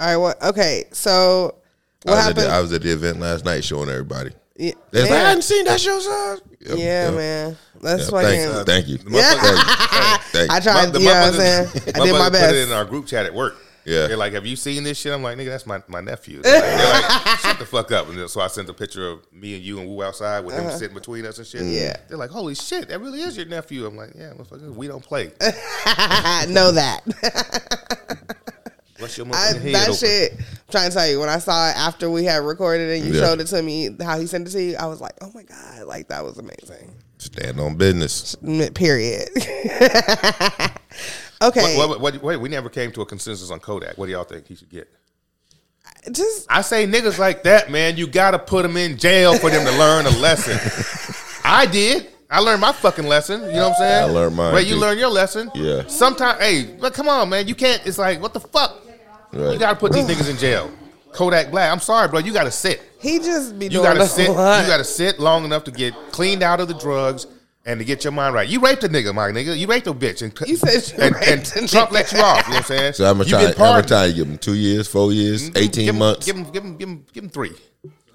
A: All right. What? Okay. So what
E: I was, at
A: happened?
E: the, I was at the event last night showing everybody.
A: yeah,
E: They was like, I
A: yeah,
E: hadn't seen that show, son. Yep,
A: yeah,
E: yep,
A: man. That's
E: yep.
A: fucking.
E: Thank, thank
A: *laughs*
E: you. Thank
A: I
E: you.
A: tried.
D: The
A: you know what I'm saying?
D: *laughs* motherfuckers-
A: I did my
D: motherfuckers Put it in
A: best.
D: our group chat at work.
E: Yeah.
D: They're like, "Have you seen this shit?" I'm like, "Nigga, that's my
A: *laughs*
D: my nephew." They're like, they're like, "Shut the fuck up!" And then- so I sent a picture of me and you and Wu outside with them sitting between us and shit.
A: Uh-huh. Yeah.
D: They're like, "Holy shit, that really is your nephew." I'm like, "Yeah, motherfucker, we
A: *laughs*
D: don't play."
A: I know
D: *laughs*
A: that.
D: What's your
A: I,
D: motherfucking head
A: that
D: open?
A: shit. I'm trying to tell you when I saw it after we had recorded it and you
E: Yeah.
A: showed it to me how he sent it to you, I was like, oh my god, like that was amazing.
E: Stand on business.
A: Mm, Period. *laughs* okay.
D: What, what, what, wait, we never came to a consensus on Kodak. What do y'all think he should get?
A: Just
D: I say niggas like that, man, you gotta put them in jail for them to learn a lesson. I did. I learned my fucking lesson. You know what I'm saying?
E: I learned mine,
D: Well, you
E: too.
D: learn your lesson.
E: Yeah.
D: Sometimes, hey, but come on, man, you can't. It's like, what the fuck? You
E: Right.
D: gotta put these niggas in jail. Kodak Black. I'm sorry, bro. You gotta sit.
A: he just be
D: You
A: doing
D: gotta
A: a
D: sit. You
A: lot.
D: gotta sit long enough to get cleaned out of the drugs and to get your mind right. You raped a nigga, my nigga. You raped a bitch, and
A: You said you
D: and,
A: raped a
D: and Trump
A: nigga.
D: let you off. You know what I'm saying?
E: So how much
D: You
E: time?
D: been
E: How much
D: pardoned. Mm-hmm.
E: time you give them? Two years, four years, eighteen
D: give him,
E: months,
D: Give him, give him, give him, give him three.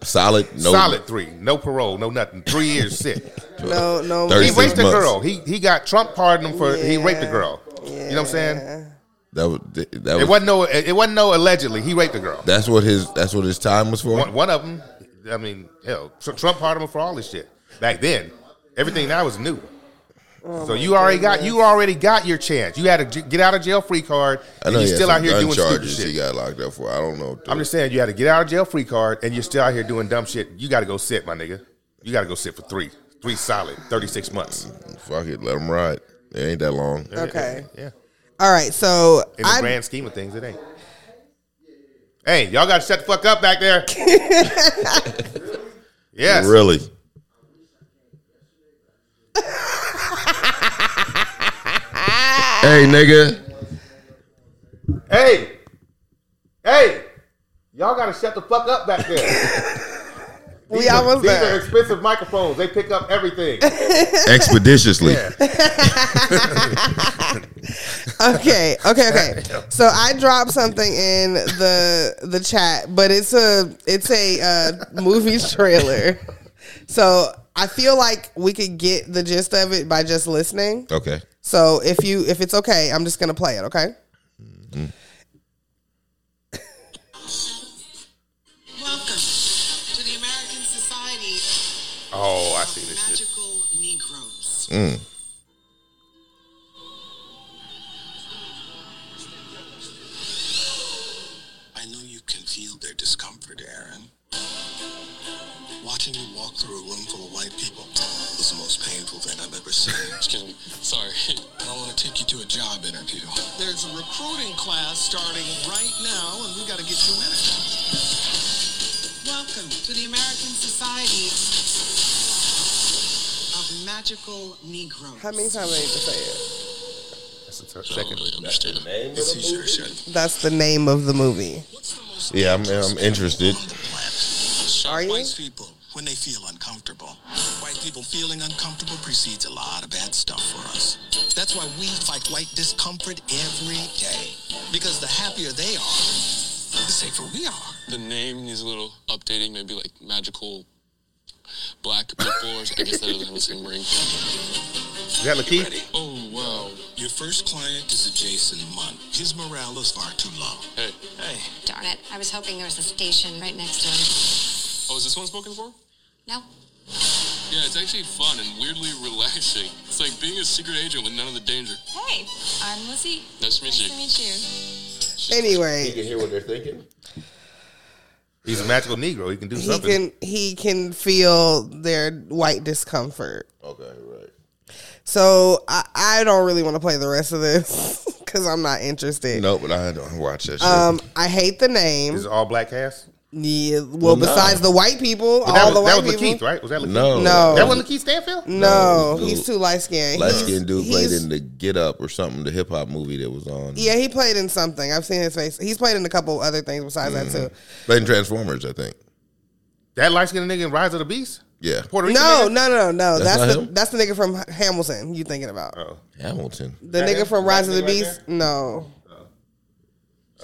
E: solid, no,
D: Solid three. No parole. No nothing. Three years sit.
A: no, no.
E: *laughs* Thirty
D: he
A: reason.
E: six
D: raped a
E: months.
D: girl. He he got Trump pardoned him for he
A: Yeah.
D: raped a girl. You know what I'm saying?
A: Yeah.
E: That was that was,
D: It wasn't no. It wasn't no. Allegedly, he raped a girl.
E: That's what his. That's what his time was for.
D: One, one of them. I mean, hell, Tr- Trump pardoned him for all this shit back then. Everything now is new. so you already got you already got your chance. You had a j- get out of jail free card, and
E: he
D: you're
E: had
D: still
E: some
D: out here
E: gun
D: doing stupid
E: charges
D: shit.
E: He got locked up for. I don't know.
D: I'm just saying you had to get out of jail free card and you're still out here doing dumb shit. You got to go sit, my nigga. You got to go sit for three, three solid, thirty six months.
E: Fuck it, let him ride. It ain't that long.
A: Okay.
D: Yeah.
A: All right. So
D: In the
A: I
D: grand scheme of things, it ain't. Hey, y'all got to shut the fuck up
A: *laughs*
D: back there. yes.
E: Really? hey, nigga.
D: Hey, hey, y'all got to shut the fuck up back there.
A: *laughs* we almost
D: These are
A: there.
D: expensive microphones. They pick up everything.
E: Expeditiously.
A: *laughs* Okay. Okay.
D: *laughs*
A: Okay. So I dropped something in the the chat, but it's a it's a uh,
D: *laughs*
A: movie trailer. So I feel like we could get the gist of it by just listening.
E: Okay.
A: So if you if it's okay, I'm just gonna play it. Okay.
F: Welcome to the American Society
D: Oh, I see
F: of
D: this shit.
F: Magical Negroes. I know you can feel their discomfort, Aaron. Watching you walk through a room full of white people was the most painful thing I've ever seen. Excuse me. Sorry. *laughs* I want to take you to a job interview. There's a recruiting class starting right now, and we got to get you in it. Welcome to the American Society of Magical Negroes.
A: How many times I need to say
D: That's the third- second.
F: It's easier said.
A: it? That's the name of the movie.
E: Yeah, I'm, I'm interested.
A: Are you?
F: White people, when they feel uncomfortable, white people feeling uncomfortable precedes a lot of bad stuff for us. That's why we fight white discomfort every day. Because the happier they are, the safer we are.
G: the name needs a little updating, maybe like magical black people or I guess that doesn't have the same ring.
D: Is that Lakeith?
G: Oh wow.
F: Your first client is a Jason Munn. His morale is far too low.
G: Hey.
F: Hey.
H: Darn it. I was hoping there was a station right next to him.
G: Oh, is this one spoken for?
H: No?
G: Yeah, it's actually fun and weirdly *laughs* relaxing. It's like being a secret agent with none of the danger.
I: Hey, I'm Lizzie.
G: Nice to meet you.
I: Nice to meet you.
E: You
A: Anyway,
E: can hear what they're thinking.
D: He's a magical Negro. He can do
A: he
D: something.
A: can he can feel their white discomfort.
E: Okay, right.
A: So I, I don't really want to play the rest of this *laughs* because I'm not interested.
E: No, but I don't watch that shit.
A: Um, I hate the
D: Is
A: name.
D: it all black cast?
A: Yeah, well,
E: no.
A: besides the white people,
D: But that
A: all
D: was,
A: the white
D: that was
A: people.
D: Lakeith, right? Was that Lakeith?
E: no,
A: No.
D: That was Lakeith Stanfield?
A: No,
E: No,
A: he's
E: dude.
A: too light skinned.
E: Light skinned dude played in the Get Up or something, the hip hop movie that was on.
A: Yeah, he played in something. I've seen his face. He's played in a couple other things besides that too.
E: Played in Transformers, I think.
D: That light skinned nigga in Rise of the Beast?
E: Yeah.
D: Puerto Rican?
A: No,
D: nigga?
A: no, no, no.
E: That's
A: That's,
E: not
A: the
E: him?
A: that's the nigga from Hamilton. You thinking about
D: Oh.
E: Hamilton.
A: the
D: that him?
A: nigga from
D: That
A: Rise of the
D: nigga right
A: Beast? no,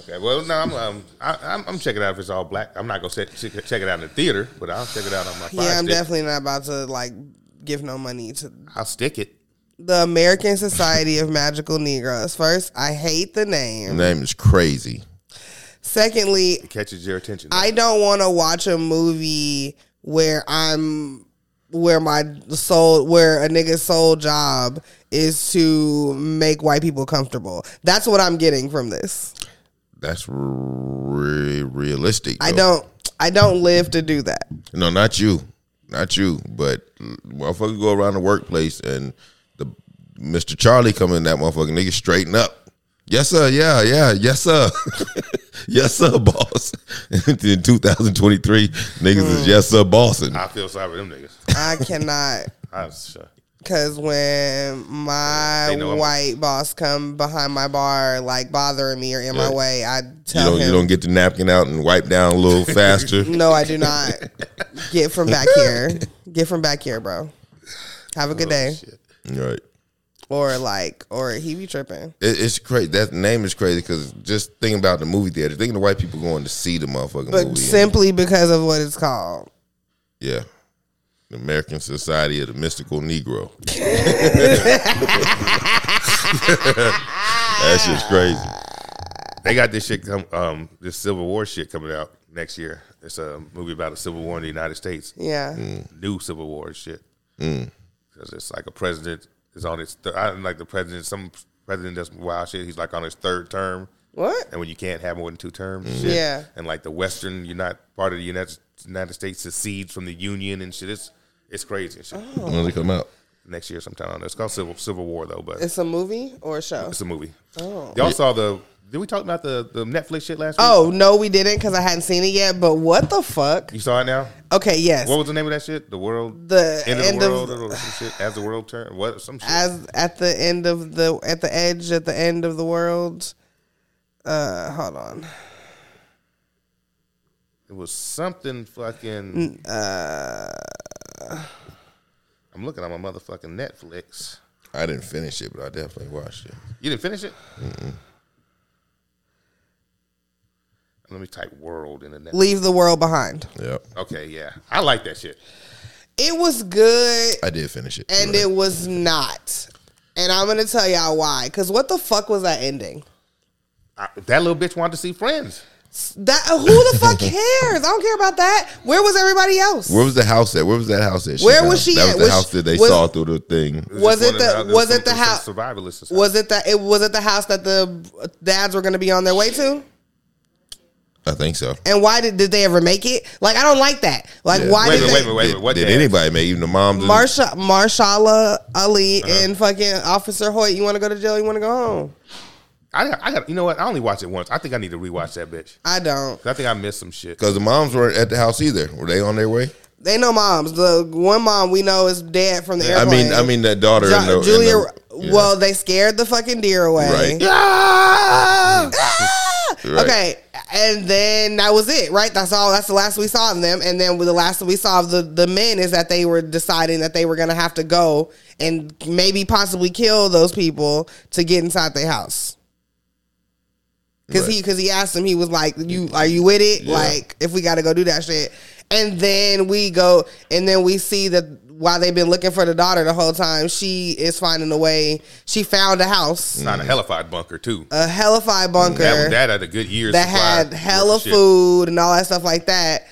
D: Okay, well, no, I'm, um, I, I'm, I'm checking out if it's all black. I'm not going to check, check it out in the theater, but I'll check it out on my
A: yeah,
D: five
A: I'm
D: stick.
A: definitely not about to like give no money to
D: I'll stick it.
A: the American Society of Magical Negroes. First, I hate the
E: The
A: name.
E: name is crazy.
A: Secondly,
D: It catches your attention.
A: I don't want to watch a movie where I'm where my soul where a nigga's sole job is to make white people comfortable. That's what I'm getting from this.
E: That's re- realistic.
A: I
E: though.
A: don't I don't live to do that.
E: No, not you, not you. But motherfucker, go around the workplace and the Mister Charlie come in that motherfucking nigga straighten up. Yes sir, yeah, yeah, yes sir, *laughs* yes sir, boss. *laughs* in 2023, niggas is yes sir, bossing.
D: I feel sorry for them niggas.
A: I cannot
D: I was, uh,
A: Cause when my
D: They know I'm-
A: white boss come behind my bar, like bothering me or in my
E: Yeah.
A: way, I
E: You
A: tell
E: don't,
A: him,
E: you don't get the napkin out and wipe down a little faster.
A: "No, I do not. Get from back here. Get from back here, bro. Have a good day."
E: Right.
A: Or like, or he be tripping.
E: It, it's crazy. That name is crazy because just thinking about the movie theater, thinking the white people going to see the motherfucking
A: But
E: movie.
A: simply because of what it's called.
E: yeah. The American Society of the Mystical Negro. *laughs* that shit's crazy.
D: They got this shit come um this Civil War shit coming out next year. It's a movie about a Civil War in the United States,
A: Yeah.
D: Mm. new Civil War and shit.
A: Mm.
D: Because it's like a president is on his th- I don't like the president. Some president does wild shit. He's like on his third term,
A: What?
D: and when you can't have more than two terms, and shit.
A: Yeah.
D: And like the Western United part of the United United States secedes from the Union and shit. It's it's crazy and shit.
A: Oh.
E: When does it come out?
D: Next year sometime. I don't know. It's called Civil Civil War though, but
A: It's a movie or a show?
D: it's a movie. Oh, y'all saw the? Did we talk about the the Netflix shit last week?
A: Oh no, we didn't because I hadn't seen it yet. But what the fuck?
D: You saw it now?
A: Okay, yes.
D: What was the name of that shit? The world,
A: The
D: end of the
A: end of-
D: world, or some shit. As the world turn, what some shit?
A: as at the end of the at the edge at the end of the world. Uh, hold on.
D: it was something
A: Mm,
D: fucking.
A: uh,
D: I'm looking on my motherfucking Netflix.
E: I didn't finish it, but I definitely watched it.
D: You didn't finish it. Let me type "world" in the net.
A: Leave the world behind.
E: Yep.
D: Okay, yeah, I like that shit.
A: It was good
E: I did finish it.
A: and
E: You're
A: it
E: right.
A: was not. And I'm gonna tell y'all why. Cause what the fuck was that ending?
D: I, that little bitch wanted to see Friends.
A: That who the fuck cares? I don't care about that. Where was everybody else?
E: Where was the house at? Where was that house at?
A: Where
E: found?
A: was she
E: That
A: at?
E: was the
A: Was
E: house
A: she-
E: that they
A: was-
E: saw through the thing.
A: Was
D: Just
A: it
D: one of
A: the-
D: other-
A: was it
D: some-
A: the
D: some
A: house-
D: survivalist? or something.
A: Was it that it was it the house that the dads were gonna be on their way to?
E: I think so.
A: And why did did they ever make it? Like I don't like that. Like
E: Yeah.
A: why
D: Wait a
A: did they,
D: minute, wait a minute, wait a minute.
E: Did,
D: What
E: did
D: dad?
E: anybody make even the moms? and-
A: Marsha, Marshala Ali
E: Uh-huh.
A: and fucking Officer Hoyt. You want to go to jail? You want to go home?
D: I got, I got. You know what? I only watched it once. I think I need to rewatch that bitch.
A: I don't.
D: 'Cause I think I missed some shit.
E: Because the moms weren't at the house either. Were they on their way?
A: They know moms. The one mom we know is dead from the
E: I
A: airplane.
E: mean, I mean that daughter.
A: Jo-
E: and the, and
A: Julia.
E: the- yeah.
A: Well, they scared the fucking deer away.
E: right. Right.
A: *laughs* Okay, and then that was it, right? That's all. That's the last we saw of them. And then with the last we saw of the the men is that they were deciding that they were gonna have to go and maybe possibly kill those people to get inside their house. Cause he cause he asked him, he was like, "You are you with it?
E: Yeah.
A: Like if we got to go do that shit." And then we go, and then we see that while they've been looking for the daughter the whole time, she is finding a way. She found a house,
D: Not a hellified bunker too.
A: a hellified bunker
D: That, that had a good year.
A: that had hella food and all that stuff like that.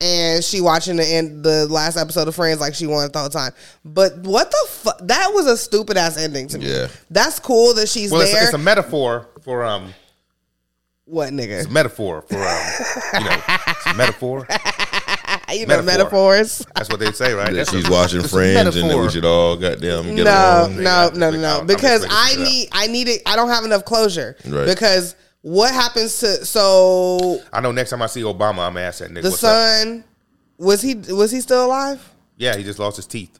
A: and she watching the end the last episode of Friends like she wanted the whole time. But what the fuck? That was a stupid ass ending to me.
E: Yeah.
A: That's cool that she's
D: Well, it's,
A: there.
D: it's a metaphor for um,
A: what
D: it's
A: nigga?
D: a metaphor for um, you know, it's a
A: *laughs*
D: metaphor.
A: you know
D: metaphor.
A: metaphors.
D: That's what they say, right?
E: That
D: That's
E: she's
D: a-
E: watching
D: it's a
E: Friends and that
D: metaphor.
E: we should all goddamn get
A: no,
E: along.
A: no,
D: got-
A: no, no,
D: they-
A: no.
D: I'm
A: Because
D: just
A: I
D: making shit
A: need, I need it. I don't have enough closure.
E: Right.
A: Because what happens to so
D: I know next time I see Obama, I'm gonna ask that nigga.
A: the
D: what's up?
A: son? Was he was he still alive?
D: Yeah, he just lost his teeth.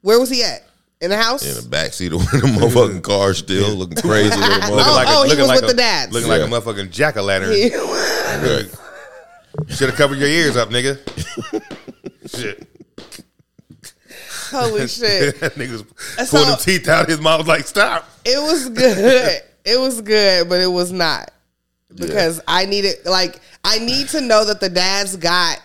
A: Where was he at? In the house?
E: In the backseat of one of the motherfucking cars, still looking
A: *laughs*
E: crazy. with them
A: Oh,
E: motherfuckers.
A: oh, he
D: looking
A: was
D: like
A: with
D: a,
A: the dads.
D: Looking
E: Yeah.
D: like a motherfucking jack o' lantern.
E: Right.
D: Should have covered your ears up, nigga. Shit.
A: *laughs* Holy shit!
D: *laughs* that nigga's
A: So-
D: pulling them teeth out his mouth like, stop.
A: It was good. it was good, but it was not because I needed like I need to know that the dads got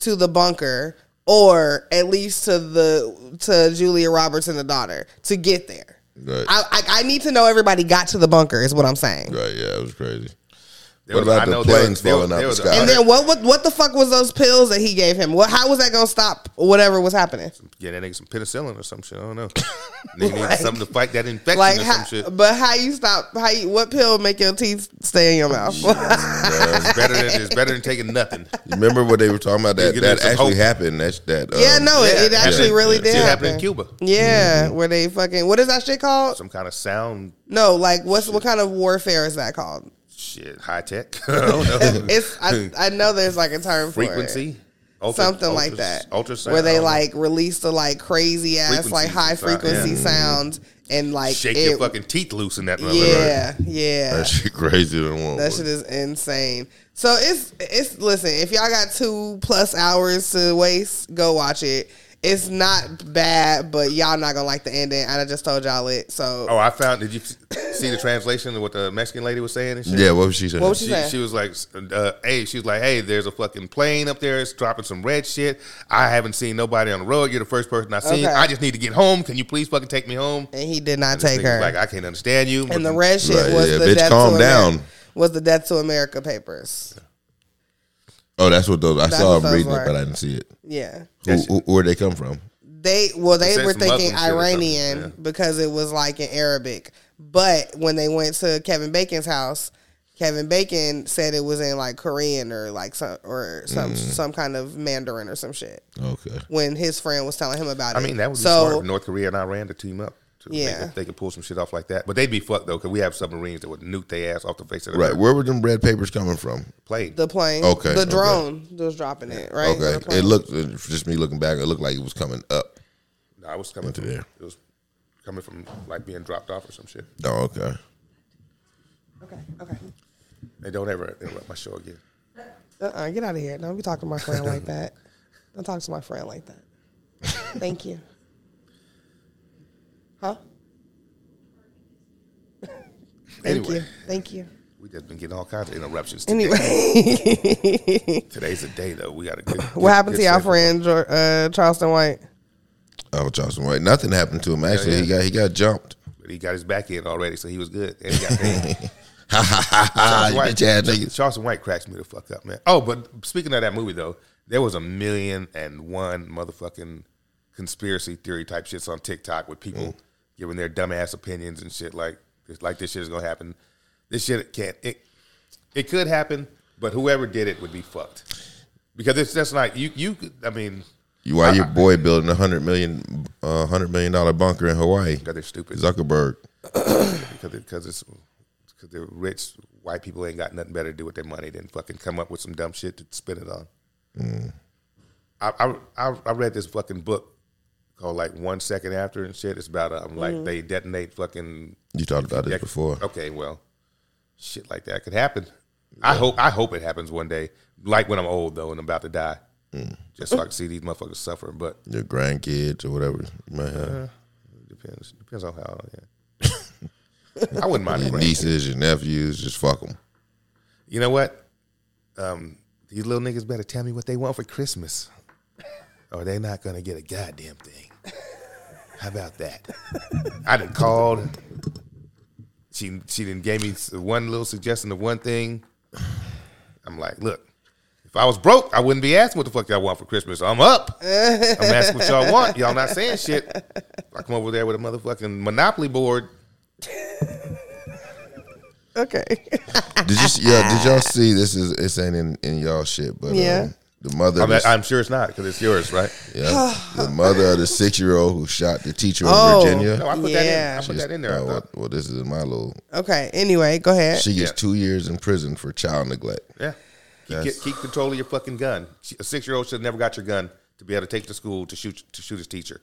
A: to the bunker or at least to the to Julia Roberts and the daughter to get there.
E: Right.
A: I, I I need to know everybody got to the bunker is what I'm saying.
E: Right, yeah, it was crazy.
D: There
E: What
D: was-
E: about
D: I
E: the
D: know there was-
E: planes
D: there was-
E: falling out
D: there
E: the
D: was a-
E: sky?
A: And then what, what what the fuck was those pills that he gave him? What how was that gonna stop whatever was happening?
D: Yeah, that nigga some penicillin or some shit. I don't
A: *laughs*
D: know. nigga needs something to fight that infection
A: Like
D: or
A: how,
D: some shit.
A: but how you stop how you, what pill make your teeth stay in your mouth? *laughs*
D: It's better than it's better than taking nothing.
E: Remember what they were talking
A: *laughs*
E: about? That
D: You
E: that
D: get some
E: actually
D: hope.
E: happened. That's that. Um,
A: yeah, no,
D: yeah,
A: *laughs* it, it actually
E: yeah,
A: really
E: yeah.
A: did
D: It
A: happen.
D: happened in Cuba.
A: Yeah, where they fucking what is that shit called?
D: Some kind of sound
A: No, like what's what kind of warfare is that called?
D: shit, high tech. *laughs* I
A: *laughs*
D: don't know.
A: It's
D: *laughs*
A: I, I know there's like a term for it.
D: Frequency. Ultra-
A: something like
D: ultras-
A: that.
D: Ultrasound.
A: where
D: I
A: they
D: don't know.
A: like release the like crazy ass like high
D: Frequencies and sound, yeah.
A: frequency sound and like
D: shake
A: it,
D: your fucking teeth loose in that motherfucker.
A: yeah yeah
E: that shit crazy than one.
A: That shit is insane. So it's it's listen, if y'all got two plus hours to waste, go watch it. It's not bad, but y'all not gonna like the ending. And I just told y'all it. So
D: Oh, I found. Did you see the translation of what the Mexican lady was saying? And shit?
E: yeah, what was she saying?
A: what was she,
D: She,
A: saying?
D: she was like, uh, "Hey," she was like, "Hey, there's a fucking plane up there. It's dropping some red shit. I haven't seen nobody on the road. You're the first person I
A: Okay.
D: seen. I just need to get home. Can you please fucking take me home?"
A: and he did not
D: And this
A: take
D: nigga was
A: her.
D: Like, I can't understand you.
A: and the red shit
E: Right,
A: was
E: yeah,
A: the
E: bitch,
A: death
E: calm
A: to America,
E: down.
A: was the death to America papers.
E: oh, that's what those. I
A: what
E: saw them
A: those
E: reading
A: were.
E: it, but I didn't see it.
A: Yeah.
E: Who, who, where they come from?
A: They well, they
D: said
A: were
D: some Muslim
A: thinking
D: shit or something,
A: Iranian
D: yeah.
A: because it was like in Arabic. But when they went to Kevin Bacon's house, Kevin Bacon said it was in like Korean or like some or
E: Mm.
A: some some kind of Mandarin or some shit.
E: Okay,
A: When his friend was telling him about
D: I
A: it,
D: mean, that would be
A: so
D: smart if North Korea and Iran to team up. To make-
A: Yeah.
D: if they could pull some shit off like that, but they'd be fucked though, because we have submarines that would nuke their ass off the face of the
E: right.
D: earth.
E: Where were them red papers coming from?
D: Plane.
A: the plane,
E: Okay,
A: the
E: okay.
A: drone was dropping it, right? The
E: Okay,
A: plane.
E: it looked it- just me looking back. It looked like it was coming up.
D: no, I was coming
E: Into
D: from.
E: there.
D: It was coming from like being dropped off or some shit.
E: Oh, okay.
A: okay, okay.
D: They don't ever interrupt my show again.
A: Uh-uh, get out of here! Don't be talking to my friend like that. Don't talk to my friend like that. Thank you. Huh? Thank
D: Anyway.
A: you. Thank you.
D: We just been getting all kinds of interruptions. Today.
A: Anyway,
D: Today's the day, though. We got to. Good,
A: *laughs* what happened to
D: good
A: your
D: schedule.
A: friend Jor- uh, Charleston White?
E: Oh, Johnson White. Nothing happened to him. Actually,
D: yeah.
E: he got he got jumped. *laughs*
D: But he got his back in already, so he was good. And he got paid.
E: Ha ha ha ha!
D: Charleston
E: Ah, you
D: White,
E: Bitch ass niggas.
D: Charleston White cracks me the fuck up, man. Oh, but speaking of that movie though, there was a million and one motherfucking conspiracy theory type shits on TikTok with people
E: Mm.
D: giving their dumbass opinions and shit like it's like this shit is gonna happen. This shit can't it it could happen, but whoever did it would be fucked. Because it's just like you you could I mean
E: You
D: *laughs*
E: why your boy building a hundred million uh, hundred million dollar bunker in Hawaii?
D: because they're stupid.
E: Zuckerberg.
D: because it, cause it's because the rich white people ain't got nothing better to do with their money than fucking come up with some dumb shit to spend it on. I, I I I read this fucking book called like One Second After and shit. It's about um like they detonate fucking
E: You talked about this
D: dec-
E: before.
D: Okay, well, shit like that could happen. I hope I hope it happens one day. Like when I'm old though and I'm about to die, just so I can see these motherfuckers suffering. But
E: Your grandkids or whatever you might have.
D: Uh-huh. depends depends on how. Old, I wouldn't mind.
E: your
D: a grandkid.
E: nieces, your nephews, just fuck them.
D: You know what? Um, these little niggas better tell me what they want for Christmas, *laughs* or they not gonna get a goddamn thing. How about that? I done called. She she done gave me s- one little suggestion of one thing. I'm like, look, If I was broke, I wouldn't be asking what the fuck y'all want for Christmas. I'm up. I'm asking what y'all want. Y'all not saying shit. I come over there with a motherfucking Monopoly board.
A: Okay. *laughs*
E: Did
D: *laughs*
E: you? see- Yeah. Did y'all see? This is this ain't in, in y'all shit, but yeah.
A: Yeah.
E: the mother,
D: I
E: of
D: mean,
E: the,
D: I'm sure it's not because it's yours, right?
E: yeah, the mother of the six year old who shot the teacher in
A: Oh.
E: Virginia.
D: No, I put that in. I
A: Yeah.
D: put that in there.
E: Oh,
D: I
E: well,
D: thought.
E: well, this is my little.
A: Okay. Anyway, go ahead.
E: She gets
D: Yeah.
E: two years in prison for child neglect.
D: Yeah. Keep,
E: That's-
D: get, keep control of your fucking gun. A six year old should have never got your gun to be able to take to school to shoot to shoot his teacher.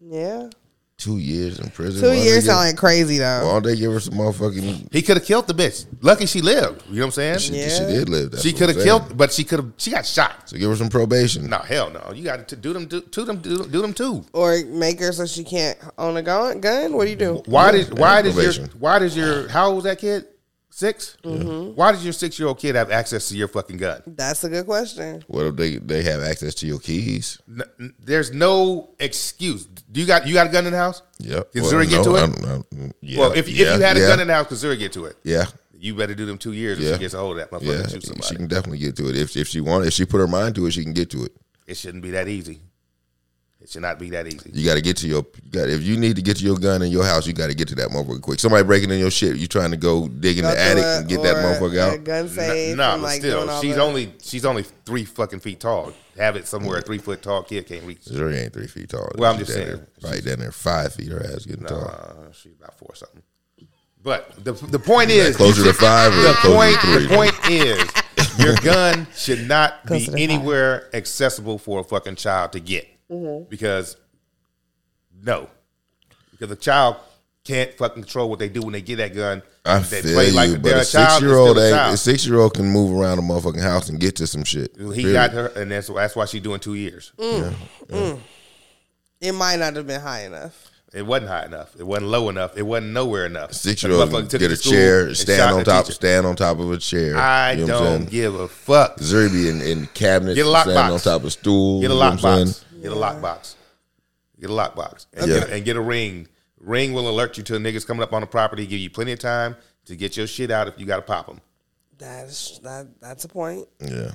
A: yeah.
E: Two years in prison.
A: Two
E: Why they
A: years
E: give-
A: sound like crazy though.
E: Why don't they give her some motherfucking?
D: He could have killed the bitch. Lucky she lived. You know what I'm
E: She,
D: saying?
E: she
A: Yeah.
E: did live. That's
D: she
E: what
D: could
E: I'm
D: have
E: saying.
D: killed, but she could have. She got shot.
E: So give her some probation.
D: No, hell no. You got to do them. Do, to them. Do, do them too.
A: Or make her so she can't own a gun. Gun? What do you do?
D: Why did? Why
E: and
D: does your?
E: probation. Mm-hmm.
D: Why does your? How old was that kid? 6 Why does your six year old kid have access to your fucking gun?
A: That's a good question.
E: What if they they have access to your keys?
D: N- n- there's no excuse. Do you got you got a gun in the house?
E: Yep.
D: Can Zuri get to it?
E: yeah.
D: well, if,
E: yeah,
D: if you had a
E: yeah,
D: gun in the house, could Zuri get to it?
E: yeah,
D: You better do them two years if
E: Yeah.
D: she gets a hold of that motherfucker
E: yeah,
D: and shoot somebody.
E: she can definitely get to it if if she want. If she put her mind to it, she can get to it.
D: it shouldn't be that easy. It should not be that easy.
E: You got to get to your. You got if you need to get to your gun in your house, you got to get to that motherfucker quick. Somebody breaking in your shit, you trying to go dig in
A: Go
E: the
A: to
E: attic
A: a-
E: and get that
A: or
E: motherfucker
A: A
E: out.
A: gun safe.
D: nah,
A: and,
D: but
A: like, doing
D: still,
A: all
D: she's
A: that.
D: only she's only three fucking feet tall. Have it somewhere a three foot tall kid can't reach.
E: Zuri ain't three feet tall.
D: Well, I'm
E: She
D: just
E: down
D: saying.
E: there- right down there, five feet. Her ass getting tall.
D: Uh, she's about four something. But the the point is,
E: Closer to five or
D: the
E: closer
D: point
E: to three.
D: the point is, your gun should not
A: Closer
D: be
A: to five.
D: anywhere accessible for a fucking child to get because no, because a child can't fucking control what they do when they get that gun.
E: I
D: they
E: feel you, but
D: they're
E: a six year old
D: they're still a
E: ain't.
D: child.
E: A six year old can move around a motherfucking house and get to some shit.
D: He
E: Period.
D: got her, and that's that's why she's doing two years.
A: It might not have been high enough.
D: It wasn't high enough. It wasn't low enough. It wasn't nowhere enough.
E: Six year old
D: The motherfucker took
E: get
D: it to
E: a
D: school
E: chair,
D: and
E: stand
D: shot
E: on
D: the
E: top,
D: teacher.
E: stand on top of a chair.
D: I
E: You know what I'm
D: don't
E: saying?
D: give a fuck.
E: Zuri be in, in cabinets,
D: Get a
E: standing
D: lockbox.
E: on top of stools.
D: Get a
E: you know what I'm
D: lockbox.
E: saying?
D: Get a lockbox. Get a lockbox. And,
E: Okay.
D: get, and get a ring. Ring will alert you to niggas coming up on the property. Give you plenty of time to get your shit out if you got to pop them.
A: That's that. That's a point.
E: Yeah.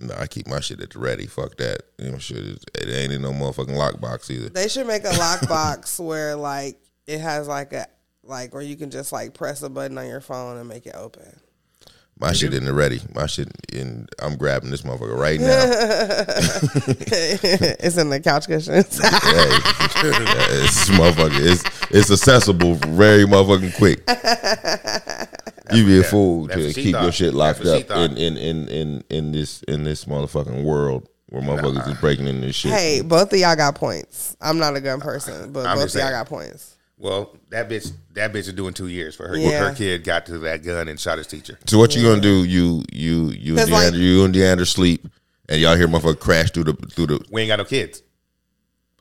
E: No, I keep my shit at the ready. Fuck that. You know, shit is, it ain't in no motherfucking lockbox either.
A: They should make a lockbox *laughs* where like it has like a like where you can just like press a button on your phone and make it open. *laughs*
E: My shit in the ready. My shit in. I'm grabbing this motherfucker
D: *laughs*
E: right now. *laughs*
A: it's in the couch cushions.
E: hey, Yeah, it's motherfucker. It's it's accessible very motherfucking quick. You be a fool
D: that's
E: to
D: what she
E: keep your
D: thought.
E: shit
D: That's
E: locked
D: what she
E: up in,
D: thought.
E: in, in, in, in this in this motherfucking world where motherfuckers is breaking in this
A: *laughs*
E: shit.
A: hey, both of y'all got points. I'm not a gun person, but
D: I'm
A: both of
D: just
A: y'all
D: saying.
A: got points.
D: Well, that bitch, that bitch is doing two years for her.
A: Yeah.
D: Her kid got to that gun and shot his teacher.
E: So what you gonna do? You you you and
A: 'Cause,
E: Deandre,
A: like-
E: you and Deandre sleep, and y'all hear motherfucker crash through the through the.
D: We ain't got no kids.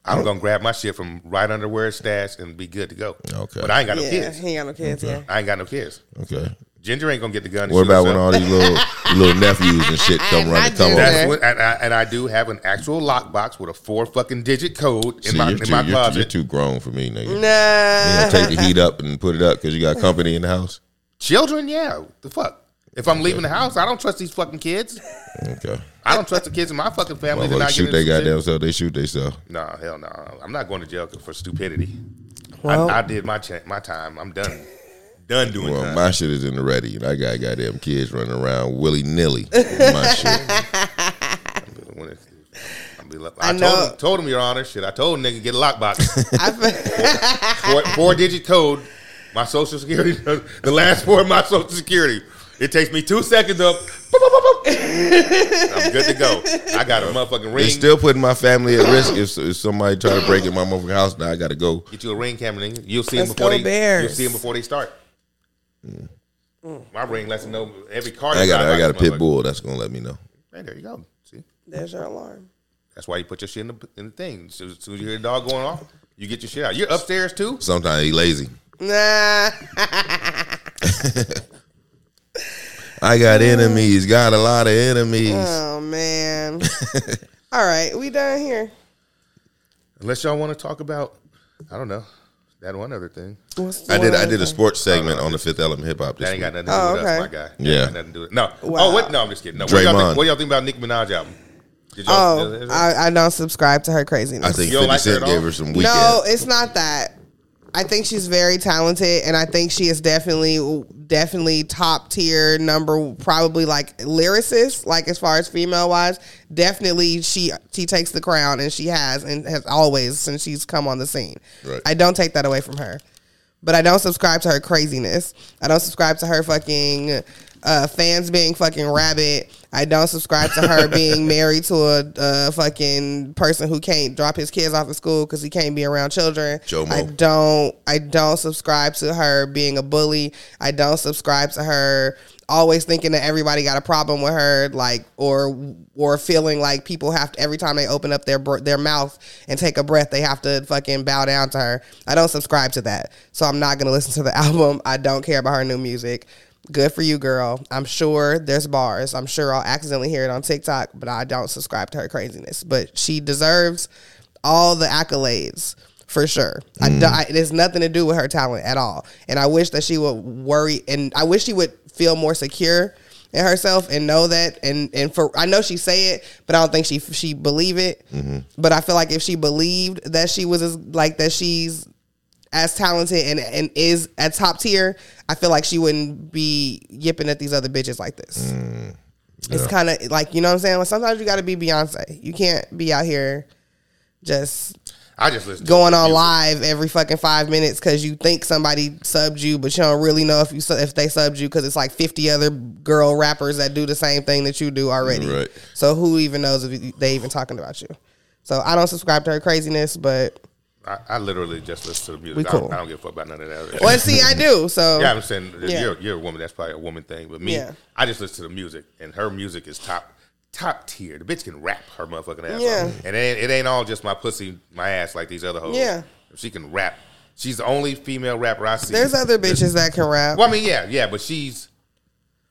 D: I'm gonna grab my shit from right under where it's stashed and be good to go.
E: Okay.
D: But I ain't got no
A: yeah,
D: kids. Mm-hmm.
A: he ain't got no kids. Yeah.
D: I ain't got no kids.
E: Okay.
D: Ginger ain't gonna get the gun. and
E: What
D: shoot
E: about when
D: herself.
E: all
D: *laughs*
E: these little little nephews and shit come running?
A: doing
E: Come over.
A: that.
D: That's what, and, I, and I do have an actual lockbox with a four fucking digit code in
E: See,
D: my
E: you're,
D: in
E: too,
D: my
E: you're, too- you're
D: closet.
E: too grown for me, nigga. You
A: Nah.
D: *laughs*
E: gonna take the heat up and put it up because you got company in the house.
D: Children, yeah, what the fuck. If I'm leaving the house, I don't trust these fucking kids.
E: Okay.
D: I don't trust the kids in my fucking family. to
E: Motherfuckers
D: not
E: shoot
D: get into
E: they
D: some
E: goddamn
D: shit.
E: self. They shoot themselves.
D: Nah, hell no. I'm not going to jail for stupidity.
A: *laughs* Well-
D: I, I did my cha- my time. I'm done. *laughs* Done doing
E: Well,
D: time.
E: my shit is in the ready, and I got goddamn kids running around willy nilly.
D: *laughs*
E: My shit.
D: When it- I'm be like- I,
A: know.
D: told him, told him, Your Honor, shit. I told him, nigga, get a
A: *laughs*
D: lockbox.
A: I feel-
D: four, four digit code, my social security, *laughs* the last four of my social security. It takes me two seconds up. boop, boop, boop,
A: *laughs*
D: boop. I'm good to go. I got a motfucking ring.
E: It's still putting my family at risk if, if somebody try to break in my motherfucking house. Now I gotta go.
D: Get you a ring camera, nigga. You'll see them
A: Let's
D: before
A: go
D: they.
A: Bears.
D: You'll see 'em before they start. My ring lets them know every car.
E: I
D: that
E: got
D: drive
E: a, I
D: by
E: got a
D: this
E: pit
D: motherfucker.
E: bull that's gonna let me know.
D: Hey, there you go. See,
A: There's your alarm.
D: that's why you put your shit in the, in the thing. So, as soon as you hear the dog going off, you get your shit out. You're upstairs too.
E: Sometimes he lazy.
A: Nah.
E: I got enemies. Got a lot of enemies.
A: Oh
E: *laughs*
A: man. All right, we done here.
D: Unless y'all want to talk about, I don't know, That one other thing.
A: What's the
J: I did.
A: one
J: I did
A: other
J: a
A: thing?
J: sports segment on the Fifth Element Hip Hop.
D: That
J: This
D: ain't
J: week.
D: got nothing to do
A: Oh,
D: with
A: okay.
D: us, my guy.
J: Yeah.
D: That ain't nothing to do with No.
A: Wow.
D: Oh, what? No, I'm just kidding. No. What do y'all
J: Draymond.
D: think, what y'all think about Nicki Minaj album? Did y'all,
A: Oh, I, I don't subscribe to her craziness.
J: I think
D: You
J: Fifty
D: don't like her
J: Cent
D: at all?
J: gave her some weekend.
A: No, it's not that. I think she's very talented, and I think she is definitely, definitely top tier number, probably like lyricist, like as far as female wise. Definitely, she she takes the crown, and she has and has always since she's come on the scene.
J: Right.
A: I don't take that away from her, but I don't subscribe to her craziness. I don't subscribe to her fucking uh, fans being fucking rabid. I don't subscribe to her being married to a, a fucking person who can't drop his kids off at school because he can't be around children.
J: Jomo.
A: I don't. I don't subscribe to her being a bully. I don't subscribe to her always thinking that everybody got a problem with her, like or or feeling like people have to every time they open up their br- their mouth and take a breath, they have to fucking bow down to her. I don't subscribe to that, so I'm not gonna listen to the *laughs* album. I don't care about her new music. Good for you, girl. I'm sure there's bars. I'm sure I'll accidentally hear it on TikTok, but I don't subscribe to her craziness. But she deserves all the accolades for sure. I do- I, it has nothing to do with her talent at all. And I wish that she would worry and I wish she would feel more secure in herself and know that and and for I know she say it, but I don't think she she believe it. But I feel like if she believed that she was as, like that she's as talented and, and is at top tier, I feel like she wouldn't be yipping at these other bitches like this. It's kind of like you know what I'm saying. Like sometimes you got to be Beyonce. You can't be out here just
D: I just listened. to
A: going
D: the
A: on
D: music.
A: live every fucking five minutes because you think somebody subbed you, but you don't really know if you su- if they subbed you because it's like fifty other girl rappers that do the same thing that you do already.
J: Right.
A: So who even knows if you- they even talking about you? So I don't subscribe to her craziness, but
D: I, I literally just listen to the
A: We
D: music. I,
A: cool.
D: don't, I don't give a fuck about none of that.
A: well, see, I do. So
D: *laughs* yeah, I'm saying that
A: Yeah.
D: you're, you're a woman. That's probably a woman thing. But me,
A: Yeah.
D: I just listen to the music, and her music is top top tier. The bitch can rap her motherfucking ass
A: Yeah.
D: off, and it ain't, it ain't all just my pussy, my ass like these other hoes.
A: Yeah.
D: if she can rap. She's the only female rapper I see.
A: there's other bitches that can rap.
D: Well, I mean, yeah, yeah, but she's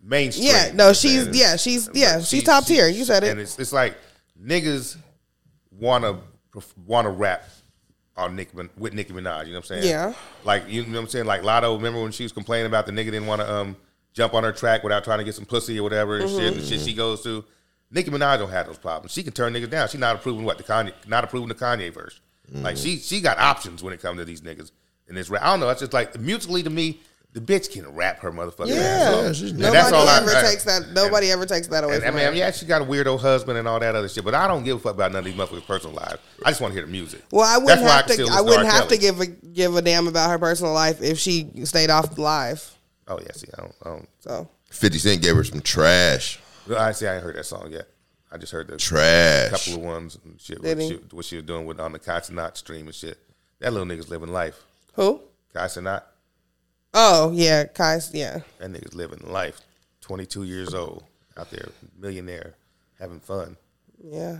D: mainstream.
A: Yeah, no,
D: you
A: she's-
D: understand?
A: yeah, she's- yeah,
D: But
A: she's top tier. You said it.
D: and it's, it's like niggas wanna wanna rap on Nick Min- with Nicki Minaj. You know what I'm saying?
A: Yeah.
D: Like you know what I'm saying? Like Lotto, remember when she was complaining about the nigga didn't want to um jump on her track without trying to get some pussy or whatever and shit and
A: Mm-hmm.
D: shit she goes through. Nicki Minaj don't have those problems. She can turn niggas down. She not approving what the Kanye, not approving the Kanye verse. Like she she got options when it comes to these niggas. And it's rap. I don't know. It's just like musically to me, the bitch can rap her motherfucking ass
A: yeah,
D: off. And
A: nobody
D: that's all I-
A: ever
D: I-
A: takes that. Nobody ever takes that away
D: and, I
A: from
D: mean,
A: her.
D: yeah, she got a weirdo husband and all that other shit, but I don't give a fuck about none of these motherfuckers' personal lives. I just want to hear the music.
A: Well, I
D: That's
A: wouldn't
D: why
A: have
D: can still
A: to. I
D: listen
A: wouldn't
D: R.
A: have to
D: Kelly.
A: give a give a damn about her personal life if she stayed off live.
D: Oh yeah, see, I don't, I don't.
A: So
J: Fifty Cent gave her some trash.
D: Well, I see. I ain't heard that song yet. I just heard the
J: Trash.
D: couple of ones and shit.
A: Did
D: What
A: he?
D: she, what she was doing with on the Casanat stream and shit. That little nigga's living life.
A: who?
D: Casanat,
A: Oh yeah, Kai. Yeah,
D: that nigga's living life. Twenty two years old, out there, millionaire, having fun.
A: yeah.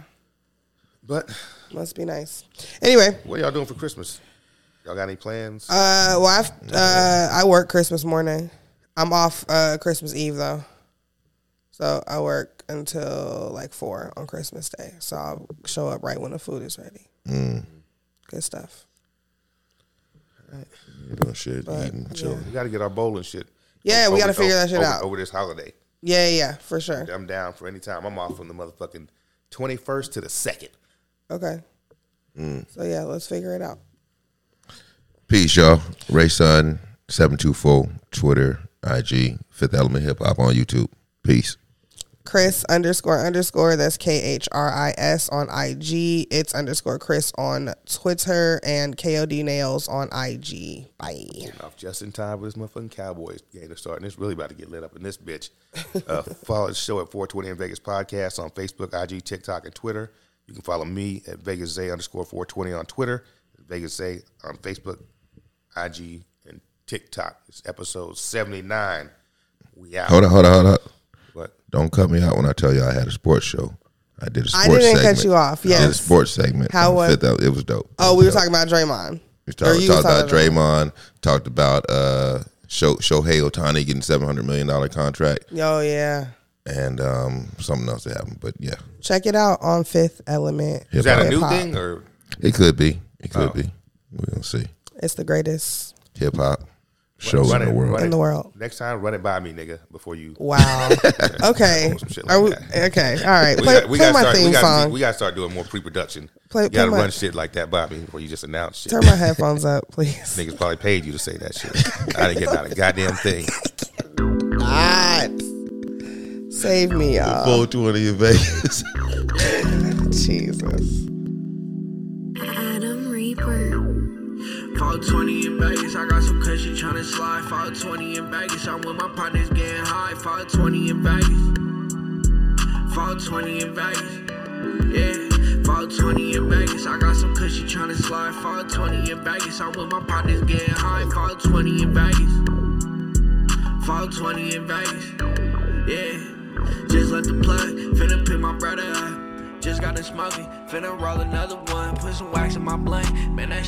D: But
A: Must be nice. Anyway,
D: what y'all doing for Christmas? Y'all got any plans?
A: uh, well, I've, uh, I work Christmas morning. I'm off uh, Christmas Eve though, so I work until like four on Christmas Day. So I'll show up right when the food is ready.
D: Mm.
A: Good stuff.
J: Doing shit,
D: Mm,
J: eating, chilling.
D: we got to get our bowling shit.
A: Yeah, we
D: over-
A: got to figure that shit
D: over-
A: out.
D: over this holiday.
A: Yeah, yeah, yeah, for sure.
D: I'm down for any time. I'm off from the motherfucking 21st to the 2nd.
A: Okay.
D: Mm.
A: So yeah, let's figure it out.
J: Peace, y'all. Ray Sun, 724, Twitter, IG, Fifth Element Hip Hop on YouTube. Peace.
A: Chris underscore underscore. That's K H R I S on IG. It's underscore Chris on Twitter and KOD Nails on IG. Bye.
D: Getting off just in time for this motherfucking Cowboys game to start. And it's really about to get lit up in this bitch.
J: *laughs*
D: Uh, follow the show at 420 in Vegas Podcast on Facebook, IG, TikTok, and Twitter. You can follow me at Vegas Zay underscore 420 on Twitter, Vegas Zay on Facebook, IG, and TikTok. It's episode 79. We out.
J: Hold on, hold on, hold on.
D: But
J: Don't cut me out when I tell you I had a sports show. I did a sports
A: I
J: segment.
A: didn't cut you off,
J: I did a
A: yes.
J: sports segment.
A: How
J: on
A: was-
J: Fifth Ele- It was dope.
A: Oh, we were
J: Dope.
A: talking about Draymond.
J: We
A: Or
J: talked,
A: you
J: talked
A: was
J: about Draymond. Talked about uh, Sho- Shohei Otani getting seven hundred million dollar contract,
A: Oh yeah.
J: and um, something else that happened. But yeah,
A: Check it out on Fifth Element.
J: Hip
D: is that a
J: hop.
D: new
A: Hip-hop.
D: thing or
J: It could be. It could
D: Oh.
J: be. We're gonna see.
A: It's the greatest
J: hip hop show in
D: Run it,
J: the world.
D: run
A: in the world.
D: Next time, run it by me, nigga, before you. *laughs*
A: Wow. okay.
D: Some shit like
A: Are we,
D: that.
A: okay. All right.
D: We
A: Play,
D: got, we
A: play
D: gotta
A: my
D: start,
A: theme
D: we gotta,
A: song.
D: We got to start doing more pre-production.
A: Play-
D: you got to
A: play my-
D: run shit like that by me before you just announce shit.
A: Turn my headphones up,
D: *laughs*
A: please.
D: Niggas probably paid you to say that shit. I didn't get out a goddamn thing.
A: God. Save me, y'all.
J: 420 in Vegas.
A: Jesus.
B: Adam Reaper.
C: 420 in Vegas, I got some cushion tryna slide. 420 in Vegas, I'm with my partners getting high. 420 in Vegas. 420 in Vegas. Yeah. 420 in Vegas, I got some cushion tryna slide. 420 in Vegas, I'm with my partners getting high. 420 in Vegas. 420 in Vegas. Yeah. Just let the plug, finna pin my brother up. Just got a smoking, finna roll another one. Put some wax in my blunt, man, that shit